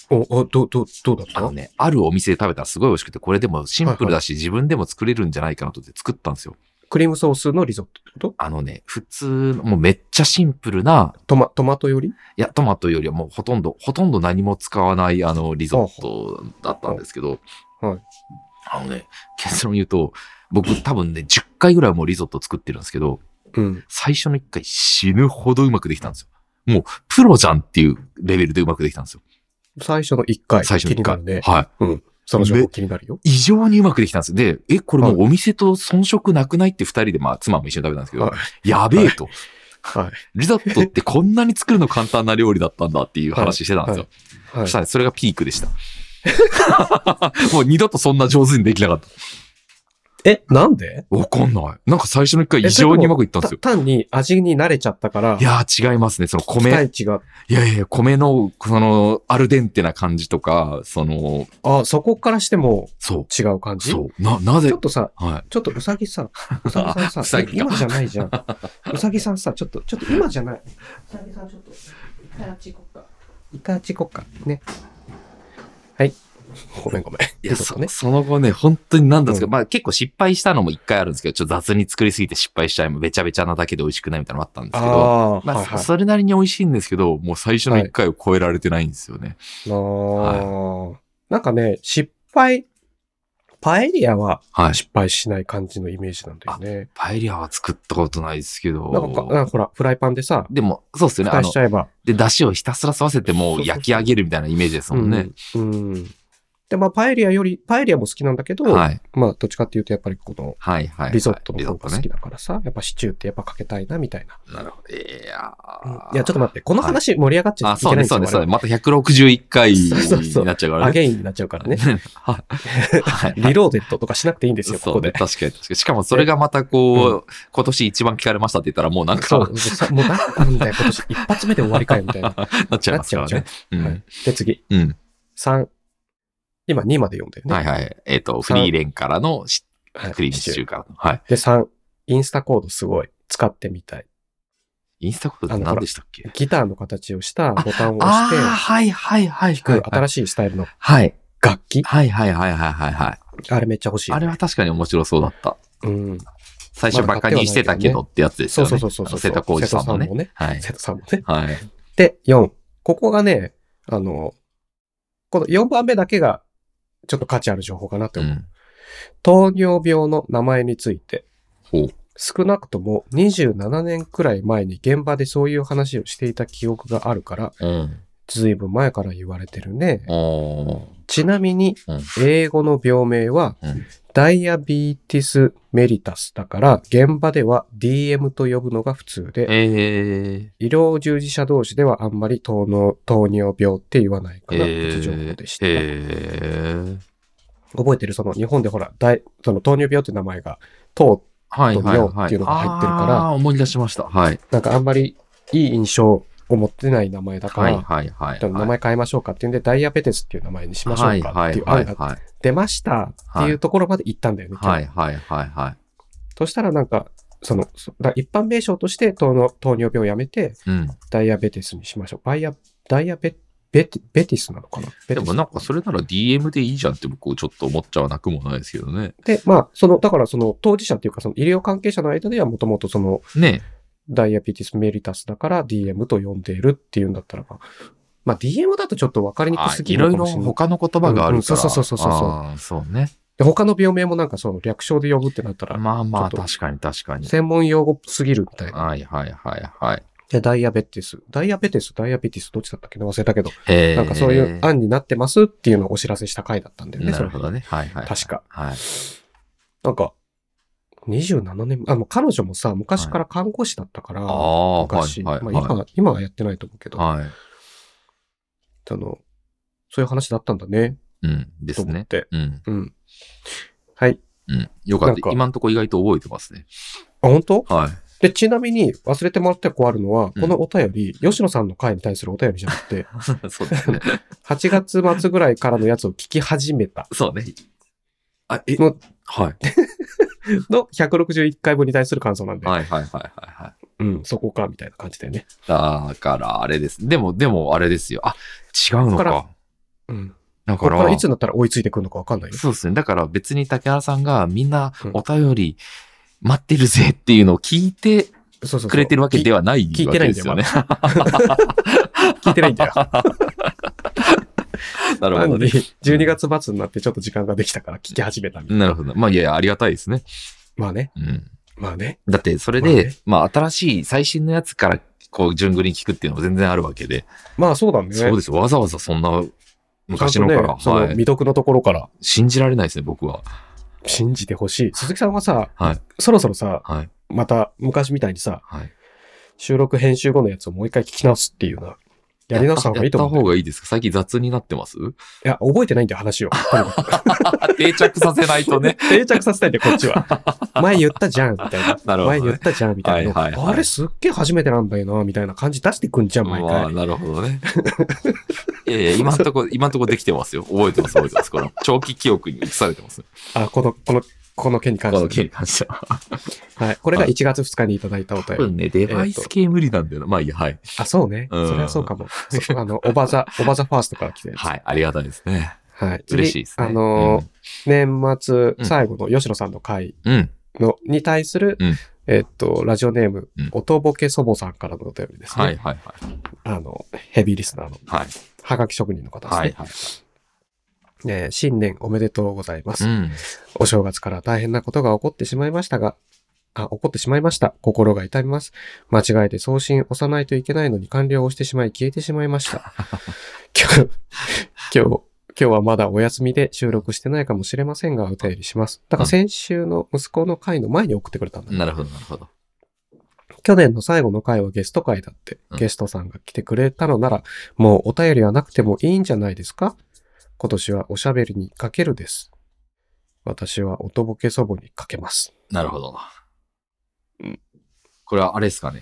S1: お、お、どう、どう、どうだっ
S2: あ
S1: た
S2: のね、あるお店で食べたらすごい美味しくて、これでもシンプルだし、自分でも作れるんじゃないかなと思って作ったんですよ。
S1: クリームソースのリゾットってこと
S2: あのね、普通の、もうめっちゃシンプルな、
S1: トマ、トマトより
S2: いや、トマトよりはもうほとんど、ほとんど何も使わない、あの、リゾットだったんですけど、
S1: はいはい
S2: あのね、結論言うと、僕多分ね、10回ぐらいもうリゾット作ってるんですけど、
S1: うん。
S2: 最初の1回死ぬほどうまくできたんですよ。もう、プロじゃんっていうレベルでうまくできたんですよ。
S1: 最初の1回。
S2: 最初
S1: 気
S2: の1
S1: にな
S2: 回。
S1: るね。
S2: はい。
S1: その情報気になるよ。
S2: 異常にうまくできたんですよ。で、え、これもうお店と遜色なくないって2人で、まあ、妻も一緒に食べたんですけど、
S1: は
S2: やべえと。
S1: はい。
S2: リゾットってこんなに作るの簡単な料理だったんだっていう話してたんですよ。
S1: は
S2: そしたらそれがピークでした。 (laughs) もう二度とそんな上手にできなかった。
S1: い。え、なんで
S2: わかんない。なんか最初の一回異常にうまくいったんですよ。
S1: た単に味に慣れちゃったから、
S2: いやー違いますね。その
S1: 期
S2: 米、
S1: 待値が。
S2: いやいやいや、米の、その、アルデンテな感じとか、その、
S1: あ、そこからしても
S2: そう、
S1: 違う感じ
S2: そう、な、なぜ
S1: ちょっ、とさ、
S2: は
S1: ちょっとうさぎ
S2: (laughs)
S1: さ、うさぎさん
S2: う
S1: さ、
S2: さ
S1: え
S2: ぎか
S1: 今じゃない
S2: (laughs)
S1: じゃん。うさぎさんさ、ちょっと、ちょっと今じゃない。うさぎさんちょっと、一回あっち行こっか。一回あっち行こっか。ね。はい。ごめんごめん。
S2: い。い
S1: リ
S2: や、
S1: ゾット
S2: そ
S1: ね。
S2: その後ね、本当になんですけど、
S1: うん
S2: まあ結構失敗したのも一回あるんですけど、ちょっと雑に作りすぎて失敗しちゃいもうべちゃべちゃなだけで美味しくないみたいなのもあったんですけど、
S1: あー
S2: まあ、
S1: はいはい
S2: それなりに美味しいんですけど、もう最初の一回を超えられてないんですよね。
S1: あーなんかね、失敗、パエリアは
S2: はい。
S1: 失敗しない感じのイメージなんだよね。
S2: パエリアは作ったことないですけど。
S1: なんかか、なんかほら、フライパンでさ、
S2: でも、そうですよね。
S1: 蓋
S2: あ
S1: し
S2: の
S1: ち、ゃえば。
S2: で、出汁をひたすら吸わせてもう焼き上げるみたいなイメージですもんね。
S1: うん。うん。で、まあ、パエリアより、パエリアも好きなんだけど、
S2: はい。
S1: まあ、どっちかっていうと、やっぱりこの、
S2: はいはい。
S1: リゾットの
S2: リ
S1: 方
S2: ゾ
S1: が
S2: ッ
S1: 好
S2: トね
S1: き。だからさ、やっぱシチューってやっぱかけたいな、みたいな。
S2: なるほど。いや
S1: いや、ちょっと待って、この話盛り上がっちゃ
S2: あ、
S1: いけな
S2: そう
S1: いん
S2: ね、
S1: です
S2: そう
S1: よ。
S2: ね、そうね。
S1: ね。
S2: また161回に
S1: そうそうそう
S2: なっちゃうから
S1: ア
S2: ね。
S1: ゲインになっちゃうから
S2: (laughs)
S1: ね。
S2: は
S1: はい
S2: い。
S1: リローデッドとかしなくていいんですよ、こ
S2: そ
S1: こ
S2: うね、
S1: で。
S2: 確かに確かに。しかもそれがまたこう、今年一番聞かれましたって言ったらもうなん
S1: そ
S2: か、
S1: う、そうもうなんだよ、今年一発目で終わりかよ、み
S2: (laughs)
S1: たいな。
S2: なっちゃい
S1: な
S2: ま
S1: っ
S2: す
S1: ちゃ
S2: から
S1: うじゃん
S2: ね。。う
S1: は
S2: ん
S1: い。で、次。
S2: うん。
S1: 3。今2まで読んだよね。
S2: はいはい。えっと、フリーレンからのし
S1: はい
S2: クリームシチューからの。はい。
S1: で、3。インスタコードすごい。使ってみたい。
S2: インスタコードって何でしたっけ
S1: ギターの形をしたボタンを
S2: ああ
S1: 押
S2: ー、
S1: して、
S2: はいはいはい。
S1: 弾く
S2: はい
S1: 新しいスタイルの
S2: はい。
S1: 楽器。
S2: はいはいはいはいはいはい。
S1: あれめっちゃ欲しいよ
S2: あ
S1: ね。
S2: れは確かに面白そうだった。
S1: うん。
S2: 最初バカにしてたけどってやつです
S1: そ
S2: よ
S1: う
S2: ね。
S1: そうそうそう
S2: あ
S1: そ
S2: の
S1: う。
S2: 瀬戸康史さんもね。
S1: ね。
S2: はい。
S1: 瀬戸さんもね。
S2: はい。
S1: で、4。ここがね、あの、この4番目だけが、ちょっと価値ある情報かなって
S2: う
S1: 思う。
S2: ん。
S1: 糖尿病の名前について、
S2: ほう。
S1: 少なくとも27年くらい前に現場でそういう話をしていた記憶があるから、
S2: うん。
S1: ずいぶん前から言われてるね。
S2: おー
S1: ちなみに、
S2: うん。
S1: 英語の病名は
S2: うん、
S1: ダイアビーティスメリタスだから、現場では DM と呼ぶのが普通で、
S2: えー。
S1: 医療従事者同士ではあんまり糖の糖尿病って言わないかなっていう情報
S2: え
S1: でした。
S2: ー。
S1: 覚えてるその日本でほら、大その糖尿病って名前が糖、
S2: はいはい
S1: と尿
S2: は
S1: ってい。
S2: いう
S1: のが入ってるから
S2: あー思い出しました。はい。
S1: なんかあんまりいい印象を持ってない名前だか
S2: はい
S1: ら、
S2: はいはい。
S1: 名前変えましょうかっていうんで、ダイアベテスっていう名前にしましょ
S2: は
S1: う
S2: い
S1: か
S2: は
S1: って
S2: い
S1: いう
S2: は
S1: 案
S2: い
S1: が
S2: はい。
S1: 出ましたっていうところまで行ったんだよね。
S2: はい
S1: 今日
S2: はいはいはい。
S1: そしたらなんか、その、そだ一般名称として糖の糖尿病をやめて、
S2: うん。
S1: ダイアベテスにしましょう。バイア、ダイアベベテベティスなのかなベ
S2: で
S1: ティス
S2: もなんかそれなら DM でいいじゃんって僕ちょっと思っちゃわなくもないですけどね。
S1: で、まあ、その、だからその当事者っていうか、その医療関係者の間ではもともとその
S2: ね
S1: ダイアピティスメリタスだから DM と呼んでいるっていうんだったらば、まあ DM だとちょっと分かりにく
S2: あ
S1: すぎ
S2: い
S1: る
S2: ろ
S1: の
S2: い
S1: かも
S2: ろ
S1: しれない。
S2: 他の言葉があるから。
S1: うんそうそうそうそうそう
S2: あーそうね。
S1: で他の病名もなんかその略称で呼ぶってなったら、
S2: まあまあ
S1: ちょっと
S2: 確かに確かに。
S1: 専門用語すぎるみたいな。
S2: はいはいはいはい。
S1: で、ダイアベティス。ダイアベティス、ダイアベティスどっちだったっけな忘れたけど、
S2: えー
S1: なんかそういう案になってますっていうのをお知らせした回だったんだよね、
S2: な
S1: それ
S2: るほどね。はいはい。
S1: 確か。
S2: はい。
S1: なんか、27年、あ、もう彼女もさ、昔から看護師だったから、
S2: ああ、はい
S1: 昔、
S2: はい
S1: まあ、今
S2: は
S1: は、今はやってないと思うけ
S2: い。
S1: ど、あ
S2: はい。
S1: の、そういう話だったんだね、
S2: うん。で
S1: と
S2: す
S1: 思っ
S2: ね。
S1: て。
S2: うん。
S1: うん。はい。
S2: うん。よかっ
S1: なん
S2: た。
S1: か
S2: 今んとこ意外と覚えてますね。
S1: あ、本当？
S2: はい。 (laughs)
S1: で、ちなみに忘れてもらって困るのは、
S2: うん
S1: このお便り、吉野さんの回に対するお便りじゃなくて、
S2: (laughs) そうです
S1: (laughs)
S2: ね。
S1: 8月末ぐらいからのやつを聞き始めた
S2: そうね。あ、え
S1: の
S2: はい。
S1: の161回分に対する感想なんで、
S2: はいはいはいはいはい。
S1: うん、そこか、みたいな感じでね。
S2: だから、あれです。でも、でも、あれですよ。あ、違うの
S1: ここから
S2: か。
S1: うん。
S2: だ
S1: こ
S2: か
S1: れからい
S2: ら
S1: つ、になったら追いついてくるのかわかんないよ。
S2: そうですね。だから別に竹原さんがみんな
S1: うん
S2: お便り待ってるぜっていうのを聞いて
S1: そうそうそう
S2: くれてるわけではない
S1: 聞い
S2: わ
S1: て
S2: け
S1: ないんだ
S2: です
S1: よ
S2: よね。
S1: 聞いてないん
S2: (laughs)
S1: だよ。
S2: なるほどね。
S1: 12月末になってちょっと時間ができたから聞き始めたみたいな。
S2: なるほど。まあいやいや、ありがたいですね。
S1: まあね、
S2: うん。
S1: まあね。
S2: だって、それ
S1: まあね
S2: で、まあ新しい最新のやつから、こう、順繰りに聞くっていうのも全然あるわけで。
S1: まあそうだね。
S2: そうですよ。わざわざそんな昔のか
S1: ちゃん
S2: ら、
S1: とねその
S2: はい
S1: 未。読のところから
S2: 信じられないですね、僕は。
S1: 信じてほしい。鈴木さんはさ、
S2: はい。
S1: そろそろさ、
S2: はい。
S1: また昔みたいにさ、
S2: はい。
S1: 収録編集後のやつをもう一回聞き直すっていうのは、やり直した方がいいと思う
S2: やった
S1: んだ
S2: 方
S1: よ。
S2: がいいですか最近雑になってま
S1: (laughs)
S2: す
S1: いや、覚えてないんだよ、
S2: (laughs)
S1: 話を。とにかく
S2: 定着させないとね。
S1: 定着させたいんだよ、こっち
S2: (laughs)
S1: は。前言ったじゃん、みたいな。
S2: なるほどね
S1: 前言ったじゃん、みたいな。
S2: はいはいはい
S1: あれ、すっげえ初めてなんだよな、みたいな感じ出してくんじゃん、毎
S2: まあ、
S1: 回。
S2: なるほどね。いやいや、今んと (laughs) こ、今んとこできてますよ。覚えてます、覚えてます。この長期記憶に移されて (laughs) ます。
S1: あ、この、この、この件に関
S2: この
S1: して
S2: 件に関しては。
S1: はい。これが1月2日にいただいたお
S2: 多
S1: 便り。
S2: 分ね、デバイス系無理なんだよな。まあいいや、はい。
S1: あ、そうね。
S2: うん
S1: それはそうかも。そうあの、おばざ、おばざファーストから来てる。
S2: はい、ありがたいですね。
S1: はい。次
S2: 嬉しいですね。
S1: あのー、年
S2: う
S1: 末
S2: ん
S1: 最後の吉野さんの回
S2: うん、うん。
S1: の、に対する、
S2: うん
S1: えっと、ラジオネーム、
S2: うん
S1: おとぼけ祖母さんからのお便りですね。
S2: はい、はい、はい。
S1: あの、ヘビーリスナーの、
S2: はい、
S1: はがき職人の方ですね。
S2: はい、はい。
S1: えー新年おめでとうございます。
S2: うん。
S1: お正月から大変なことが起こってしまいましたが、あ、起こってしまいました。心が痛みます。間違えて送信押さないといけないのに完了をしてしまい消えてしまいました。今日、今日、今日はまだお休みで収録してないかもしれませんが、お便りします。だから先週の息子の回の前に送ってくれたんだ、
S2: なるほど、なるほど。
S1: 去年の最後の回はゲスト回だって、
S2: うん
S1: ゲストさんが来てくれたのなら、もうお便りはなくてもいいんじゃないですか今年はおしゃべりにかけるです。私はおとぼけ祖母にかけます。
S2: なるほど
S1: うん。
S2: これはあれですかね。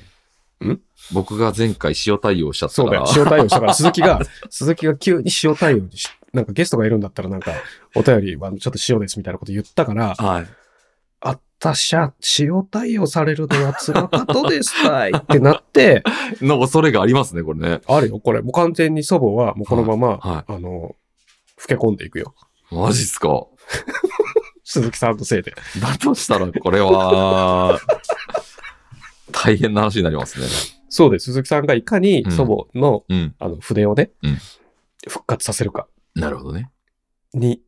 S1: ん
S2: 僕が前回塩対応しちゃった
S1: そう
S2: か
S1: だよ
S2: ら。。
S1: 塩対応したから、鈴木が、 (laughs) 鈴木が急に塩対応にし、なんかゲストがいるんだったらなんか、お便りはちょっと塩ですみたいなこと言ったから、
S2: はい。
S1: あったしゃ、塩対応されるのは辛かとです (laughs) たいってなって、
S2: の恐れがありますね、これね。
S1: あるよ、これ。もう完全に祖母はもうこのまま、
S2: は
S1: あの、老け込んでいくよ。
S2: い。マジっすか。
S1: 鈴木さんのせいで。
S2: だとしたら、これは、大変な話になりますね。
S1: そうです。鈴木さんがいかに祖母の、
S2: うん。
S1: あの、筆をね、
S2: うん
S1: 復活させるか
S2: なるほどね。
S1: に、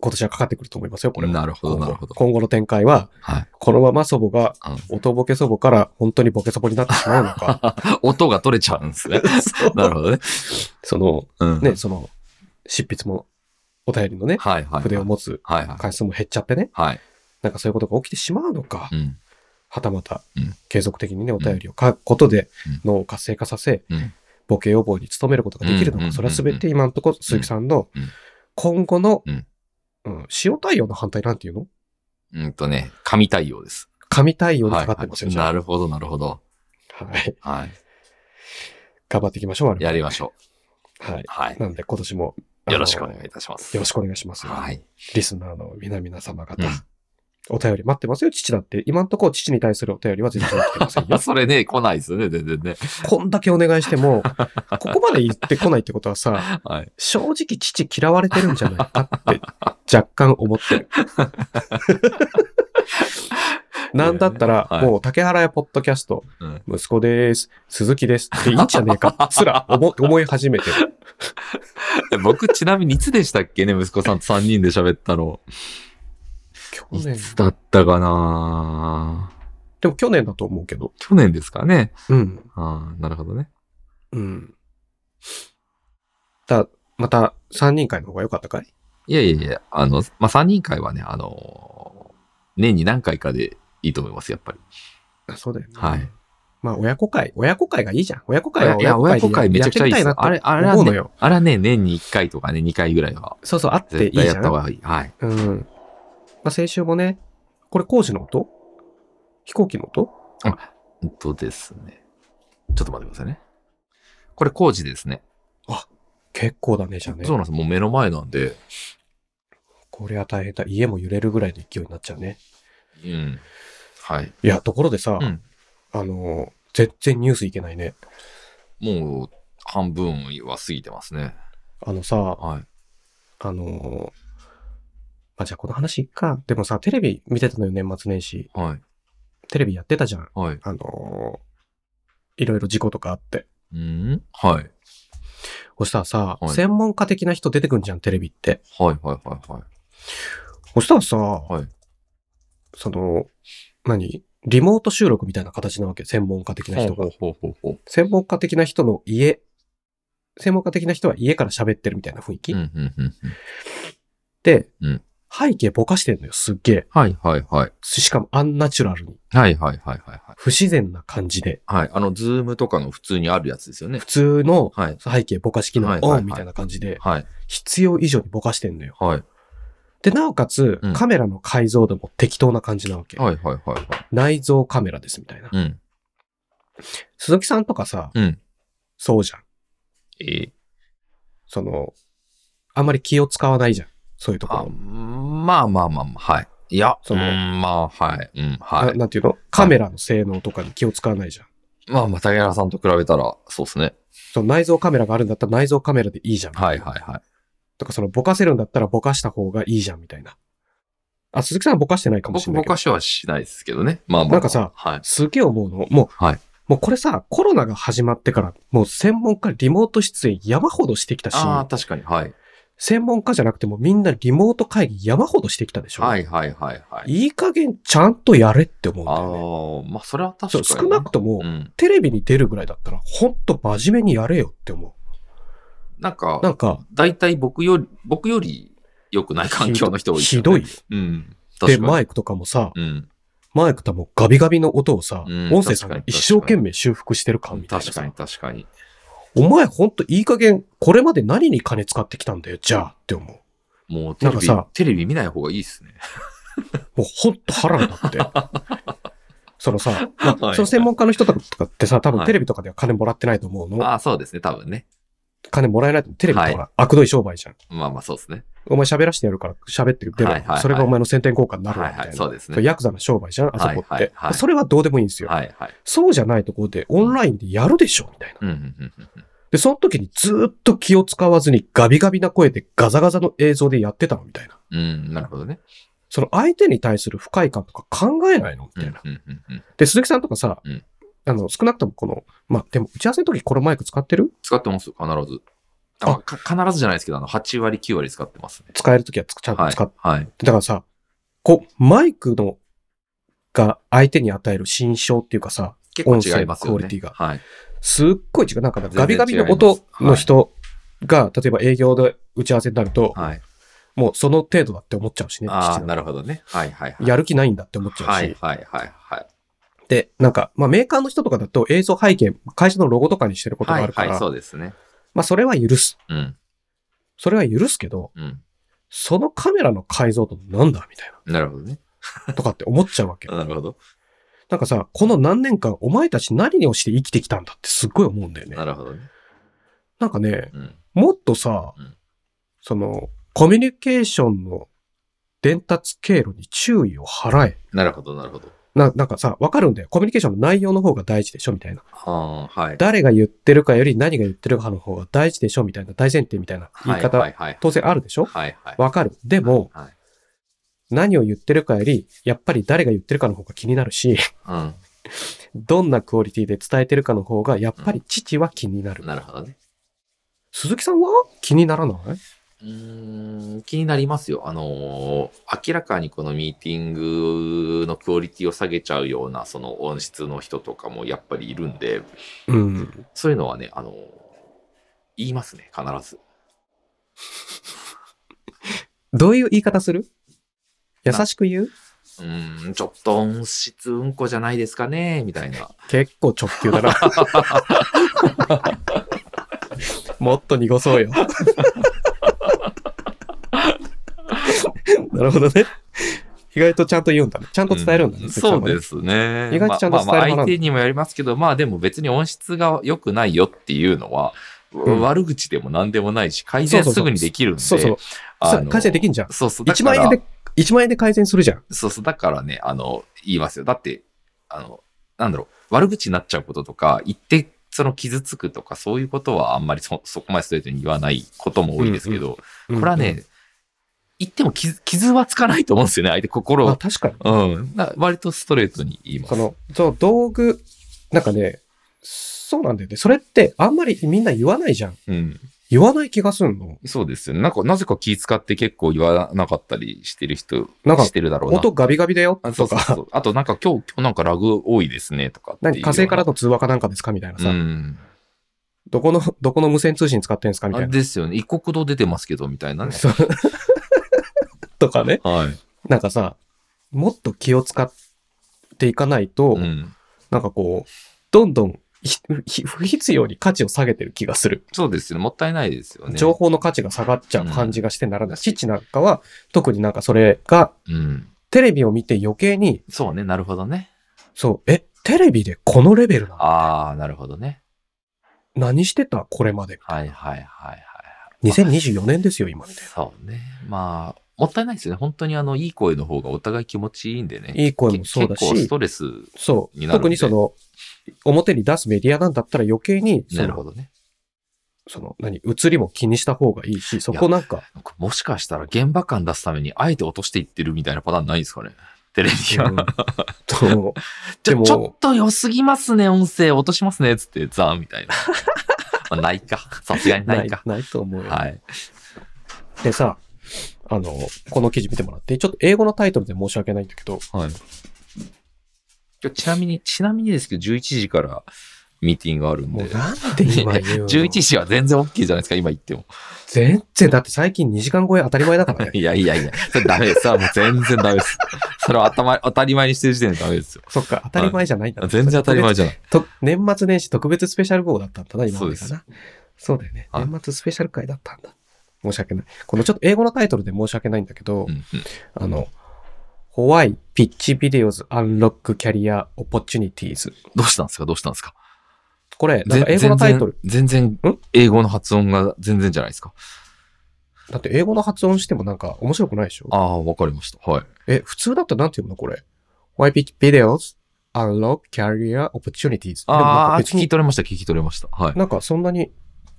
S1: 今年はかかってくると思いますよ、これは。
S2: なるほど、
S1: 今後
S2: なるほど。
S1: 今後の展開は、
S2: はい。
S1: このまま祖母が
S2: うん、
S1: 音ボケ祖母から本当にボケ祖母になってしまうのか。
S2: 音が取れちゃうんですね。なるほどね。
S1: (laughs) その、
S2: うん。
S1: ね、その、執筆も、お便りのね、
S2: はいはい。
S1: 筆を持つ
S2: はいはい。
S1: 回数も減っちゃってね、
S2: はい。
S1: なんかそういうことが起きてしまうのか
S2: う、ん。
S1: はたまた
S2: うん、
S1: 継続的にね、お便りを書くことで
S2: うん、
S1: 脳を活性化させ、
S2: うん。
S1: ボケ予防に努めることができるの
S2: うん
S1: か、それは全て今のところ、鈴木さんの
S2: うん、
S1: 今後の
S2: うん、
S1: うん塩対応の反対なんていうの
S2: うんとね、神対応です。
S1: 神対応に
S2: は
S1: か
S2: い
S1: かってますよ、
S2: はい
S1: じゃ
S2: なるほど、なるほど。
S1: あ。はい。
S2: はい。
S1: 頑張っていきましょう、我々
S2: やりましょ。。
S1: はいう
S2: はい。
S1: なんで、今年も、あの
S2: よろしくお願いいたします。
S1: よろしくお願いします。
S2: はい。
S1: リスナーの皆々様方、
S2: うん。
S1: お便り待ってますよ、父だって。今のところ父に対するお便りは全然来てませんよ
S2: (laughs) それね、来ないですよね、全然ね。
S1: こんだけお願いしても、ここまで言ってこないってことはさ、
S2: はい。
S1: 正直父嫌われてるんじゃないかって
S2: (laughs)
S1: 若干思ってる。なんだったら、
S2: はい
S1: もう竹原やポッドキャスト、
S2: うん
S1: 息子です、鈴木ですっていいんじゃねえか、すら思思い始めてる。
S2: 僕、ちなみにいつでしたっけね、息子さんと3人で喋ったの。
S1: 去
S2: (laughs) い
S1: 年。
S2: つだったかな
S1: でも去年だと思うけど。
S2: 去年ですかね。
S1: うん。
S2: ああ、なるほどね。
S1: うん。だ、また、三人会の方が良かったかい
S2: いやいやいや、あの、まあ、3人会はね、あのー年に何回かでいいと思います、やっぱり。
S1: あ、そうだよね。
S2: はい。
S1: まあ、親子会。親子会がいいじゃん。親子会はい
S2: や、親子会めちゃくちゃいいです
S1: な
S2: よ。あれ、あれ
S1: 思
S2: は
S1: うの
S2: ね
S1: よ、
S2: あれはね、年に1回とかね、2回ぐらいは、
S1: そうそう、あってい
S2: 絶
S1: いじ
S2: 対
S1: ゃ
S2: やった方
S1: ん。
S2: がいい。はい。
S1: うん。まあ、先週もね、これ工事の音飛行機の音
S2: うんとですね。ちょっと待ってくださいね。これ工事ですね。
S1: 結構だね、じゃあね
S2: そう。なんです。もう目の前なんで。
S1: これは大変だ。家も揺れるぐらいの勢いになっちゃうね。
S2: うん。はい。
S1: いや、ところでさ、
S2: うん
S1: あのー、全然ニュースいけないね。
S2: もう、半分は過ぎてますね。
S1: あのさ、
S2: はい。
S1: あのー、まあ、じゃあこの話いっか。でもさ、テレビ見てたのよ、年末年始。
S2: はい。
S1: テレビやってたじゃん。
S2: はい。
S1: あのーいろいろ事故とかあって。
S2: うんはい。
S1: そしたらさ、
S2: はい
S1: 専門家的な人出てくんじゃん、テレビって。
S2: はいはいはいはい。
S1: そしたらさ、
S2: い
S1: その、何リモート収録みたいな形なわけ、専門家的な人が。
S2: ほうほうほうほ
S1: 専門家的な人の家、専門家的な人は家から喋ってるみたいな雰囲
S2: う。
S1: 気、
S2: うんうんうんうん。
S1: で、
S2: うん
S1: 背景ぼかしてんのよ、すっげえ。
S2: はいはいはい。
S1: しかもアンナチュラルに、
S2: はいはいはいはいはい。
S1: 不自然な感じで、
S2: はい。あの、ズームとかの普通にあるやつですよね
S1: 普。通の
S2: はい。
S1: 背景ぼかし機能
S2: はいはいは
S1: オ
S2: い
S1: ンみたいな感じで、
S2: はい。
S1: 必要以上にぼかしてんのよ。
S2: はい。
S1: で、なおかつ
S2: うん、
S1: カメラの解像度も適当な感じなわけ。
S2: はいはいはいはい。
S1: 内蔵カメラですみたいな。
S2: うん。
S1: 鈴木さんとかさ、
S2: うん。
S1: そうじゃん。
S2: えー、
S1: その、あんまり気を使わないじゃん。そういうとこ
S2: あ
S1: ろ。
S2: まあまあまあまあ、はい。いや、
S1: その
S2: うんまあ、はい。うん、
S1: あ
S2: はい。
S1: なんていうのカメラの性能とかに気を使わないじゃん。
S2: まあまあ、竹原さんと比べたら、そうですね。
S1: その内蔵カメラがあるんだったら内蔵カメラでいいじゃん。
S2: はいはいはい。
S1: とか、そのぼかせるんだったらぼかした方がいいじゃんみたいな。あ、鈴木さんはぼかしてないかもしれ
S2: 僕、
S1: ないけど。
S2: 昔はしないですけどね。まあまあ。
S1: なんかさ
S2: はい。
S1: すげえ思うの。もう、
S2: はい
S1: もうこれさ、コロナが始まってから、もう専門家リモート出演山ほどしてきたし、
S2: ああ、確かに。はい。
S1: 専門家じゃなくてもみんなリモート会議山ほどしてきたでしょ。
S2: はいはいはいはい。
S1: いい加減ちゃんとやれって思うんだ
S2: あ
S1: よね。
S2: あ、まあ、それは確か
S1: そう
S2: に。
S1: 少なくとも、
S2: うん。
S1: テレビに出るぐらいだったら、ほんと真面目にやれよって思
S2: なんか、
S1: なんか、
S2: 大体僕より、僕より良くない環境の人多い、
S1: ひどい。よ。
S2: うん。
S1: で、
S2: 確か
S1: マ
S2: に。
S1: イクとかもさ、
S2: うん。
S1: マイクともガビガビの音をさ、
S2: うん
S1: 音声さんが
S2: 確かに
S1: 一生懸命修復してる感みたいな
S2: 確か
S1: さ
S2: に、。確かに。
S1: お前ほんといい加減、これまで何に金使ってきたんだよ、じゃあって思う。
S2: もうテレ
S1: なんか
S2: ビ
S1: さ、
S2: テレビ見ない方がいいっすね。
S1: もうほんと腹が立って。 (laughs) そのさ、まあ
S2: はい
S1: その専門家の人とかってさ、多分
S2: はい
S1: テレビとかでは金もらってないと思うの。
S2: ああ、そうですね、多分ね。
S1: 金もらえないとテレビってほ
S2: は
S1: ら、悪どい商売じゃん。
S2: まあまあ、そうですね。
S1: お前喋らしてやるから喋って出ろ、
S2: はいはいはい
S1: それがお前の宣伝効果になるわ
S2: は
S1: み
S2: い
S1: たいな。
S2: はい、そうです
S1: そう
S2: ね。
S1: ヤクザの商売じゃん、あそこって。
S2: はいはいはい
S1: それはどうでもいいんですよ、
S2: はいはい。
S1: そうじゃないところでオンラインでやるでしょ、みたいな。
S2: うんうんうんうんうん。
S1: で、その時にずーっと気を使わずにガビガビな声でガザガザの映像でやってたのみたいな。
S2: うん、なるほどね。
S1: その相手に対する不快感とか考えないのみ
S2: うん
S1: た
S2: う
S1: い
S2: ん
S1: な。
S2: うんうん。
S1: で、鈴木さんとかさ、
S2: うん
S1: あの、少なくともこの、まあ、でも打ち合わせの時このマイク使ってる
S2: 使ってます、必ず。
S1: あ
S2: あか必ずじゃないですけど、あの、8割、9割使ってますね。
S1: 使える時はつちゃん
S2: は
S1: と
S2: い
S1: 使って。。
S2: はい。
S1: だからさ、こう、マイクの、が相手に与える心象っていうかさ、
S2: 結構違います
S1: 音声ク
S2: よね。
S1: オリティが
S2: はい。
S1: すっごい違う。なんか
S2: 全然
S1: ガビガビの音の人が、例えば営業で打ち合わせになると、
S2: はい。
S1: もうその程度だって思っちゃうしね。
S2: ああ、
S1: 父の
S2: なるほどね。はいはいはい。
S1: やる気ないんだって思っちゃうし。
S2: はいはいはいはい。
S1: で、なんか、まあメーカーの人とかだと映像背景、会社のロゴとかにしてることがあるから、
S2: はいはい、そうですね。
S1: まあそれは許す。
S2: うん。
S1: それは許すけど、
S2: うん。
S1: そのカメラの解像度なんだみたい
S2: なるほどね。
S1: な、とかって思っちゃうわけ。
S2: なるほど。
S1: なんかさ、この何年間お前たち何をして生きてきたんだってすっごい思うんだよね
S2: な。るほどね。
S1: なんかね、
S2: うん。
S1: もっとさ、
S2: うん
S1: その、コミュニケーションの伝達経路に注意を払え。
S2: なるほど、なるほど。
S1: な、なんかさ、わかるんだよ。コミュニケーションの内容の方が大事でしょみたいな。
S2: ああ、はい。
S1: 誰が言ってるかより何が言ってるかの方が大事でしょみたいな大前提みたいな言い方、
S2: はいはいはい。
S1: 当然あるでしょ
S2: はいはい。
S1: わかる。でも、
S2: はい。
S1: 何を言ってるかより、やっぱり誰が言ってるかの方が気になるし、 (laughs) どんなクオリティで伝えてるかの方が、やっぱり父は気になる。
S2: うん。なるほどね。
S1: 鈴木さんは気にならないう
S2: ーん、気になりますよ。あのー明らかにこのミーティングのクオリティを下げちゃうような、その音質の人とかもやっぱりいるんで、
S1: うん。
S2: そういうのはね、あのー言いますね、必ず。
S1: どういう言い方する優しく言う
S2: うーん、ちょっと音質うんこじゃないですかね、みたいな。
S1: 結構直球だな。もっと濁そうよ。なるほどね。意外とちゃんと言うんだね。ちゃんと伝えるんだね。
S2: う
S1: 鈴木さ
S2: そ
S1: ん
S2: う
S1: はね
S2: ですね。
S1: 意外とちゃんと伝える派なん
S2: まあまあ
S1: だ
S2: まあ相手にもやりますけど、まあでも別に音質が良くないよっていうのは、
S1: うん
S2: 悪口でも何でもないし、改善
S1: そうそう
S2: す
S1: そう
S2: ぐにできるんで。
S1: そうそう。
S2: あ
S1: さ
S2: の
S1: 改善できんじゃん。
S2: そうそう。だか
S1: 1
S2: ら
S1: 万円で、1万円で改善するじゃん。
S2: そうそう。だからね、あの、言いますよ。だって、あの、なんだろう、悪口になっちゃうこととか、言って、その傷つくとか、そういうことはあんまりそそこまでストレートに言わないことも多いですけど、これはね、言っても傷傷はつかないと思うんですよね、相手
S1: う
S2: 心
S1: ん、まあ
S2: を。
S1: 確かに。
S2: うん。な割とストレートに言います。
S1: その、その道具、なんかね、そうなんだよね。それってあんまりみんな言わないじゃん。
S2: うん。
S1: 言わない気がすんの。
S2: そうですよね。なんか、なぜか気使って結構言わなかったりしてる人、
S1: なんか
S2: してるだろうな。
S1: 音ガビガビだよ
S2: あそ
S1: と
S2: うそうそ
S1: か、
S2: う。あと、なんか今日、今日なんかラグ多いですね、とかっていう
S1: 何
S2: ような。
S1: 火星からの通話かなんかですかみたいなさ。
S2: うん。
S1: どこの、 (laughs) どこの無線通信使ってんですかみた
S2: あ
S1: いな。
S2: ですよね。一国道出てますけど、みたいなね。
S1: そうとかね。
S2: はい。
S1: なんかさ、もっと気を使っていかないと、
S2: うん。
S1: なんかこう、どんどんひひ不必要に価値を下げてる気がする。
S2: そうですよね。もったいないですよね。
S1: 情報の価値が下がっちゃう感じがしてならない。
S2: うん
S1: 父なんかは、特になんかそれが、
S2: うん。
S1: テレビを見て余計に、
S2: そうね。なるほどね。
S1: そう、え、テレビでこのレベルなの
S2: ああ、なるほどね。
S1: 何してたこれまで。
S2: はいはいはいはい。
S1: 2024年ですよ、今。
S2: そうね。まあ、もったいないですよね。本当にあの、いい声の方がお互い気持ちいいんでね。
S1: いい声もそうだ
S2: け結構ス
S1: し、
S2: トレス、
S1: そ
S2: に
S1: う。
S2: なる
S1: 特
S2: んで
S1: にその、表に出すメディアなんだったら余計に、そ
S2: なるほ
S1: の、
S2: どね。
S1: その、何、映りも気にした方がいいし、そこなんか、
S2: なんかもしかしたら現場感出すために、あえて落としていってるみたいなパターンないんですかね。テレビが。 (laughs)
S1: うんと、
S2: ち
S1: で
S2: ょ
S1: も
S2: ちょっと良すぎますね、音声落としますね、つって、ザーみ (laughs) たいな。まあないか。さすがに (laughs) ないか。
S1: ないと思うよ。
S2: はい。
S1: でさ、あの、この記事見てもらって、ちょっと英語のタイトルで申し訳ないんだけど、
S2: はい。ちなみに、ちなみにですけど、11時から、ミーティングあるん
S1: も
S2: で
S1: う。なんで今言う
S2: (laughs)
S1: の
S2: 11時は全然 OK じゃないですか、今言っても。。
S1: 全然、だって最近2時間超え当たり前だからね
S2: いやいやいや、それダメです。それはもう全然ダメです。それは頭当たり前にしてる時点でダメですよ。
S1: そっか、当たり前じゃないんだな。
S2: 全然当たり前じゃない。
S1: と年末年始特別スペシャル号だったんだな、今までか
S2: そ
S1: な。そうだよね。
S2: はい
S1: 年末スペシャル会だったんだ。申し訳ない。このちょっと英語のタイトルで申し訳ないんだけど
S2: う、んうん
S1: あの、ホワイピッチビデオズアンロックキャリアオポチュニティーズ。
S2: どうしたんですかどうしたんですか
S1: これ、なん
S2: 全
S1: か英語のタイトル。
S2: 全然、全然英語の発音が全然じゃないですか。
S1: だって英語の発音してもなんか面白くないでしょ
S2: ああ、わかりました。はい。
S1: え、普通だったらなんて読むのこれ。Why Pitch Videos Unlock Career Opportunities。でもなん
S2: あ
S1: か
S2: あ、
S1: 別
S2: 聞き
S1: に、
S2: 取れました、聞き取れました。はい。
S1: なんかそんなに、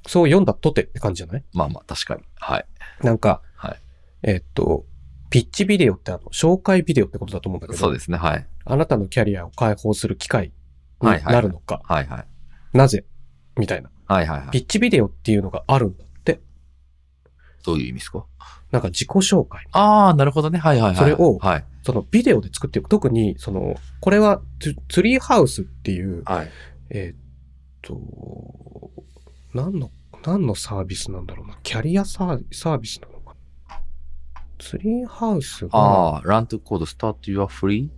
S1: そう読んだとてって感じじゃない
S2: まあまあ、確かに。はい。
S1: なんか、
S2: はい
S1: えーっと、ピッチビデオってあの、紹介ビデオってことだと思うんだけ
S2: そう
S1: ど、
S2: ですね。はい。
S1: あなたのキャリアを解放する機会に
S2: はいはい
S1: なるのか、
S2: はいはい。
S1: なぜみたいな。
S2: はいはいはい。
S1: ピッチビデオっていうのがあるんだって、
S2: どういう意味ですか
S1: なんか自己紹介。
S2: ああ、なるほどね。はいはいはい。
S1: それを
S2: はい。
S1: そのビデオで作っていく。特に、その、これはツツリーハウスっていう、
S2: はい。
S1: えーっと、何の、何のサービスなんだろうな。キャリアサーサービスなのかな。ツリーハウスが、
S2: ああ、ラントコード start your free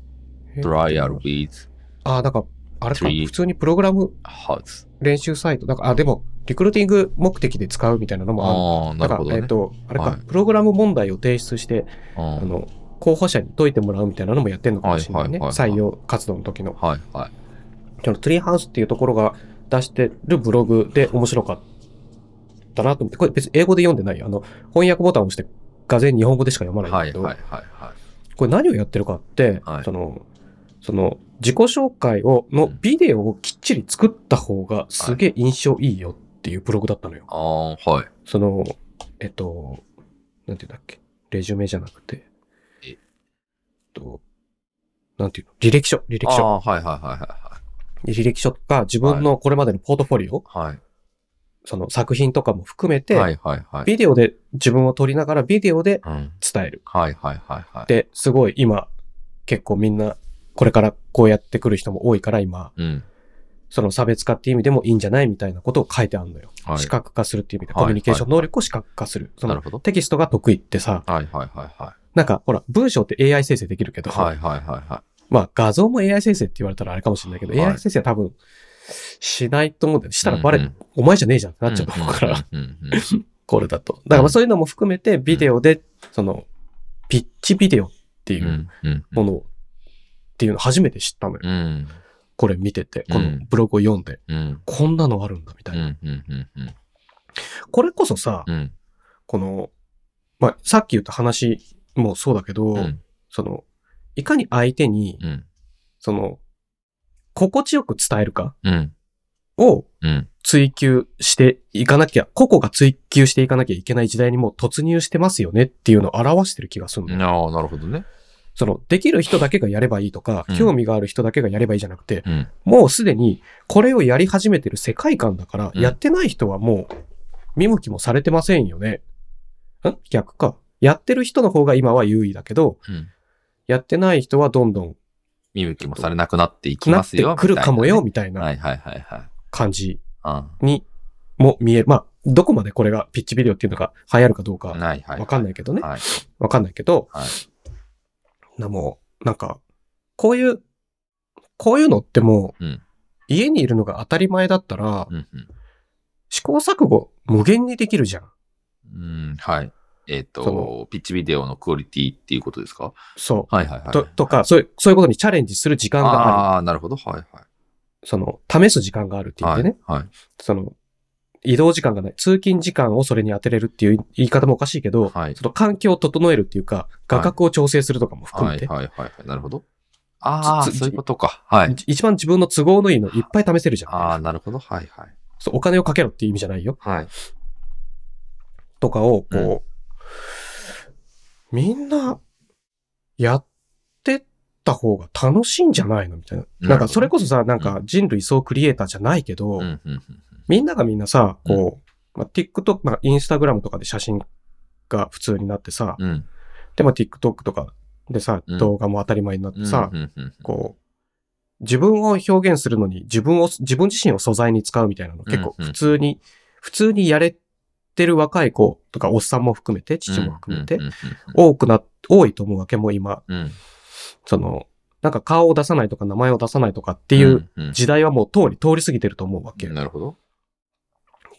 S1: えーっと
S2: trial with
S1: ああ、だから、あれか、
S2: ツリー
S1: 普通にプログラム
S2: house。
S1: 練習サイト。だから、あ、でも、リクルーティング目的で使うみたいなのもある。
S2: ああ、な
S1: だ
S2: る
S1: か
S2: ほど
S1: ら、えー
S2: ね
S1: っ。と、あれか、
S2: はい
S1: プログラム問題を提出して、
S2: うん
S1: あの、候補者に解いてもらうみたいなのもやってんのかもしれないね。
S2: はいはいはいはい
S1: 採用活動の時の。
S2: はいはい。
S1: そのツリーハウスっていうところが出してるブログで面白かったなと思って、これ別に英語で読んでないよ。あの、翻訳ボタンを押して、がぜ日本語でしか読まないん
S2: は
S1: だ
S2: い
S1: けど、
S2: はいは
S1: これ何をやってるかって、
S2: はい
S1: その、その、自己紹介を、の
S2: うん
S1: ビデオをきっちり作った方がすげえ印象いいよっていうブログだったのよ。
S2: いはい。ああ、はい。
S1: その、えっと、なんていうんだっけ、レジュメじゃなくて、
S2: え
S1: っと、なんていうの、履歴書、履歴
S2: あ
S1: 書。
S2: あ、はいはいは
S1: 履歴書とか、自分のこれまでのポートフォリオ、
S2: いはい。はい。
S1: その作品とかも含めて、
S2: はいはいはい。
S1: ビデオで自分を撮りながらビデオで
S2: うん。
S1: 伝える。
S2: はいはいはいはい。
S1: で、すごい今、結構みんな、これからこうやってくる人も多いから今、
S2: うん。
S1: その差別化っていう意味でもいいんじゃないみたいなことを書いてあるのよ。
S2: はい。
S1: 視覚化するっていう意味で、
S2: はい
S1: コミュニケーション能力を視覚化する。そ
S2: な
S1: の
S2: るほど。
S1: テキストが得意ってさ、
S2: はいはいはいはい。
S1: なんかほら、文章って AI 生成できるけど、
S2: はいはいはいは
S1: まあ画像も AI 生成って言われたらあれかもしれないけど、
S2: はい
S1: AI 生成は多分、しないと思うんだよね。
S2: い。
S1: したらバレ、
S2: うんうん
S1: お前じゃねえじゃんってなっちゃうと思うから。。
S2: うんうんうん
S1: これだと。だからまあそういうのも含めて、ビデオで、その、ピッチビデオっていううん
S2: うん
S1: ものをっていうの初めて知ったのよ。
S2: うんうん
S1: これ見てて、この
S2: うん
S1: ブログを読んで、
S2: うん
S1: こんなのあるんだみた
S2: う
S1: いな。
S2: んうんうんうん
S1: これこそさ、
S2: うん
S1: この、まあさっき言った話もそうだけど
S2: う、ん
S1: その、いかに相手に、
S2: うん
S1: その、心地よく伝えるか
S2: うん
S1: を
S2: うん
S1: 追求していかなきゃ、個々が追求していかなきゃいけない時代にもう突入してますよねっていうのを表してる気がするのよ
S2: ああ、なるほどね。
S1: その、できる人だけがやればいいとか、
S2: うん
S1: 興味がある人だけがやればいいじゃなくて、
S2: うん。
S1: もうすでにこれをやり始めてる世界観だから、
S2: うん
S1: やってない人はもう見向きもされてませんよね。ん逆か。やってる人の方が今は優位だけど、
S2: うん
S1: やってない人はどんどん
S2: 見向きもされなくなっていき
S1: な
S2: ま
S1: っ
S2: す
S1: て
S2: よ。
S1: くるかもよ、みたい
S2: みた
S1: ない
S2: なね。はいはいはいはい。
S1: 感じ
S2: あ
S1: にも見える。まあ、どこまでこれがピッチビデオっていうのが流行るかどう
S2: あ
S1: か
S2: はいはい。
S1: わかんないけどね。
S2: はい。
S1: わかんないけど、
S2: はい
S1: なもう、なんか、こういう、こういうのってもう、
S2: うん
S1: 家にいるのが当たり前だったら、
S2: うんうん
S1: 試行錯誤無限にできるじゃん。
S2: うん、はい。えっ、
S1: そ
S2: と
S1: の、
S2: ピッチビデオのクオリティっていうことですか
S1: そう。
S2: はいはいはい。
S1: ととかそういう、そういうことにチャレンジする時間がある。
S2: ああー、なるほど。はいはい。
S1: その、試す時間があるって言っ
S2: は
S1: て
S2: い
S1: ね。。
S2: はい。
S1: その、移動時間がない。通勤時間をそれに当てれるっていう言い方もおかしいけど、
S2: はい
S1: その環境を整えるっていうか、画角を調整するとかも含
S2: は
S1: め
S2: い
S1: て、
S2: はいはいはい。なるほど。ああ、
S1: つつ
S2: そういうことか。はい。
S1: じ一番自分の都合のいいのいっぱい試せるじゃん。
S2: ああ、なるほど。はいはい。
S1: そうお金をかけろっていう意味じゃないよ。
S2: はい。
S1: とかを、こう、みんな、やってった方が楽しいんじゃないのみたいな。
S2: ど
S1: なんか、それこそさ、なんか人類総クリエイターじゃないけど、
S2: うんうんうん
S1: みんながみんなさ、こう、まあ、TikTok、まあ、Instagram とかで写真が普通になってさ、
S2: うん。
S1: で、まあ、TikTok とかでさ
S2: うん、
S1: 動画も当たり前になってさ、
S2: うんうんうんうん
S1: こう、自分を表現するのに自分を、自分自身を素材に使うみたいなの結構
S2: うんうん
S1: 普通に、普通にやれてる若い子とかおっさんも含めて、父も含めて
S2: うん、うん
S1: 多くな、多いと思うわけもう今、
S2: うんうん
S1: その、なんか顔を出さないとか名前を出さないとかっていう
S2: うんうん
S1: 時代はもう通り通り過ぎてると思うわけ。
S2: なるほど。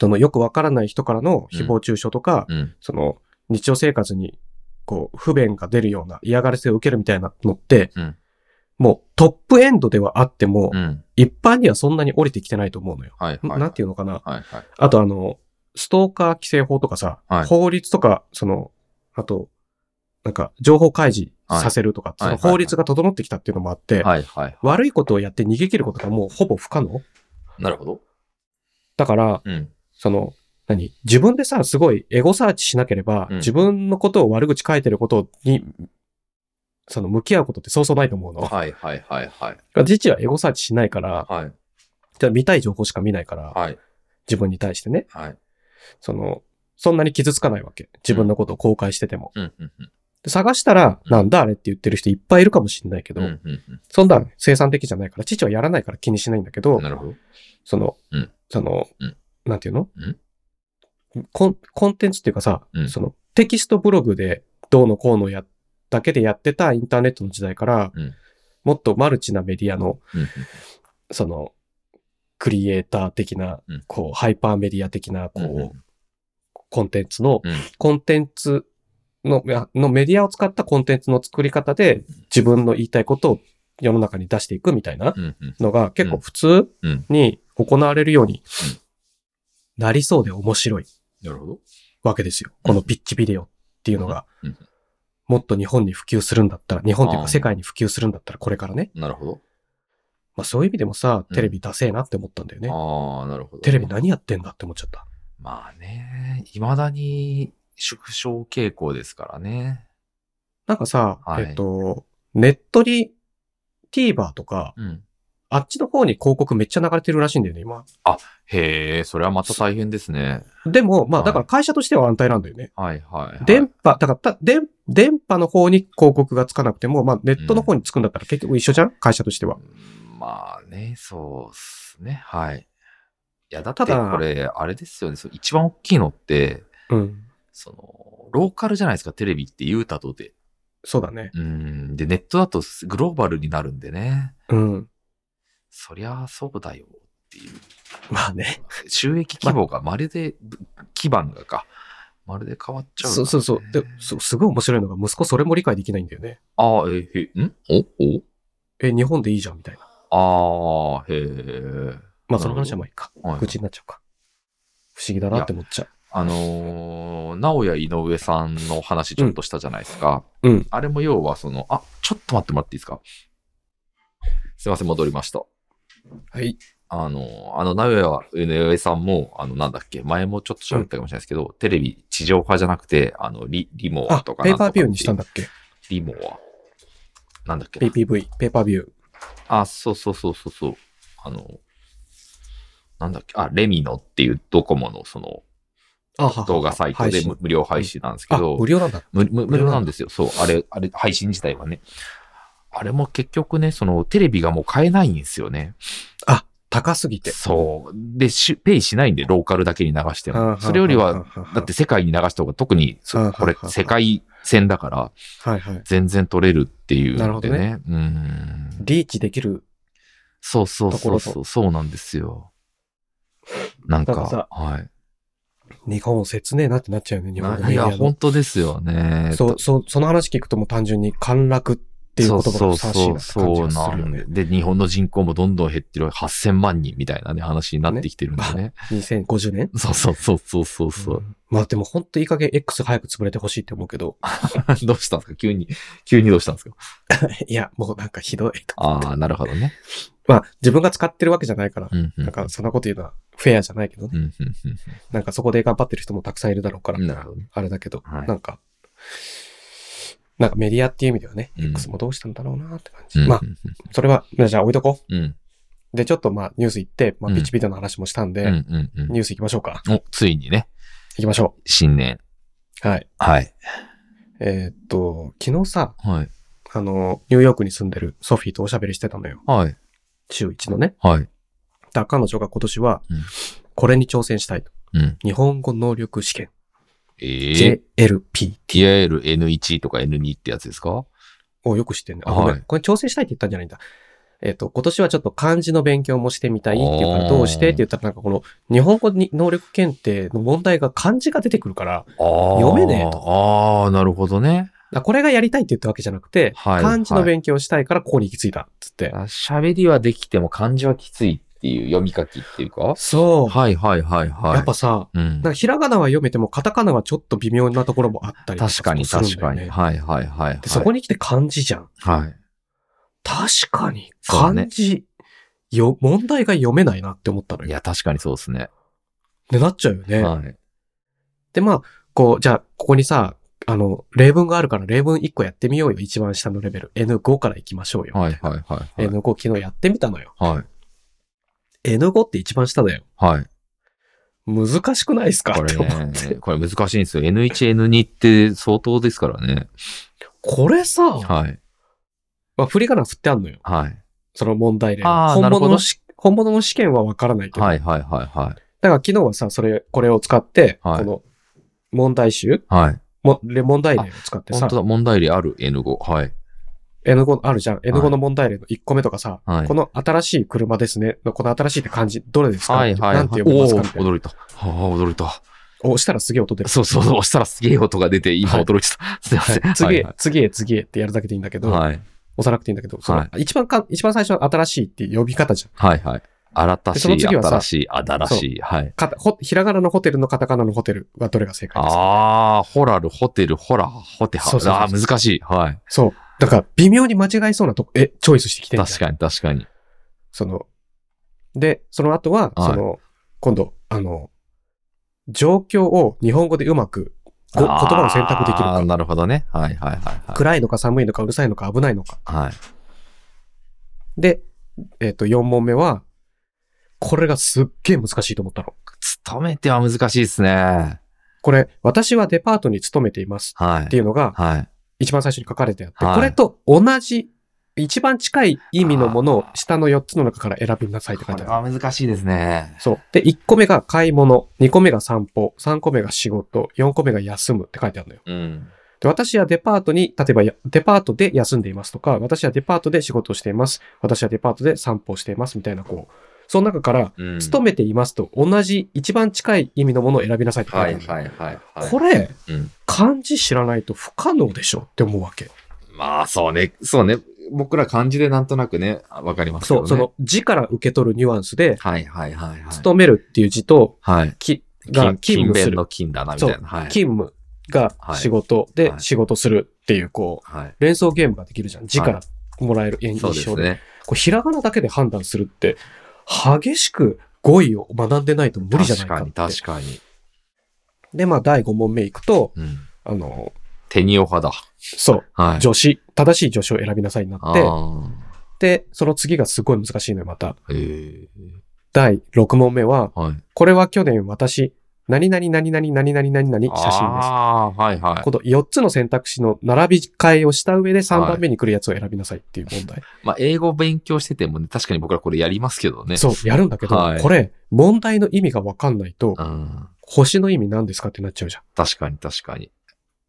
S1: そのよくわからない人からの誹謗中傷とか、
S2: うん。
S1: その日常生活にこう不便が出るような嫌がらせを受けるみたいなのって、
S2: うん
S1: もうトップエンドではあっても、
S2: うん。
S1: 一般にはそんなに降りてきてないと思うのよ。
S2: はいはい。
S1: なんていうのかな。
S2: はいはい。
S1: あとあの、ストーカー規制法とかさ、
S2: はい
S1: 法律とか、その、あと、なんか情報開示させるとか、
S2: はいはい
S1: その法律が整ってきたっていうのもあって、
S2: はいはい。
S1: 悪いことをやって逃げ切ることがもうほぼ不可能。
S2: なるほど。
S1: だから、
S2: うん。
S1: その、何自分でさ、すごいエゴサーチしなければ、
S2: うん
S1: 自分のことを悪口書いてることに、その向き合うことってそうそうないと思うの。
S2: はいはいはいはい。
S1: 父はエゴサーチしないから、
S2: はい
S1: じゃあ見たい情報しか見ないから、
S2: はい
S1: 自分に対してね、
S2: はい。
S1: その、そんなに傷つかないわけ。自分のことを公開してても。
S2: うんうんうん
S1: で探したら、
S2: うん
S1: なんだあれって言ってる人いっぱいいるかもしれないけど、
S2: うんうん
S1: そんなん生産的じゃないから、父はやらないから気にしないんだけ
S2: う
S1: ど
S2: ん。、なるほど。
S1: その、
S2: うん
S1: その、
S2: うん
S1: なんていうの、
S2: うん
S1: コンコンテンツっていうかさ、
S2: うん
S1: そのテキストブログでどうのこうのやだけでやってたインターネットの時代から、
S2: うん
S1: もっとマルチなメディアの、
S2: うんうん
S1: その、クリエイター的な、
S2: うん
S1: こう、ハイパーメディア的な、こう、
S2: うんうん
S1: コンテンツの、
S2: うん
S1: コンテンツの、いやのメディアを使ったコンテンツの作り方で、自分の言いたいことを世の中に出していくみたいな
S2: うんうん
S1: のが結構普通
S2: うん
S1: に行われるようになりそうで面白い
S2: なるほど。
S1: わけですよ。このピッチビデオっていうのが
S2: うんうん、
S1: もっと日本に普及するんだったら、日本という
S2: あ
S1: か
S2: ー
S1: 世界に普及するんだったらこれからね。
S2: なるほど。
S1: まあそういう意味でもさ
S2: う、ん
S1: テレビダセえなって思ったんだよね。
S2: ああ、なるほどね。
S1: テレビ何やってんだって思っちゃった。
S2: まあね、いまだに縮小傾向ですからね。
S1: なんかさ、
S2: はい
S1: えっと、ネットに TVer とか、
S2: うん。
S1: あっちの方に広告めっちゃ流れてるらしいんだよね、今。
S2: へえ、それはまた大変ですね。
S1: でも、まあ
S2: はい
S1: だから会社としては安泰なんだよね。
S2: はいはい、はい。
S1: 電波、だからた電、電波の方に広告がつかなくても、まあネットの方につくんだったら結局一緒じゃん会社としては。
S2: うんまあね、そうっすね。はい。いや、だって
S1: ただ
S2: これ、あれですよね。その一番大きいのって、
S1: うん。
S2: その、ローカルじゃないですか、テレビって言うたとで。
S1: そうだね。
S2: うん。で、ネットだとグローバルになるんでね。
S1: うん。
S2: そりゃそうだよっていう。
S1: まあね。
S2: 収益規模がまるで、基盤がか。まるで変わっちゃう、
S1: そうそうそう。でそうすごい面白いのが、息子それも理解できないんだよね。
S2: ああ、え、へ、んおお
S1: え、日本でいいじゃんみたいな。
S2: ああ、へえ。
S1: まあその話はまあいいか。
S2: はい
S1: 愚痴になっちゃうか。不思議だなって思っちゃ
S2: あのー、直哉井上さんの話ちょっとしたじゃないですか。
S1: うんうん
S2: あれも要はその、あ、ちょっと待ってもらっていいですか。すいません、戻りました。
S1: う。はい。
S2: あのー、あの、直哉井上さんも、あの、なんだっけ、前もちょっと喋ったかもしれないですけど、テレビ地上波じゃなくて、あの、リ、リモア
S1: あ
S2: と、か
S1: ペ
S2: なん
S1: ー
S2: とか
S1: パー
S2: って
S1: ビ
S2: い
S1: ュ
S2: う
S1: ーにしたんだっけ
S2: リモア。なんだっけな
S1: ?PPV、ペーパービュー。
S2: あ、そうそうそうそうそう。あの、なんだっけ、あ、レミノっていうドコモのその
S1: あはは
S2: 動画サイト
S1: 配
S2: で
S1: 信
S2: 無無料配信なんですけ
S1: あ、
S2: ど
S1: 無、料なんだ。
S2: 無無無料なんですよ。そう、あれ、あれ、配信自体はね。あれも結局ね、そのテレビがもう買えないんですよね。
S1: あ、高すぎて。
S2: そう。で、しペイしないんで、ローカルだけに流しても。それよりは、、だって、世界に流した方が特に、
S1: うんうんう
S2: そ
S1: ん
S2: これ世界線だから、
S1: はいはい。
S2: 全然取れるっていう
S1: なるほ
S2: の
S1: ど
S2: で
S1: ね
S2: ね。うん。
S1: リーチできる
S2: そうそうそう
S1: とこ
S2: そう、そうなんですよ。なんか、
S1: なんかさ
S2: はい。
S1: 日本を切ねえなってなっちゃうよね、日本のメ
S2: い
S1: ディア
S2: や、
S1: の。
S2: 本当ですよね。
S1: そう、
S2: っ
S1: そう、その話聞くともう単純に陥落っていう言葉がふさわしいなって感じがす
S2: な
S1: るよ
S2: ん
S1: ね。
S2: で。で、日本の人口もどんどん減ってる、8000万人みたいなね、話になってきてるんでね。
S1: 2050年
S2: (laughs) そうそうそうそうそうそう。
S1: まあでも本当いい加減 X 早く潰れてほしいって思うけど、
S2: どうしたんですか急に、急にどうしたんですか
S1: いや、もうなんかひどいと思って
S2: ああ、なるほどね。
S1: まあ自分が使ってるわけじゃないから、
S2: うんうん
S1: なんかそんなこと言うのはフェアじゃないけどね。
S2: うんうん
S1: なんかそこで頑張ってる人もたくさんいるだろうから、
S2: うんなるほどね。
S1: あれだけど、
S2: はい
S1: なんか、なんかメディアっていう意味ではね、
S2: うん
S1: X もどうしたんだろうなって感
S2: う
S1: じ。
S2: ん
S1: まあ、それは、じゃあ置いとこ
S2: うん。
S1: う。で、ちょっとまあニュース行って、まあ
S2: うん
S1: ピッチビデオの話もしたん
S2: う
S1: で、
S2: んうんうん
S1: ニュース行きましょうか。
S2: うん。お、ついにね、
S1: 行きましょ
S2: 新年。
S1: う。はい。
S2: はい。
S1: えーっと、昨日さ、
S2: はい。
S1: あの、ニューヨークに住んでるソフィーとおしゃべりしてたのよ。
S2: はい。
S1: 週1のね。
S2: はい。
S1: だから彼女が今年は
S2: うん、
S1: これに挑戦したいと。
S2: うん。
S1: 日本語能力試験。
S2: ええ
S1: JLP。
S2: いわゆる N1 とか N2 ってやつですか
S1: をよく知ってんね。あ、
S2: はい
S1: ごめん。これ挑戦したいって言ったんじゃないんだ。えっ、と、今年はちょっと漢字の勉強もしてみたいっていうから、
S2: あー
S1: どうしてって言ったら、なんかこの、日本語に能力検定の問題が漢字が出てくるから、
S2: ああ。
S1: 読めねえと
S2: ああ、なるほどね。
S1: あこれがやりたいって言ったわけじゃなくて、
S2: はい
S1: 漢字の勉強をしたいからここに行き着いたっつって。
S2: あ喋りはできても漢字はきついっていう読み書きっていうか
S1: そう、
S2: はいはいはいはい。
S1: やっぱ、さ、
S2: うん
S1: なんか。ひらがなは読めても、カタカナはちょっと微妙なところもあったりと
S2: 確かに
S1: するんだ
S2: 確
S1: よ
S2: か
S1: ね
S2: に。はいはいはい、はい。
S1: で、そこに来て漢字じゃん。
S2: はい。
S1: 確かに、
S2: そうね
S1: 漢字、よ、問題が読めないなって思ったの
S2: い
S1: よ。
S2: や、確かにそうですね。
S1: で、なっちゃうよね。
S2: はい。
S1: で、まあ、こう、じゃあ、ここにさ、あの、例文があるから例文1個やってみようよ。一番下のレベル。N5 から行きましょうよ。
S2: はいはいはい。はい。
S1: N5 昨日やってみたのよ。
S2: はい。
S1: N5 って一番下だよ。
S2: はい。
S1: 難しくないですか
S2: こ
S1: っ
S2: れ
S1: て思っ
S2: ね
S1: て。、
S2: これ難しいんですよ。N1、N2 って相当ですからね。
S1: これさ、
S2: はい。
S1: まあ、振り仮名振ってあんのよ。
S2: はい。
S1: その問題例。
S2: あー
S1: 本
S2: なるほ
S1: 物
S2: ど
S1: のし、本物の試験はわからないけど。
S2: はいはいはいは
S1: だから昨日はさ、それ、これを使って、
S2: は
S1: こ
S2: い
S1: の問題集、
S2: い。はい。
S1: もれ問題例を使ってさ
S2: 本当、だ、問題例ある N5。はい。
S1: N5 あるじゃん。
S2: は
S1: N5
S2: い
S1: の問題例の1個目とかさ、
S2: はい
S1: こ。の新しい車ですね。のこの新しいって漢字、どれですか、
S2: はいはい
S1: な
S2: はい。
S1: んて
S2: お
S1: 読みますか
S2: お
S1: み
S2: ー
S1: たいな
S2: 驚いた。はあ、驚いた。
S1: お押したらすげえ音出る。
S2: そうそうそう。押したらすげえ音が出て、今
S1: はい
S2: 驚いちゃった。すいません。
S1: 次へ
S2: は、
S1: 次へ、次へってやるだけでいいんだけ
S2: い
S1: ど、
S2: はい。
S1: 押さなくていいんだけど、その
S2: は
S1: 一番か、一番最初の新しいっていう呼び方じゃん。
S2: はいはい。新
S1: で
S2: し
S1: その
S2: い、
S1: 次はさ
S2: 新しい、新しい。はい。
S1: かたほひらがなのホテルのカタカナのホテルはどれが正解ですか
S2: ああ、ホラル、ホテル、ホラ、ホテハ
S1: そうそうそう
S2: ああー、難しい。はい。
S1: そう。だから、微妙に間違いそうなとこ、え、チョイスしてきてんじゃん
S2: 確かに、確かに。
S1: その、で、その後は、
S2: はい
S1: その、今度、あの、状況を日本語でうまく、ご言
S2: あー
S1: 葉を選択できる
S2: あー
S1: か。
S2: なるほどね。はいはいはいはい。
S1: 暗いのか寒いのかうるさいのか危ないのか。
S2: はい。
S1: で、えっ、と、4問目は、これがすっげえ難しいと思ったの。
S2: 勤めては難しいですね。
S1: これ、私はデパートに勤めています
S2: は
S1: って
S2: い。
S1: いうのが
S2: はい。
S1: 一番最初に書かれてあって、
S2: はい
S1: これと同じ、一番近い意味のものを下の4つの中から選びなさいって書い
S2: こ
S1: て
S2: れ
S1: ある。
S2: は難しいですね。
S1: そう。で、1個目が買い物、2個目が散歩、3個目が仕事、4個目が休むって書いてあるのよ。
S2: うん。
S1: で、私はデパートに、例えばやデパートで休んでいますとか、私はデパートで仕事をしています、私はデパートで散歩をしていますみたいな、こう、その中から、
S2: うん
S1: 勤めていますと同じ一番近い意味のものを選びなさいって書い
S2: は
S1: て
S2: い
S1: ある。
S2: はいはいはい。
S1: これ、
S2: うん
S1: 漢字知らないと不可能でしょって思うわけ。
S2: まあそうね。そうね。僕ら漢字でなんとなくね、わかりますけ
S1: そ
S2: ど
S1: う、
S2: ね。
S1: その字から受け取るニュアンスで、
S2: はいはいはいはい。
S1: 勤めるっていう字と、
S2: はい。
S1: きが勤
S2: 勤
S1: 務す
S2: 勉
S1: る。
S2: の勤だな、みたい
S1: そう
S2: な。はい。
S1: 勤務が仕事で
S2: はい
S1: 仕事するっていう、こ
S2: はい。
S1: う、連想ゲームができるじゃん。字からもらえる印
S2: そうで
S1: 象
S2: す
S1: で。
S2: ね。
S1: こうひらがなだけで判断するって、激しく語彙を学んでないと無理じゃない
S2: 確
S1: か
S2: か
S1: っ
S2: に
S1: て。
S2: 確かに。
S1: で、まあ、第5問目いくと、
S2: うん。
S1: あの、
S2: 手にお肌。
S1: そう、
S2: はい。
S1: 助詞、正しい助詞を選びなさいにな
S2: あ
S1: っ
S2: ー
S1: て、で、その次がすごい難しいのよ、また。
S2: えー
S1: 第6問目は、
S2: はい。
S1: これは去年私、何々何々何々何々写真です。
S2: ああー、はいは
S1: この4つの選択肢の並び替えをした上で3番目に来るやつを選びなさいっていう問題。
S2: い。まあ、英語勉強しててもね、確かに僕らこれやりますけどね。
S1: そう、やるんだけど、
S2: はい
S1: これ、問題の意味がわかんないと
S2: う。、ん。
S1: 星の意味何ですかってなっちゃうじゃん。
S2: 確かに確かに。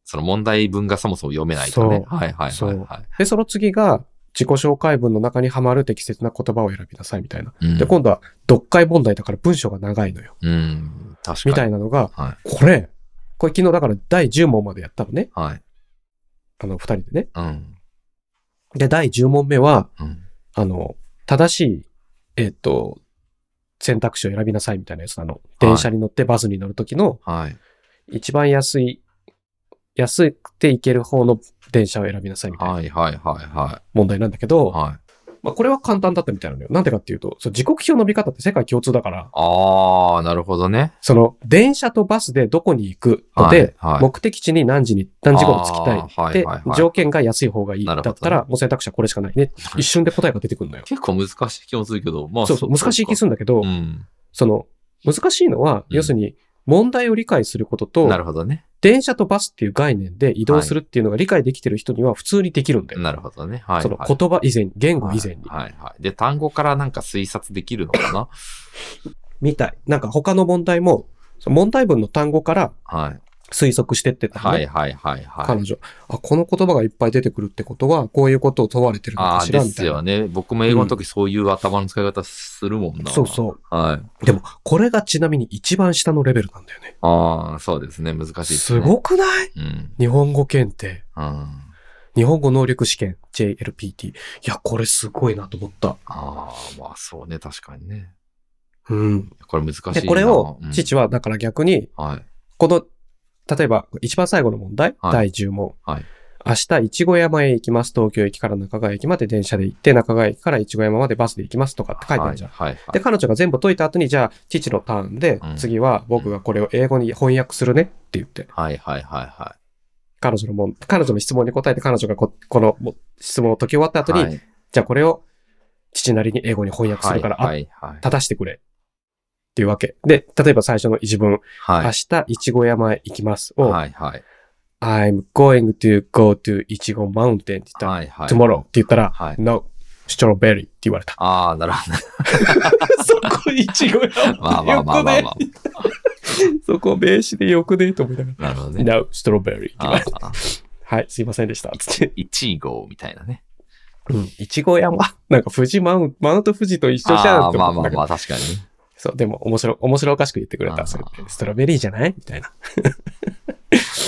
S2: その問題文がそもそも読めないとね。
S1: そう
S2: はいはい
S1: そ
S2: はいうはい。
S1: で、その次が、自己紹介文の中にはまる適切な言葉を選びなさいみたいな。
S2: うん
S1: で、今度は、読解問題だから文章が長いのよ。
S2: うん。確かに。
S1: みたいなのが、
S2: は
S1: これ、これ昨日だから第10問までやったのね。
S2: い。はい。
S1: あの、二人でね。
S2: うん。
S1: で、第10問目は、
S2: うん。
S1: あの、正しい、えっと、選択肢を選びなさいみたいなやつなの。電車に乗ってバスに乗るときの、
S2: はい。
S1: 一番安い、安くて行ける方の電車を選びなさいみたいな
S2: はいはいはいは
S1: 問題なんだけ
S2: い。
S1: ど、
S2: はい。
S1: まあこれは簡単だったみたいなのよ。なんでかっていうと、その時刻表の見方って世界共通だから、
S2: ああ、なるほどね。
S1: その電車とバスでどこに行くの
S2: はい
S1: で、
S2: はい
S1: 目的地に何時に、何時頃着きた。
S2: あーはいい
S1: で
S2: はいは、い
S1: 条件が安い方がいい。だ
S2: なるほどね
S1: ったら、もう選択肢はこれしかないね。一瞬で答えが出てくるのよ。
S2: 結構難しい気もするけど、まあ、
S1: そうそう、難しい気す
S2: る
S1: るんだけど、
S2: うん。
S1: その、難しいのは、
S2: うん
S1: 要するに、問題を理解することと
S2: な、るほどね。
S1: 電車とバスっていう概念で移動するっていうのが理解できてる人には普通にできるんだよ。
S2: なるほどね。はい、はい。
S1: その言葉以前に、言語以前に。
S2: はい、はいはい。で、単語からなんか推察できるのかな
S1: みたい。なんか他の問題も、その問題文の単語から
S2: はい。
S1: 推測してってたのね。
S2: はいはいはいはい。
S1: 彼女、あ、この言葉がいっぱい出てくるってことは、こういうことを問われてるの
S2: あ
S1: か
S2: あ、
S1: し
S2: で
S1: らみ
S2: す
S1: たいな。
S2: よね。僕も英語の時そういう頭の使い方するもんな。
S1: そうそう。
S2: う。はい。
S1: でも、これがちなみに一番下のレベルなんだよね。
S2: ああ、そうですね。難しいですす、ね。い。
S1: ごくない
S2: うん。
S1: 日本語検定。
S2: うん。あ
S1: 日本語能力試験 JLPT。いや、これすごいなと思った。
S2: あー、まあそうね。確かにね。
S1: うん。
S2: これ難しいな。
S1: で、これを
S2: うん、
S1: 父は、だから逆に、
S2: はい。
S1: この、例えば、一番最後の問題、
S2: はい
S1: 第10問。
S2: はい
S1: 明日、いちご山へ行きます。東京駅から中川駅まで電車で行って、中川駅からいちご山までバスで行きますとかって書いてあるじゃん。
S2: はい。はいはい
S1: で、彼女が全部解いた後に、じゃあ、父のターンで、
S2: うん
S1: 次は僕がこれを英語に翻訳するねって言って、
S2: はいはいはいは
S1: 彼女のもん、彼女の質問に答えて、彼女がここのも質問を解き終わった後
S2: い。
S1: に、
S2: はい
S1: じゃあこれを父なりに英語に翻訳するから、
S2: は
S1: あ
S2: いはいはい。
S1: 正してくれ。っていうわけ。で、例えば最初の一文、
S2: はい。
S1: 明日、いちご山へ行きますを、
S2: はいはい。
S1: I'm going to go to いちご mountain って言ったら、
S2: はいはい。
S1: tomorrow って言ったら、
S2: はい。
S1: no, strawberry って言われた
S2: ああ、なるほどね。
S1: (laughs) そこ、いちご山。
S2: まあまあまあまあま
S1: そこ名詞でよくねえと思いながら。
S2: あ。なるほどね。
S1: No, strawberry.
S2: ああ、
S1: はい、すいませんでした。つって。
S2: 1号みたいなね。
S1: うん。いちご山。 (laughs) なんか富士マウン、マウント富士と一緒じゃん
S2: あ
S1: っ
S2: あ
S1: て
S2: まあ
S1: 思っ
S2: ま
S1: た
S2: あ
S1: け
S2: ま
S1: ど。
S2: あ、確かにね。
S1: そう、でも面白、面白おかしく言ってくれ
S2: あ
S1: た。
S2: ー
S1: それストロベリーじゃないみたいな。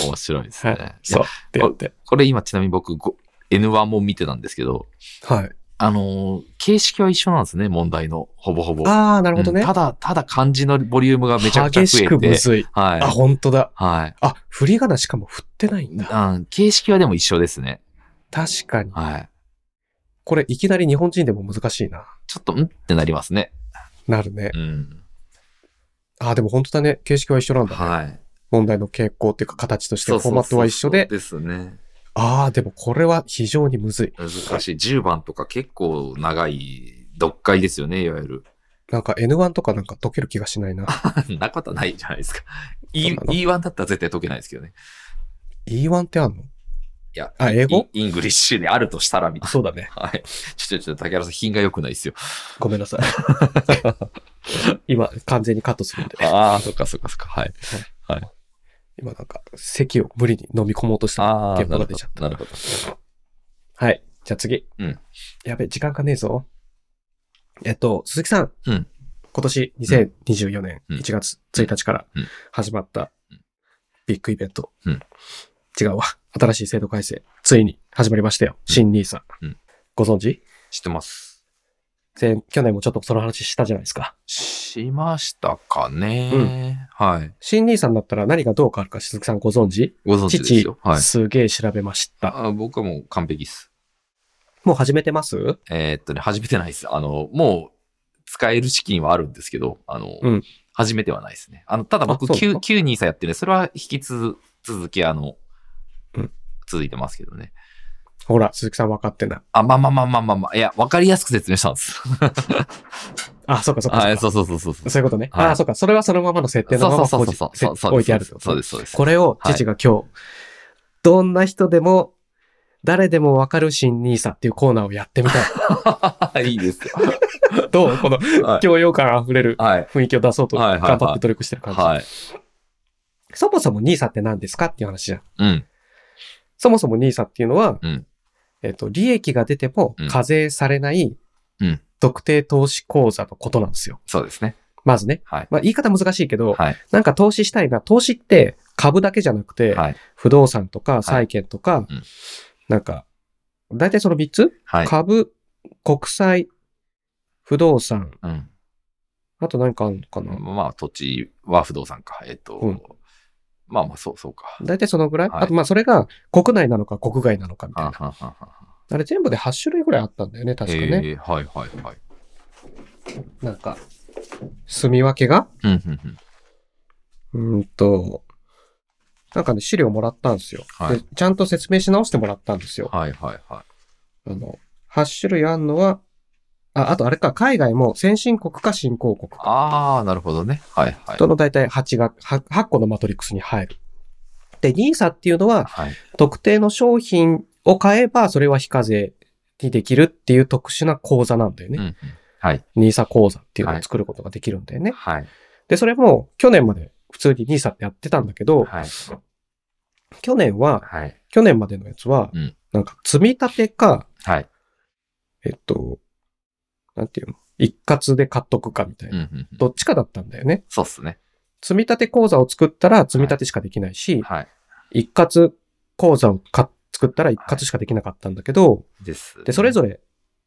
S2: 面白いです
S1: は
S2: ね。
S1: い。
S2: いや
S1: そう。ってやって。
S2: これ今ちなみに僕ご N1 も見てたんですけど、
S1: はい。
S2: あのー形式は一緒なんですね、問題の。ほぼほぼ。
S1: あー、なるほど
S2: う
S1: ね
S2: んた。だ、ただ漢字のボリュームがめちゃくちゃ
S1: 激し
S2: 増
S1: く
S2: え
S1: む
S2: て。
S1: ずい。
S2: はい
S1: あ、。本当だ。
S2: はい。
S1: あ、振り仮名しかも振ってないんだ。
S2: うん、形式はでも一緒ですね。
S1: 確かに。
S2: はい。
S1: これいきなり日本人でも難しいな。
S2: ちょっと、んってなりますね。
S1: なるね
S2: う。ん。
S1: あー、でも本当だね。形式は一緒なんだ。
S2: はい。
S1: 問題の傾向っていうか形としてフォーマットは一緒で。
S2: そうそうそうそうですね。
S1: あー、でもこれは非常にむずい。
S2: 難しい。10番とか結構長い読解ですよね、いわゆる。
S1: なんか N1 とかなんか解ける気がしないな。
S2: (laughs) そんなことはないじゃないですか。
S1: そう
S2: E-
S1: なの
S2: E1 だったら絶対解けないですけどね。
S1: E1 ってあんの
S2: いや、
S1: あ、英語
S2: イイングリッシュであるとしたらみたい
S1: そうだね。
S2: な。 (laughs) はい。ちょっと、ちょっと、竹原さん、品が良くないですよ。
S1: ごめんな
S2: (laughs)
S1: さい。今、完全にカットするんで。
S2: ああ、そっかそっかそっか。はい。
S1: 今なんか、咳を無理に飲み込もうとした。
S2: ああ、
S1: 結
S2: な
S1: 構が
S2: るほ
S1: 出ちゃっ
S2: ど。なるほど。
S1: はい。じゃあ次。
S2: うん
S1: やべ、時間がねえぞ。えっと、鈴木さん。
S2: うん
S1: 今年2024年
S2: うん
S1: 1月1日から
S2: うん
S1: 始まった
S2: うん
S1: ビッグイベント。
S2: うん
S1: 違うわ。新しい制度改正。ついに始まりましたよ。新ニーサ
S2: うん
S1: ご存知
S2: 知ってます。
S1: 前去年もちょっとその話したじゃないですか。
S2: しましたかね。はい。
S1: 新兄さんだったら何がどう変わるか鈴木さんご存知
S2: ご存知です
S1: 父
S2: よ。、はい。
S1: すげえ調べました。
S2: あ僕はもう完璧です。
S1: もう始めてます
S2: えーっとね、始めてないです。あの、もう使える資金はあるんですけど、あの、
S1: うん
S2: 始めてはないですね。あの、ただ僕、
S1: あそうです
S2: 9
S1: か
S2: 9にさやってね、それは引き続続き、あの、
S1: うん
S2: 続いてますけどね。
S1: ほら、鈴木さん分かってない。
S2: あ、まあまあまあまあまあまあ、いや、わかりやすく説明したんです。
S1: あ、そうかそうか
S2: は
S1: そう
S2: い、
S1: か。
S2: そうそうそうそうそう。
S1: そういうことね。
S2: はい
S1: あ、そうか。それはそのままの設定のまま
S2: そう
S1: こ
S2: そううそう
S1: せ
S2: そうそう。
S1: 置いてあるってこと
S2: そうです、そうです。
S1: これを父が今日、どんな人でも、誰でも分かる新兄さんっていうコーナーをやってみた
S2: (laughs)
S1: い。
S2: れ。 (laughs) いいですよ。
S1: (laughs) どうこの
S2: はい
S1: 教養感あふれる
S2: はい。
S1: 雰囲気を出そうと
S2: はいはい
S1: 頑
S2: はい
S1: 張って努力してる感じ。
S2: はい。
S1: そもそも兄さんって何ですかっていう話じゃん。
S2: うん。
S1: そもそも NISA っていうのは、
S2: うん
S1: えっと、利益が出ても
S2: うん
S1: 課税されない
S2: うん
S1: 特定投資口座のことなんですよ。
S2: そうですね。
S1: まずね。
S2: はい。
S1: まあ、言い方難しいけど、
S2: はい。
S1: なんか投資したいな。投資って株だけじゃなくて、
S2: はい。
S1: 不動産とか債券とか、
S2: うん
S1: なんか、大体その3つ、
S2: はい。
S1: 株、国債、不動産、
S2: うん。
S1: あと何かあるのかな、
S2: まあ、土地は不動産か。えっと、
S1: うん
S2: まあまあ、そう、そうか。
S1: 大体そのぐらい、
S2: はい
S1: あと、まあ、それが国内なのか国外なのかみたい
S2: はん
S1: な。
S2: はんはんはん
S1: あれ全部で8種類ぐらいあったんだよね、確かね。
S2: えーはいはいはい。
S1: なんか、住み分けが
S2: うんうんうん。
S1: うーんと、なんかね、資料もらったんですよ、
S2: はい
S1: で。ちゃんと説明し直してもらったんですよ。
S2: はいはいは
S1: あの、8種類あんのは、あ、あとあれか、海外も先進国か新興国か。
S2: ああ、なるほどね。はいはい。
S1: どの大体8が、8, 8個のマトリックスに入る。で、NISA っていうのは、
S2: はい。
S1: 特定の商品を買えば、それは非課税にできるっていう特殊な口座なんだよ
S2: うんう
S1: ね。
S2: ん。はい。
S1: NISA 口座っていうのを作ることができるんだよね。
S2: はい。
S1: で、それも去年まで普通に NISA ってやってたんだけど、
S2: はい。
S1: 去年は、
S2: はい。
S1: 去年までのやつは
S2: うん、
S1: なんか積み立てか、
S2: はい。
S1: えっと、なんていうの一括で買っとくかみたい
S2: うんう
S1: な。
S2: んうん。
S1: どっちかだったんだよね。
S2: そうっすね。
S1: 積み立て口座を作ったら積み立てしかできないし、
S2: はい。
S1: 一括口座をか作ったら一括しかできなかったんだけど、
S2: です、
S1: で、それ
S2: れ
S1: ぞれ、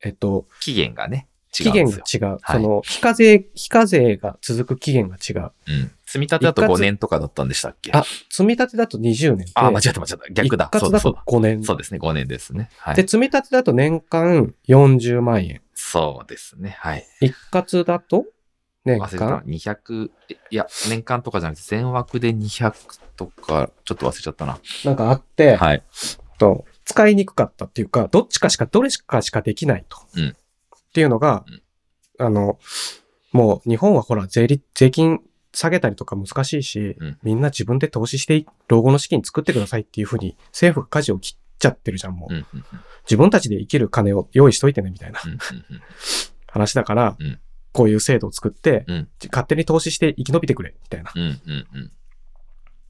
S1: えっと、
S2: 期限がね、
S1: 期
S2: 違うん
S1: 限
S2: で
S1: が
S2: すよ。
S1: 違う。
S2: はい
S1: その、非課税、非課税が続く期限が違う。
S2: うん。積み立てだと
S1: 一括
S2: 5年とかだったんでしたっけ
S1: あ、積み立てだと20年で。
S2: あー、間違えた間違えた。逆だ。
S1: 一
S2: そ
S1: 括
S2: うだ
S1: だ
S2: そう
S1: と
S2: だ。
S1: 5年。
S2: そうですね、5年ですね。は
S1: で、
S2: い。
S1: 積み立てだと年間40万円。
S2: そうですね。はい。
S1: 一括だと年
S2: 忘れたな。
S1: 間
S2: 200、えいや、年間とかじゃなくて、全枠で200とか、ちょっと忘れちゃったな。
S1: なんかあって、
S2: はい。
S1: と使いにくかったっていうか、どっちかしか、どれしかしかできないと。
S2: うん
S1: っていうのが、
S2: うん
S1: あの、もう日本はほら税率、税金下げたりとか難しいし、
S2: うん
S1: みんな自分で投資してい、老後の資金作ってくださいっていうふうに政府が舵を切っちゃってるじゃん、もう。
S2: うんうんうん。
S1: 自分たちで生きる金を用意しといてね、みたいな
S2: うんうん
S1: 話だから、
S2: うん
S1: こういう制度を作って、
S2: うん
S1: 勝手に投資して生き延びてくれ、みたいな
S2: うん。うんうんうん。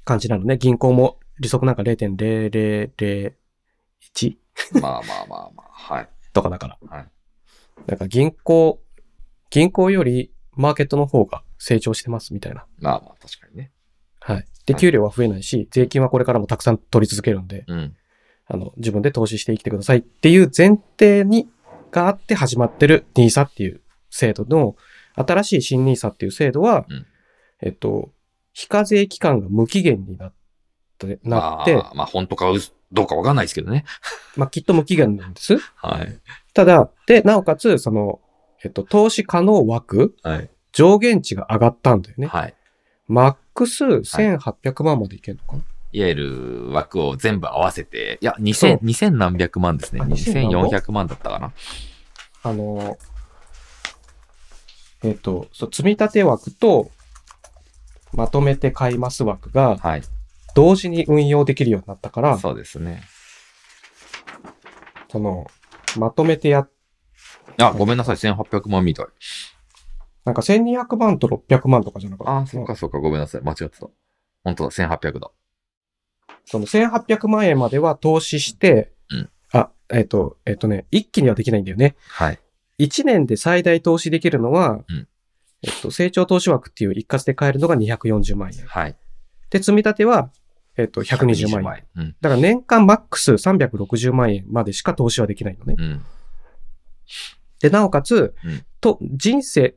S1: 感じなのね。銀行も利息なんか0.0001
S2: まあまあまあまあ、はい。
S1: とかだから。
S2: はい
S1: なんか銀行、銀行よりマーケットの方が成長してますみたいな。
S2: まあまあ、確かにね。
S1: はい。で、
S2: はい
S1: 給料は増えないし、税金はこれからもたくさん取り続けるんで、
S2: うん。
S1: あの、自分で投資して生きてくださいっていう前提に、があって始まってる NISA っていう制度の、新しい新 NISA っていう制度は、
S2: うん
S1: えっと、非課税期間が無期限になって、なって、
S2: まあ、まあ、本当かうどうかわかんないですけどね。
S1: まあ、きっと無期限なんです。
S2: はい。
S1: ただ、で、なおかつ、その、えっと、投資可能枠、
S2: はい。
S1: 上限値が上がったんだよね。
S2: はい。
S1: マックス1800万までいけるのかな、
S2: いわゆる枠を全部合わせて、いや、2000、2000何百万ですね。
S1: あ2000何
S2: 2400万だったかな。
S1: あのー、えっ、と、そう、積み立て枠と、まとめて買います枠が、
S2: はい。
S1: 同時に運用できるようになったから、そ
S2: そうですね。
S1: の、まとめてやっ、
S2: あ、ごめんなさい。1800万みたい。
S1: なんか1200万と600万とかじゃなかった
S2: あ、そっかそっか。ごめんなさい。間違ってた。本当だ。1800だ。
S1: その1800万円までは投資して、
S2: うん
S1: あ、えっ、と、えっ、とね、一気にはできないんだよね。
S2: はい。
S1: 1年で最大投資できるのは、
S2: うん
S1: えっと、成長投資枠っていう一括で買えるのが240万円。
S2: はい。
S1: で、積み立ては、えっと、120万円。
S2: 円。うん。
S1: だから年間マックス360万円までしか投資はできないのね。
S2: うん。
S1: で、なおかつ、
S2: うん
S1: と、人生、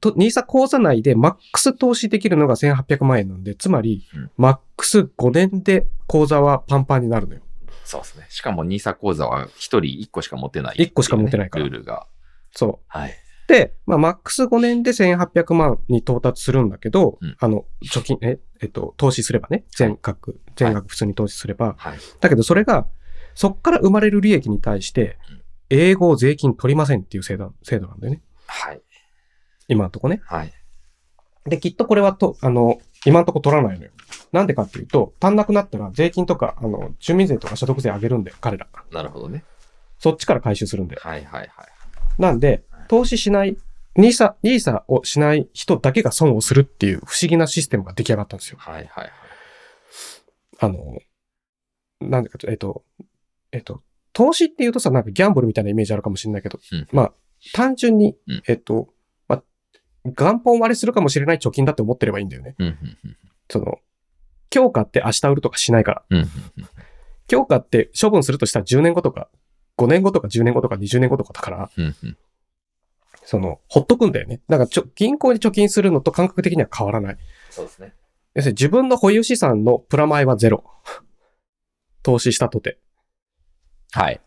S1: と、NISA 口座内でマックス投資できるのが1800万円なんで、つまり、
S2: うん
S1: マックス5年で口座はパンパンになるのよ。
S2: そうですね。しかも NISA 口座は1人1個しか持てない、
S1: 一個しか持てないから
S2: ルールが。
S1: そう。
S2: はい。
S1: で、まあ、マックス5年で1800万に到達するんだけど、
S2: うん
S1: あの、貯金、え、えっと、投資すればね、全額、全額普通に投資すれば、
S2: はい。
S1: だけどそれが、そっから生まれる利益に対して
S2: うん、
S1: 英語を税金取りませんっていう制度制度なんだよね。
S2: はい。
S1: 今のとこね。
S2: はい。
S1: で、きっとこれはと、あの、今のとこ取らないのよ。なんでかっていうと、足んなくなったら税金とか、あの、住民税とか所得税上げるんで、彼ら。
S2: なるほどね。
S1: そっちから回収するんで。
S2: はいはいはい。
S1: なんで、投資しない、ニーサ、ニーサをしない人だけが損をするっていう不思議なシステムが出来上がったんですよ。
S2: はいはいはい。
S1: あの、なんでかと、えっと、えっと、投資っていうとさ、なんかギャンブルみたいなイメージあるかもしれないけど、
S2: うん
S1: まあ、単純に
S2: うん、
S1: えっと、まあ、元本割れするかもしれない貯金だって思ってればいいんだよね。
S2: うんうんうん
S1: その、今日買って明日売るとかしないから。
S2: うんうん
S1: 今日買って処分するとしたら10年後とか、5年後とか10年後とか20年後とかだから、
S2: うんうん
S1: その、ほっとくんだよね。だからちょ、銀行に貯金するのと感覚的には変わらない。
S2: そうですね。
S1: 要するに自分の保有資産のプラマイはゼロ。投資したとて、
S2: はい。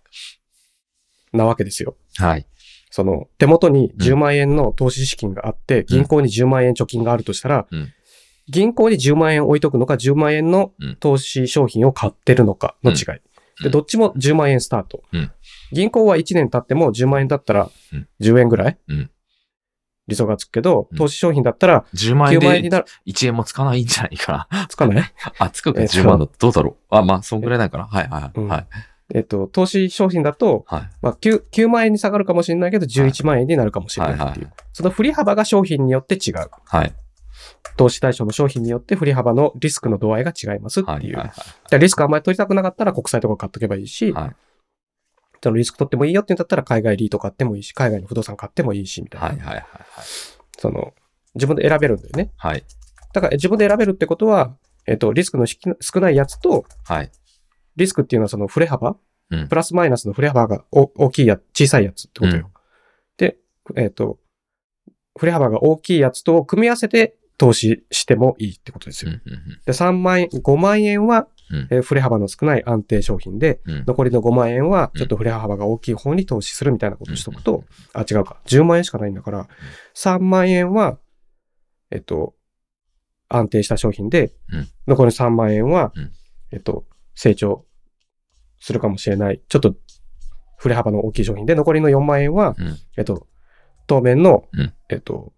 S1: なわけですよ。
S2: はい。
S1: その、手元に10万円の投資資金があって、銀行に10万円貯金があるとしたら、
S2: うん
S1: 銀行に10万円置いとくのか、10万円の投資商品を買ってるのかの違い。で、どっちも10万円スタート。
S2: うん
S1: 銀行は1年経っても10万円だったら
S2: うん
S1: 10円ぐらい、
S2: うん
S1: 理想がつくけど
S2: う、ん
S1: 投資商品だったら
S2: 10万円
S1: 9万円に
S2: で
S1: なる、
S2: 1円もつかないんじゃないか (laughs) な。
S1: つかない
S2: あ、つくか
S1: えそう
S2: 10万だとどうだろう。あ、まあ、そんぐらいなんかな。はいはい
S1: うん
S2: はい。
S1: えっと、投資商品だと、
S2: はい。
S1: まあ9、9万円に下がるかもしれないけど、11万円になるかもしれないっていう。
S2: はいはいは
S1: その振り幅が商品によって違う。
S2: はい。
S1: 投資対象の商品によって振り幅のリスクの度合いが違いますっていう。
S2: はい。はい。
S1: じゃあリスクあんまり取りたくなかったら国債とか買っとけばいいし、
S2: はい。
S1: そのリスク取ってもいいよって言うんだったら海外リート買ってもいいし、海外の不動産買ってもいいし、みたいな。
S2: はい。はい。はい。
S1: その、自分で選べるんだよね。
S2: はい。
S1: だから自分で選べるってことは、えっ、と、リスクの引き少ないやつと、
S2: はい。
S1: リスクっていうのはその振れ幅、
S2: うん
S1: プラスマイナスの振れ幅がお大きいやつ、小さいやつってことよ。で、えっ、と、振れ幅が大きいやつと組み合わせて投資してもいいってことです
S2: うん
S1: よ。
S2: うん
S1: で、3万円、5万円は、
S2: うん
S1: えー振れ幅の少ない安定商品で、
S2: うんうん
S1: 残りの5万円は
S2: うん
S1: ちょっと振れ幅が大きい方に投資するみたいなことをしとく
S2: う
S1: と
S2: ん、
S1: あ、違うか。10万円しかないんだから、3万円は、えっと、安定した商品で
S2: うん、
S1: 残り3万円は
S2: うん、
S1: えっと、成長するかもしれない。ちょっと振れ幅の大きい商品で、残りの4万円は
S2: うん、
S1: えっと、当面の
S2: うん、
S1: えっと、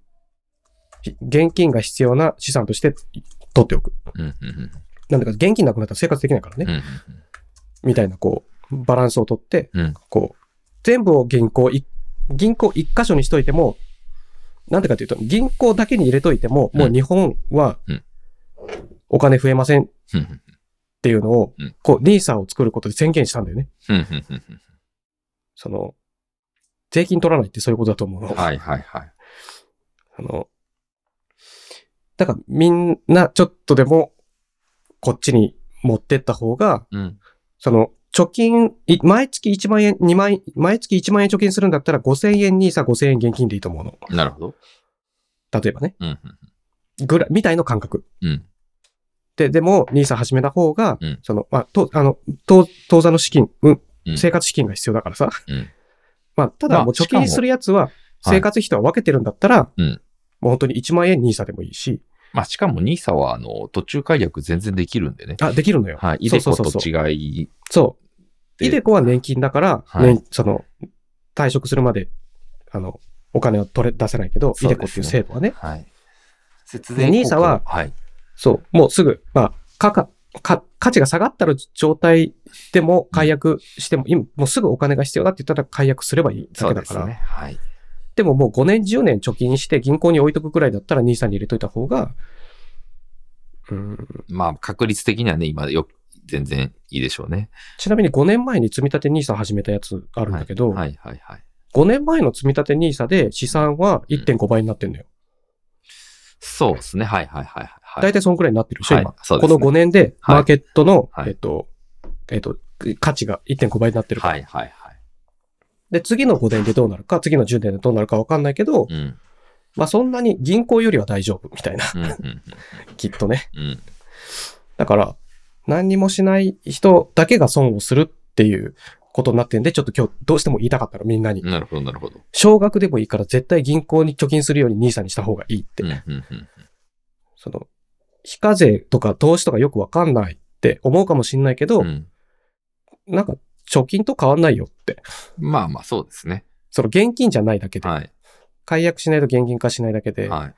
S1: ひ現金が必要な資産として取っておく。
S2: うんうんうん
S1: なんだか現金なくなったら生活できないからね
S2: うん。うん
S1: みたいな、こう、バランスをとって、
S2: うん
S1: こう、全部を銀行い、銀行一箇所にしといても、なんでかというと、銀行だけに入れといても、もう日本は
S2: うん、
S1: お金増えませんっ
S2: うん
S1: ていうのを
S2: うん、
S1: こう、ニーサを作ることで宣言したんだよね。
S2: うんうんうんうん
S1: その、税金取らないってそういうことだと思うの。
S2: はいはいはい。
S1: あの、だからみんなちょっとでも、こっちに持ってった方が、
S2: うん。
S1: その、貯金、い毎月1万円、2万円、毎月1万円貯金するんだったら5000円にさ5000円現金でいいと思うの。
S2: なるほど。
S1: 例えばね。
S2: うんうん
S1: ぐらい、みたいの感覚。
S2: うん。
S1: で、でも、ニーサ始めた方が、
S2: うん
S1: その、まあ、と、あの、当当座の資金、うん、
S2: うん
S1: 生活資金が必要だからさ。
S2: うん
S1: まあ、た
S2: ま
S1: だ、
S2: あ
S1: もう貯
S2: しか
S1: 金
S2: も
S1: するやつは、
S2: はい
S1: 生活費とは分けてるんだったら、
S2: うん
S1: もう本当に1万円ニーサでもいいし、
S2: まあ、しかも NISA は、あの、途中解約全然できるんでね。
S1: あ、できるのよ。
S2: はい。イ
S1: そう
S2: デ
S1: そ
S2: コ
S1: うそう
S2: と違い
S1: そう。
S2: で
S1: イデコは年金だから、
S2: はい
S1: 年その、退職するまで、あの、お金を取れ、出せないけど、イ
S2: そう
S1: デ
S2: ですね
S1: コっていう制度はね、
S2: はい。節
S1: 税効果
S2: NISA は、はい。
S1: そう、もうすぐ、まあ、かか、か、価値が下がったる状態でも解約しても、今、もうすぐお金が必要だって言ったら解約すればいいだ
S2: そ
S1: け
S2: う
S1: だ
S2: で
S1: か
S2: す
S1: ら。で
S2: ね。はい。
S1: ももう5年、10年貯金して銀行に置いとくくらいだったら、兄さんに入れといた方が、うん
S2: まあ、確率的にはね、今よ、全然いいでしょうね。
S1: ちなみに5年前に積み立て NISA 始めたやつあるんだけど、
S2: はいはいはい。
S1: 5年前の積み立て NISA で資産は1.5倍になってんのよ。
S2: そうですね。はいはいはいはい。
S1: 大体そんくらいになってるでしょ、
S2: はい
S1: 今。
S2: そう
S1: こ
S2: ですね
S1: の5年で、
S2: はい
S1: マーケットの、
S2: はい
S1: えっと、えっと、価値が1.5倍になってるから、
S2: はいはいはい。
S1: で、次の5年でどうなるか、次の10年でどうなるかわかんないけど、
S2: うん。うん
S1: まあそんなに銀行よりは大丈夫みたいな、 (laughs)
S2: うん
S1: きっとね。
S2: うん。うん。
S1: だから、何にもしない人だけが損をするっていうことになってんで、ちょっと今日どうしても言いたかったの、みんなに。
S2: なるほどなるほど。
S1: 少額でもいいから絶対銀行に貯金するように NISA にした方がいいって。
S2: うんうんうん。
S1: その、非課税とか投資とかよくわかんないって思うかもしんないけど、
S2: うん
S1: なんか貯金と変わんないよって。
S2: まあまあ、そうですね。
S1: その現金じゃないだけで。
S2: はい。
S1: 解約しないと現金化しないだけで。
S2: はい。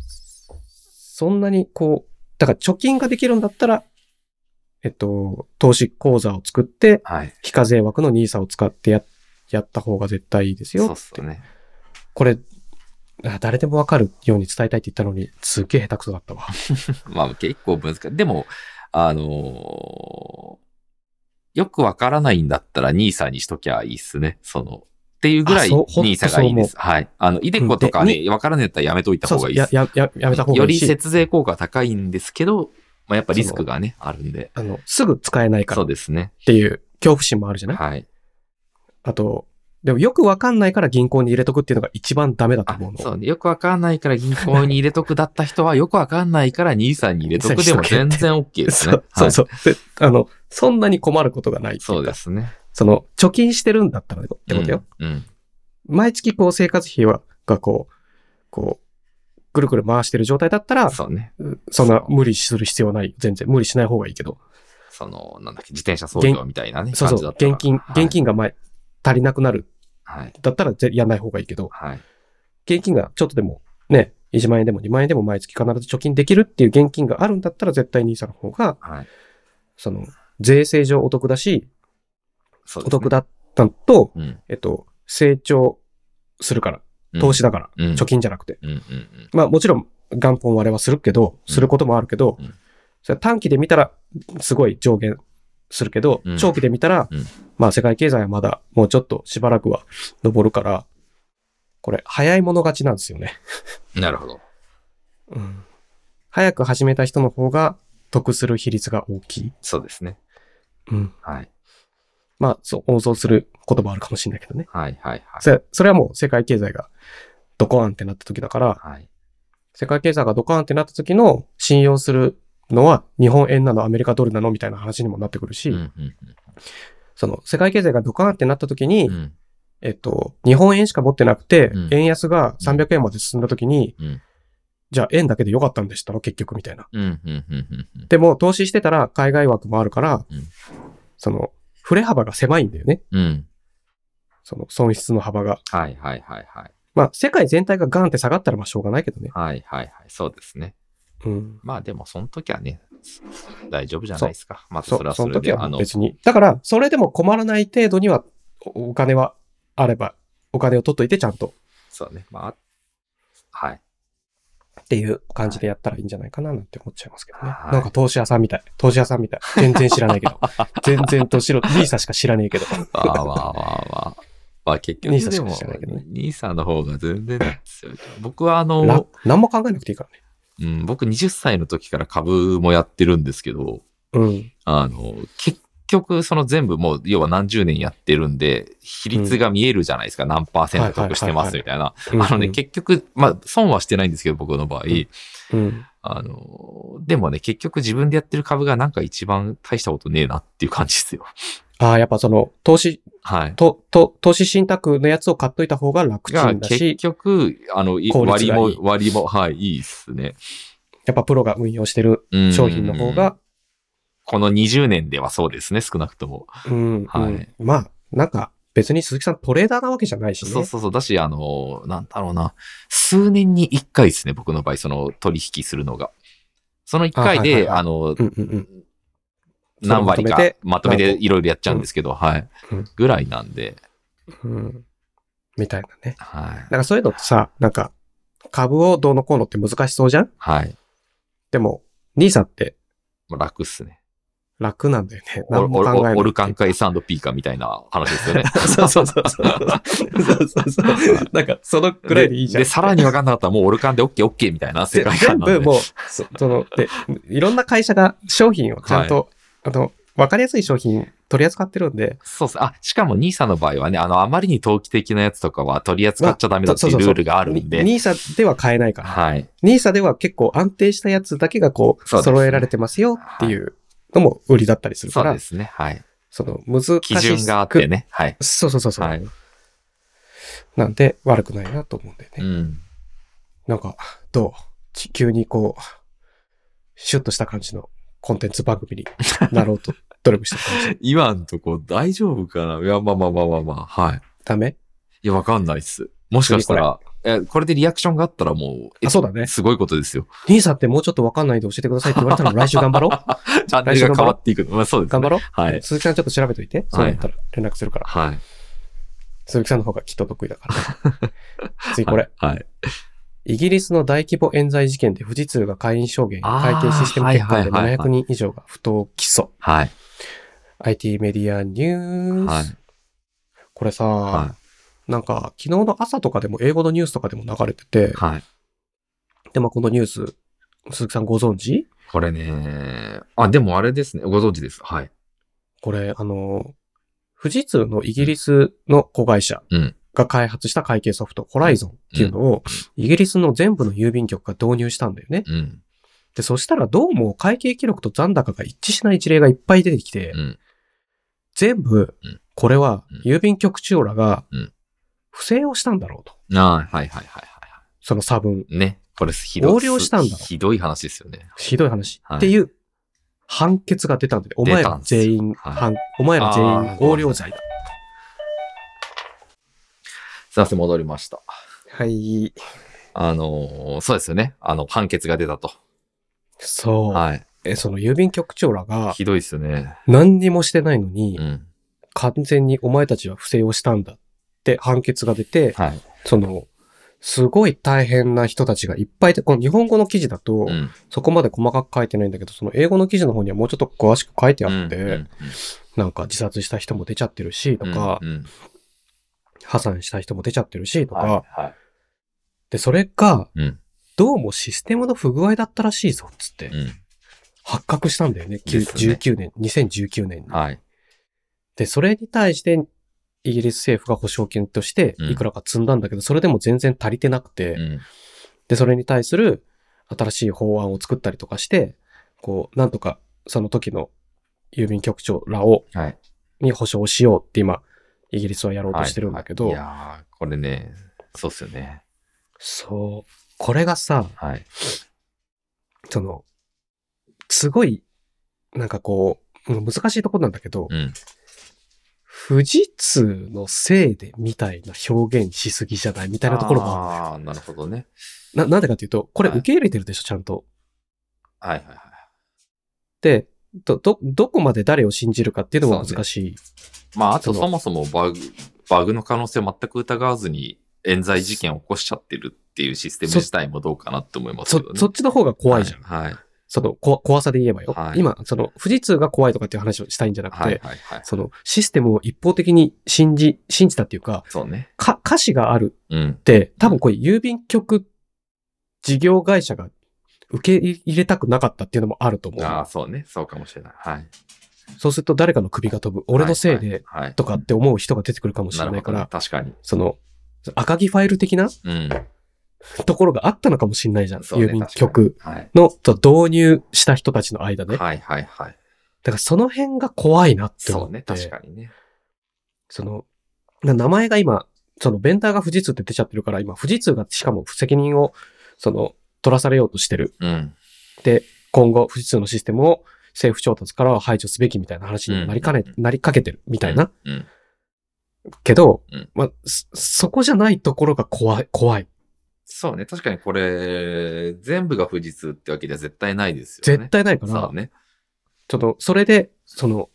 S1: そんなにこう、だから貯金ができるんだったら、えっと、投資口座を作って、
S2: はい。
S1: 非課税枠の NISA を使ってややった方が絶対いいですよ
S2: そう
S1: っ。
S2: ってすね。
S1: これ、あ誰でもわかるように伝えたいって言ったのに、すっげえ下手くそだったわ。
S2: まあ結構難しい。でも、あのーよくわからないんだったら NISA にしときゃいいっすね。その、っていうぐらい
S1: あそうほんと
S2: NISA がいいです。はい。あの、イデコとか
S1: うん
S2: ね、わからないんだったらやめといた
S1: そうそ
S2: 方が
S1: う
S2: いいっ
S1: や
S2: す。
S1: やややめた方
S2: よ
S1: がいい
S2: り
S1: し、
S2: 節税効果は高いんですけど、まあ、やっぱリスクがね、あるんで。
S1: あの、すぐ使えないから
S2: そう
S1: っ
S2: ですね。
S1: ていう恐怖心もあるじゃない
S2: はい。
S1: あと、でもよくわかんないから銀行に入れとくっていうのが一番ダメだと
S2: あ
S1: 思う、の。
S2: そうね。よくわかんないから銀行に入れとくだった人は、よくわかんないから兄さんに入れとくでも全然 OK です
S1: (laughs) そ
S2: ね
S1: う。そう
S2: はい
S1: そう、であの、そんなに困ることがないっていか
S2: そうですね。
S1: その、貯金してるんだったらってことよ。
S2: うん。うん。
S1: 毎月こう生活費は、がこう、こう、ぐるぐる回してる状態だったら、
S2: そうね。
S1: そんな無理する必要ない。全然無理しない方がいいけど。
S2: その、なんだっけ、自転車操業みたいなね、
S1: そう
S2: 感じ
S1: そ
S2: だ
S1: う、
S2: ったら
S1: 現金、現。金が前、足りなくなる。
S2: はい。
S1: だったらぜやんない方がいいけど、
S2: はい。
S1: 現金がちょっとでも、ね、1万円でも2万円でも毎月必ず貯金できるっていう現金があるんだったら絶対 NISA の方が、
S2: はい。
S1: その、税制上お得だし、
S2: そう
S1: お
S2: ですね
S1: 得だったのと、
S2: うん。
S1: えっと、成長するから、投資だから、
S2: うん、
S1: 貯金じゃなくて。
S2: うん。うんうん
S1: まあもちろん、元本割れはするけど、することもあるけど、
S2: うん
S1: それは短期で見たら、すごい上限するけど、
S2: うん
S1: 長期で見たら、
S2: うん
S1: まあ世界経済はまだもうちょっとしばらくは上るから、これ、早い者勝ちなんですよね。
S2: うん。なるほど。
S1: うん早く始めた人の方が得する比率が大きい。
S2: そうですね。
S1: うん
S2: はい。
S1: まあ、そう、妄想することもあるかもしれないけどね。
S2: はいはいはい。
S1: それそれはもう世界経済がドコーンってなった時だから、
S2: はい。
S1: 世界経済がドカーンってなった時の信用するのは日本円なのアメリカドルなのみたいな話にもなってくるし、
S2: うんうん
S1: その世界経済がドカーンってなった時に、
S2: うん。うん
S1: えっと、日本円しか持ってなくて、
S2: うん
S1: 円安が300円まで進んだ時に、
S2: うん
S1: じゃあ円だけでよかったんでしたろ結局みたいな。
S2: うんうんうんうんうん。
S1: でも投資してたら海外枠もあるから、
S2: うん
S1: その、振れ幅が狭いんだよね。
S2: うん。
S1: その損失の幅が。
S2: はいはいはいはい。
S1: まあ、世界全体がガーンって下がったらまあしょうがないけどね。
S2: はいはいはい。そうですね。
S1: うん。
S2: まあでも、その時はね、大丈夫じゃないですか。また
S1: そ
S2: それ
S1: う、
S2: は
S1: そ
S2: そ
S1: の
S2: れ
S1: 時
S2: で、
S1: は
S2: あ
S1: もう
S2: の、
S1: 別に。だから、それでも困らない程度には、おお金はあれば、お金を取っといてちゃんと
S2: そうね。まあ、はい。
S1: っていう感じでやったらいいんじゃないかななんて思っちゃいますけどね。
S2: はい
S1: なんか投資屋さんみたい。投資屋さんみたい。全然知らないけ
S2: (laughs)
S1: ど。全然投資の、リーサしか (laughs) 知らねえけど。
S2: わーわーわーわー。まあ結
S1: 兄さ
S2: 局
S1: んし
S2: で
S1: か
S2: も
S1: 知らないけどね、
S2: 兄さんの方が全然強い。僕はあ
S1: な
S2: の、、
S1: 何も考えなくていいからね。
S2: うん、僕20歳の時から株もやってるんですけど、
S1: うん。
S2: あの、結局その全部もう、要は何十年やってるんで、比率が見えるじゃないですか。何パーセント得してますみたいな。 (laughs) あのね、結局、まあ損はしてないんですけど、僕の場合。
S1: 構。うん。
S2: あの、でもね、結局自分でやってる株がなんか一番大したことねえなっていう感じですよ。
S1: ああ、やっぱその、投資、
S2: はい。
S1: と、と、投資信託のやつを買っといた方が楽ち
S2: が
S1: んだ
S2: 結
S1: し、
S2: 局、あの、い
S1: 効率
S2: 割
S1: がいい
S2: も、割も、はい、いいっすね。
S1: やっぱプロが運用してる
S2: うん
S1: 商品の方が、、
S2: この20年ではそうですね、少なくとも。
S1: うん、うん
S2: はい
S1: まあ、なんか、別に鈴木さんトレーダーなわけじゃないしね。
S2: そうそうそう。だし、あの、なんだろうな。数年に1回ですね、僕の場合、その取引するのが。その1回
S1: あはいはい
S2: で、
S1: はい
S2: あの、
S1: うんうんうん。
S2: 何割
S1: そ
S2: か
S1: れ
S2: まとめていろいろやっちゃうんですけど、はい
S1: うん。
S2: ぐらいなんで、
S1: うん。みたいなね。
S2: はい。
S1: なんかそういうのってさ、なんか、株をどうのこうのって難しそうじゃん
S2: はい。
S1: でも、兄さんって
S2: もう楽っすね。
S1: 楽なんだよね。
S2: オ
S1: 何
S2: ル
S1: も
S2: オ
S1: 考え
S2: ル
S1: ない。
S2: オルカンか S&P かみたいな話ですよね。
S1: そうそうそうそう。そうそうそう。なんか、そのくらいでいいじゃん。
S2: で、さらに分かんなかったらもうオルカンで OKOK、OK みたいな世
S1: で
S2: 界
S1: 全
S2: 観なんで。
S1: 部もう、そその、で、いろんな会社が商品をちゃんと、あの、わかりやすい商品取り扱ってるんで、
S2: そうっす。あ、しかも兄さんの場合はね、あの、あまりに投機的なやつとかは取り扱っちゃダメだっていう
S1: まあそ
S2: ル
S1: うそうそう
S2: ールがあるんで。
S1: ニーサでは買えないから。
S2: はい。
S1: ニーサでは結構安定したやつだけがこう、
S2: そうですね
S1: 揃えられてますよっていうのも売りだったりする
S2: そ
S1: か
S2: う
S1: ら
S2: で、すね。はい。
S1: その難し
S2: 基準があっ
S1: く
S2: て。ね。はい。
S1: そうそうそうそう。
S2: はい。
S1: なんで悪くないなと思うんだよ
S2: う
S1: ね。
S2: ん。
S1: なんか、どう地球にこう、シュッとした感じのコンテンツ番組になろうと努力してる感じ。
S2: 今んとこ大丈夫かないや、まあまあまあまあまあ。はい。
S1: ダメ
S2: いや、わかんないっす。もしかしたら、え、これでリアクションがあったらもう、え
S1: あ、そうだね。
S2: すごいことですよ。
S1: 兄さんってもうちょっとわかんないで教えてくださいって言われたら来週頑張ろう
S2: (laughs) チャンネルが変わっていくの。まあそうですね。
S1: 頑張ろう
S2: はい。
S1: 鈴木さんちょっと調べといて。そうだったら連絡するから。
S2: はい。
S1: 鈴木さんの方がきっと得意だから。 (laughs) 次これ。
S2: はい。
S1: イギリスの大規模冤罪事件で富士通が会員証言、
S2: あー
S1: 会計システム欠陥で
S2: はいはいはいは
S1: 700
S2: い
S1: 人以上が不当起訴。
S2: はい。
S1: IT メディアニュース。
S2: はい。
S1: これさ、
S2: は
S1: なんか昨日の朝とかでも英語のニュースとかでも流れてて
S2: い。、はい。
S1: で、まあこのニュース、鈴木さんご存知
S2: これね、あ、でもあれですね。ご存知です。はい。
S1: これ、あの、富士通のイギリスの子会社
S2: うん
S1: が開発した会計ソフト、ホライゾンっていうのを、イギリスの全部の郵便局が導入したんだよね。
S2: うん。
S1: で、そしたらどうも会計記録と残高が一致しない事例がいっぱい出てきて、
S2: うん。
S1: 全部
S2: うん、
S1: これは
S2: うん
S1: 郵便局長らが
S2: うん、
S1: 不正をしたんだろうと。
S2: あーはいはいはいはいは
S1: その差分。
S2: い。ね。これひどい。
S1: 横領したんだ
S2: ひどい話ですよね。
S1: ひどい話。
S2: はい
S1: っていう判決が出たんで、お
S2: 出
S1: 前
S2: た
S1: ら
S2: んす
S1: 全員、
S2: はい
S1: 判お前ら全員
S2: あー
S1: 横領罪だ。
S2: すいません、戻りました。
S1: はい。
S2: あのーそうですよね。あの、判決が出たと。
S1: そう、
S2: はい。
S1: え、その郵便局長らが
S2: ひどいですよね。
S1: 何にもしてないのに、
S2: うん。
S1: 完全にお前たちは不正をしたんだって判決が出て、
S2: はい。
S1: その、すごい大変な人たちがいっぱいいて、この日本語の記事だと、
S2: うん。
S1: そこまで細かく書いてないんだけど、その英語の記事の方にはもうちょっと詳しく書いてあって、
S2: うんうん
S1: なんか自殺した人も出ちゃってるし、と
S2: うん
S1: か、
S2: うんうん
S1: 破産した人も出ちゃってるし、とか、
S2: はいはい
S1: で、それが、
S2: うん
S1: どうもシステムの不具合だったらしいぞ、つって、
S2: うん
S1: 発覚したんだよね、きゅう
S2: ですね
S1: 19年、2019年に。
S2: はい。
S1: で、それに対して、イギリス政府が保証金として
S2: うん
S1: いくらか積んだんだけど、それでも全然足りてなくて、
S2: うん
S1: で、それに対する新しい法案を作ったりとかして、こう、なんとかその時の郵便局長らを、
S2: はい
S1: に保証しようって今、イギリスはやろうとしてるんだけど、
S2: はいいやーこれね、そうっすよね。
S1: そう、これがさ、
S2: はい。
S1: その、すごい、なんかこう、うん難しいところなんだけど、
S2: うん。
S1: 富士通のせいでみたいな表現しすぎじゃないみたいなところもある
S2: ああー、なるほどね。
S1: な、なんでかっていうと、これ
S2: はい
S1: 受け入れてるでしょ、ちゃんと。
S2: はいはいはい。
S1: で、ど、ど、どこまで誰を信じるかっていうのも
S2: そうね
S1: 難しい。
S2: まあ、あと
S1: その
S2: そもそもバグ、バグの可能性を全く疑わずに、冤罪事件を起こしちゃってるっていうシステム
S1: そ
S2: 自体もどうかなって思います
S1: そ
S2: けど、ね。
S1: そっちの方が怖いじゃん。
S2: はい。はい。
S1: その、こ、怖さで言えばよ。
S2: はい
S1: 今、その、富士通が怖いとかっていう話をしたいんじゃなくて、
S2: はいはいはい。
S1: その、システムを一方的に信じ、信じたっていうか、
S2: そうね。
S1: か、歌詞がある
S2: うん
S1: っ。て、多分これ郵便局事業会社が受け入れたくなかったっていうのもあると思
S2: ああ、
S1: う。
S2: そうね。そうかもしれない。はい。
S1: そうすると誰かの首が飛ぶ。俺のせい
S2: は
S1: で、
S2: はい。はい
S1: とかって思う人が出てくるかもしれないか
S2: な
S1: ら
S2: るほ、どね確かに。
S1: その、赤木ファイル的な
S2: うん。
S1: ところがあったのかもしれないじゃん。
S2: そうね
S1: 郵便局。
S2: 確かにはい。
S1: のと導入した人たちの間ね。だか
S2: はいはいはい。
S1: らその辺が怖いなって思
S2: そ
S1: っ
S2: う
S1: て。
S2: ね。確かにね。
S1: その、な名前が今、そのベンダーが富士通って出ちゃってるから、今富士通がしかも責任を、その、取らされようとしてる。
S2: うん。
S1: 今後富士通のシステムを政府調達からは排除すべきみたいな話にもなりかね、
S2: うん
S1: なりかけてるみたいな。
S2: うん。
S1: けど、
S2: うん
S1: まあ、そそこじゃないところが怖い、怖い。
S2: そうね。確かにこれ、全部が富士通ってわけじゃ絶対ないですよね。
S1: 絶対ないから、
S2: そうね。
S1: ちょっと、それで、その、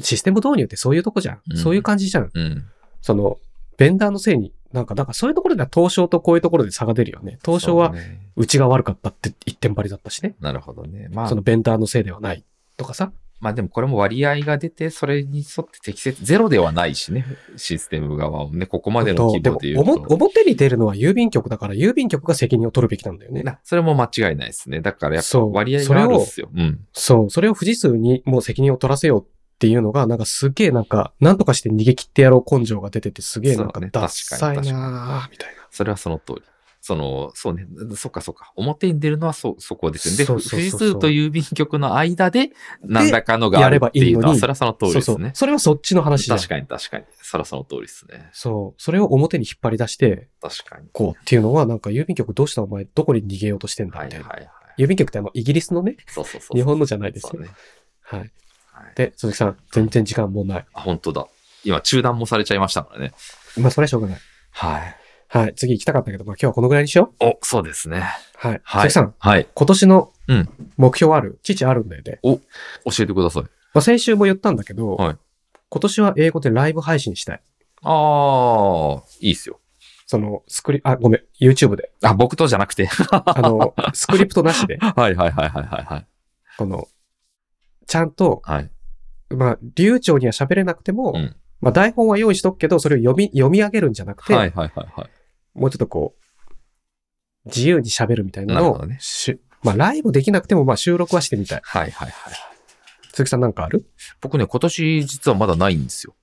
S1: システム導入ってそういうとこじゃん。
S2: うん
S1: そういう感じじゃん。
S2: うん。
S1: その、ベンダーのせいに、なんか、なんかそういうところでは東証とこういうところで差が出るよね。東証は
S2: そうね
S1: うちが悪かったって一点張りだったしね。
S2: なるほどね。まあ
S1: そ、のベンダーのせいではないとかさ。
S2: まあでもこれも割合が出て、それに沿って適切、ゼロではないしね、システム側をね、ここまでの規模で
S1: で
S2: 言
S1: も
S2: う
S1: おも
S2: と。
S1: 表に出るのは郵便局だから、郵便局が責任を取るべきなんだよね。
S2: なそれも間違いないですね。だからやっぱ
S1: そう
S2: 割合があるっすよ。うん。
S1: そう、それを富士通にもう責任を取らせようっていうのが、なんかすげえなんか、なんとかして逃げ切ってやろう根性が出ててすげえなん
S2: そ
S1: か
S2: うね
S1: ダッサいなあみたいな。
S2: それはその通り。その、そうね、そっかそっか。表に出るのはそ、そこですよね。で、
S1: そう
S2: 富
S1: そうそう
S2: 士
S1: そう
S2: 通と郵便局の間で、何らかのがあるって
S1: やればいい
S2: いうの
S1: の
S2: は、
S1: に
S2: それはその通りです
S1: そう
S2: ね
S1: そう。。それはそっちの話じゃん。
S2: 確かに確かに。それはその通りですね。
S1: そう。それを表に引っ張り出して、
S2: 確かに。
S1: こうっていうのは、なんか郵便局どうしたお前、どこに逃げようとしてんだ
S2: はい
S1: みた
S2: はいい
S1: な。
S2: はい。
S1: 郵便局ってあの、イギリスのね、
S2: そうそうそうそう。
S1: 日本のじゃないです
S2: そう
S1: よ。
S2: ね。
S1: はい。
S2: はい
S1: で、鈴木さん、全然時間もうない。
S2: あ、本当だ。今、中断もされちゃいましたからね。
S1: まあ、それはしょうがない。
S2: はい。
S1: はい。次行きたかったけど、まあ今日はこのぐらいにしよう。
S2: お、そうですね。
S1: はい。
S2: はい
S1: 鈴木さん、
S2: はい。
S1: 今年の
S2: うん
S1: 目標ある、父あるんだよね。
S2: 教えてください。
S1: まあ、先週も言ったんだけど、
S2: はい
S1: 今年は英語でライブ配信したい。
S2: ああ、いいっすよ。
S1: その、スクリあ、ごめん、YouTube で。
S2: あ、僕とじゃなくて。
S1: あの、スクリプトなしで、
S2: (laughs) はいはいはいはいはいはい。
S1: この、ちゃんと、
S2: はい。
S1: まあ、流暢には喋れなくても、
S2: うん
S1: まあ、台本は用意しとくけど、それを読み、読み上げるんじゃなくて、
S2: はいはいはいはい。
S1: もうちょっとこう、自由に喋るみたいな
S2: な
S1: の
S2: る
S1: を
S2: ほどね
S1: しゅまあ、ライブできなくても、まあ、収録はしてみたい。
S2: はいはいはい。
S1: 鈴木さんなんかある
S2: 僕ね、今年実はまだないんですよ。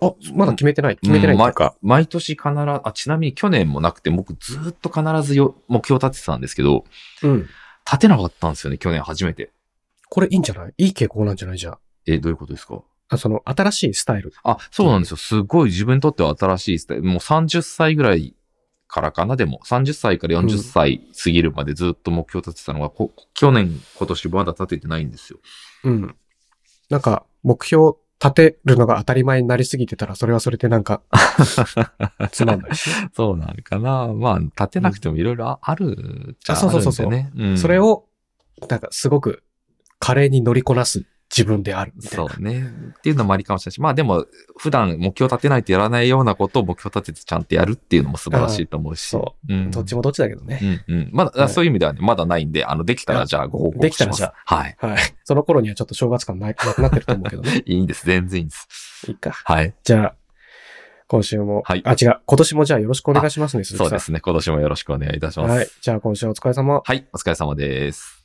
S1: あ、まだ決めてない。決めてないっていうか。
S2: 毎年必ず、あ、ちなみに去年もなくて、僕ずーっと必ずよ目標立ててたんですけど、
S1: うん。
S2: 立てなかったんですよね、去年初めて。
S1: これいいんじゃないいい傾向なんじゃないじゃあ
S2: え、どういうことですか
S1: あ。その、新しいスタイル。
S2: あ、そうなんですよ。すごい自分にとっては新しいスタイル。もう30歳ぐらいからかな、でも、30歳から40歳過ぎるまでずっと目標立てたのが、こ去年、今年まだ立ててないんですよ。
S1: うん。なんか、目標立てるのが当たり前になりすぎてたら、それはそれでなん
S2: (laughs)
S1: か、つまんないし。
S2: そうなるかな。まあ、立てなくてもいろいろあるっちゃ
S1: あ
S2: ある
S1: そ
S2: ん
S1: う
S2: で
S1: そう
S2: ね。
S1: そうそう
S2: うん
S1: それを、なんか、すごく、華麗に乗りこなす自分であるみたい
S2: そ
S1: な。
S2: うね。っていうのもありかもしれないし、まあでも、普段目標立てないとやらないようなことを目標立ててちゃんとやるっていうのも素晴らしいと思うし。。
S1: そう
S2: ん。
S1: どっちもどっちだけどね。
S2: うんうん。まだ、あ
S1: はい
S2: そういう意味ではね、まだないんで、あの、できたらじゃあご報告します。
S1: できたらじゃ
S2: はい。
S1: はい。その頃にはちょっと正月感ななくなってると思うけどね。
S2: いいんです。全 (laughs) 然いいんです。
S1: いいか。
S2: はい。
S1: じゃあ、今週も、
S2: はい
S1: あ、違う、今年もじゃあよろしくお願いしますね、鈴木
S2: そ
S1: さん。
S2: うですね。今年もよろしくお願いいたします。
S1: はい。じゃあ今週お疲れ様。
S2: はい。お疲れ様です。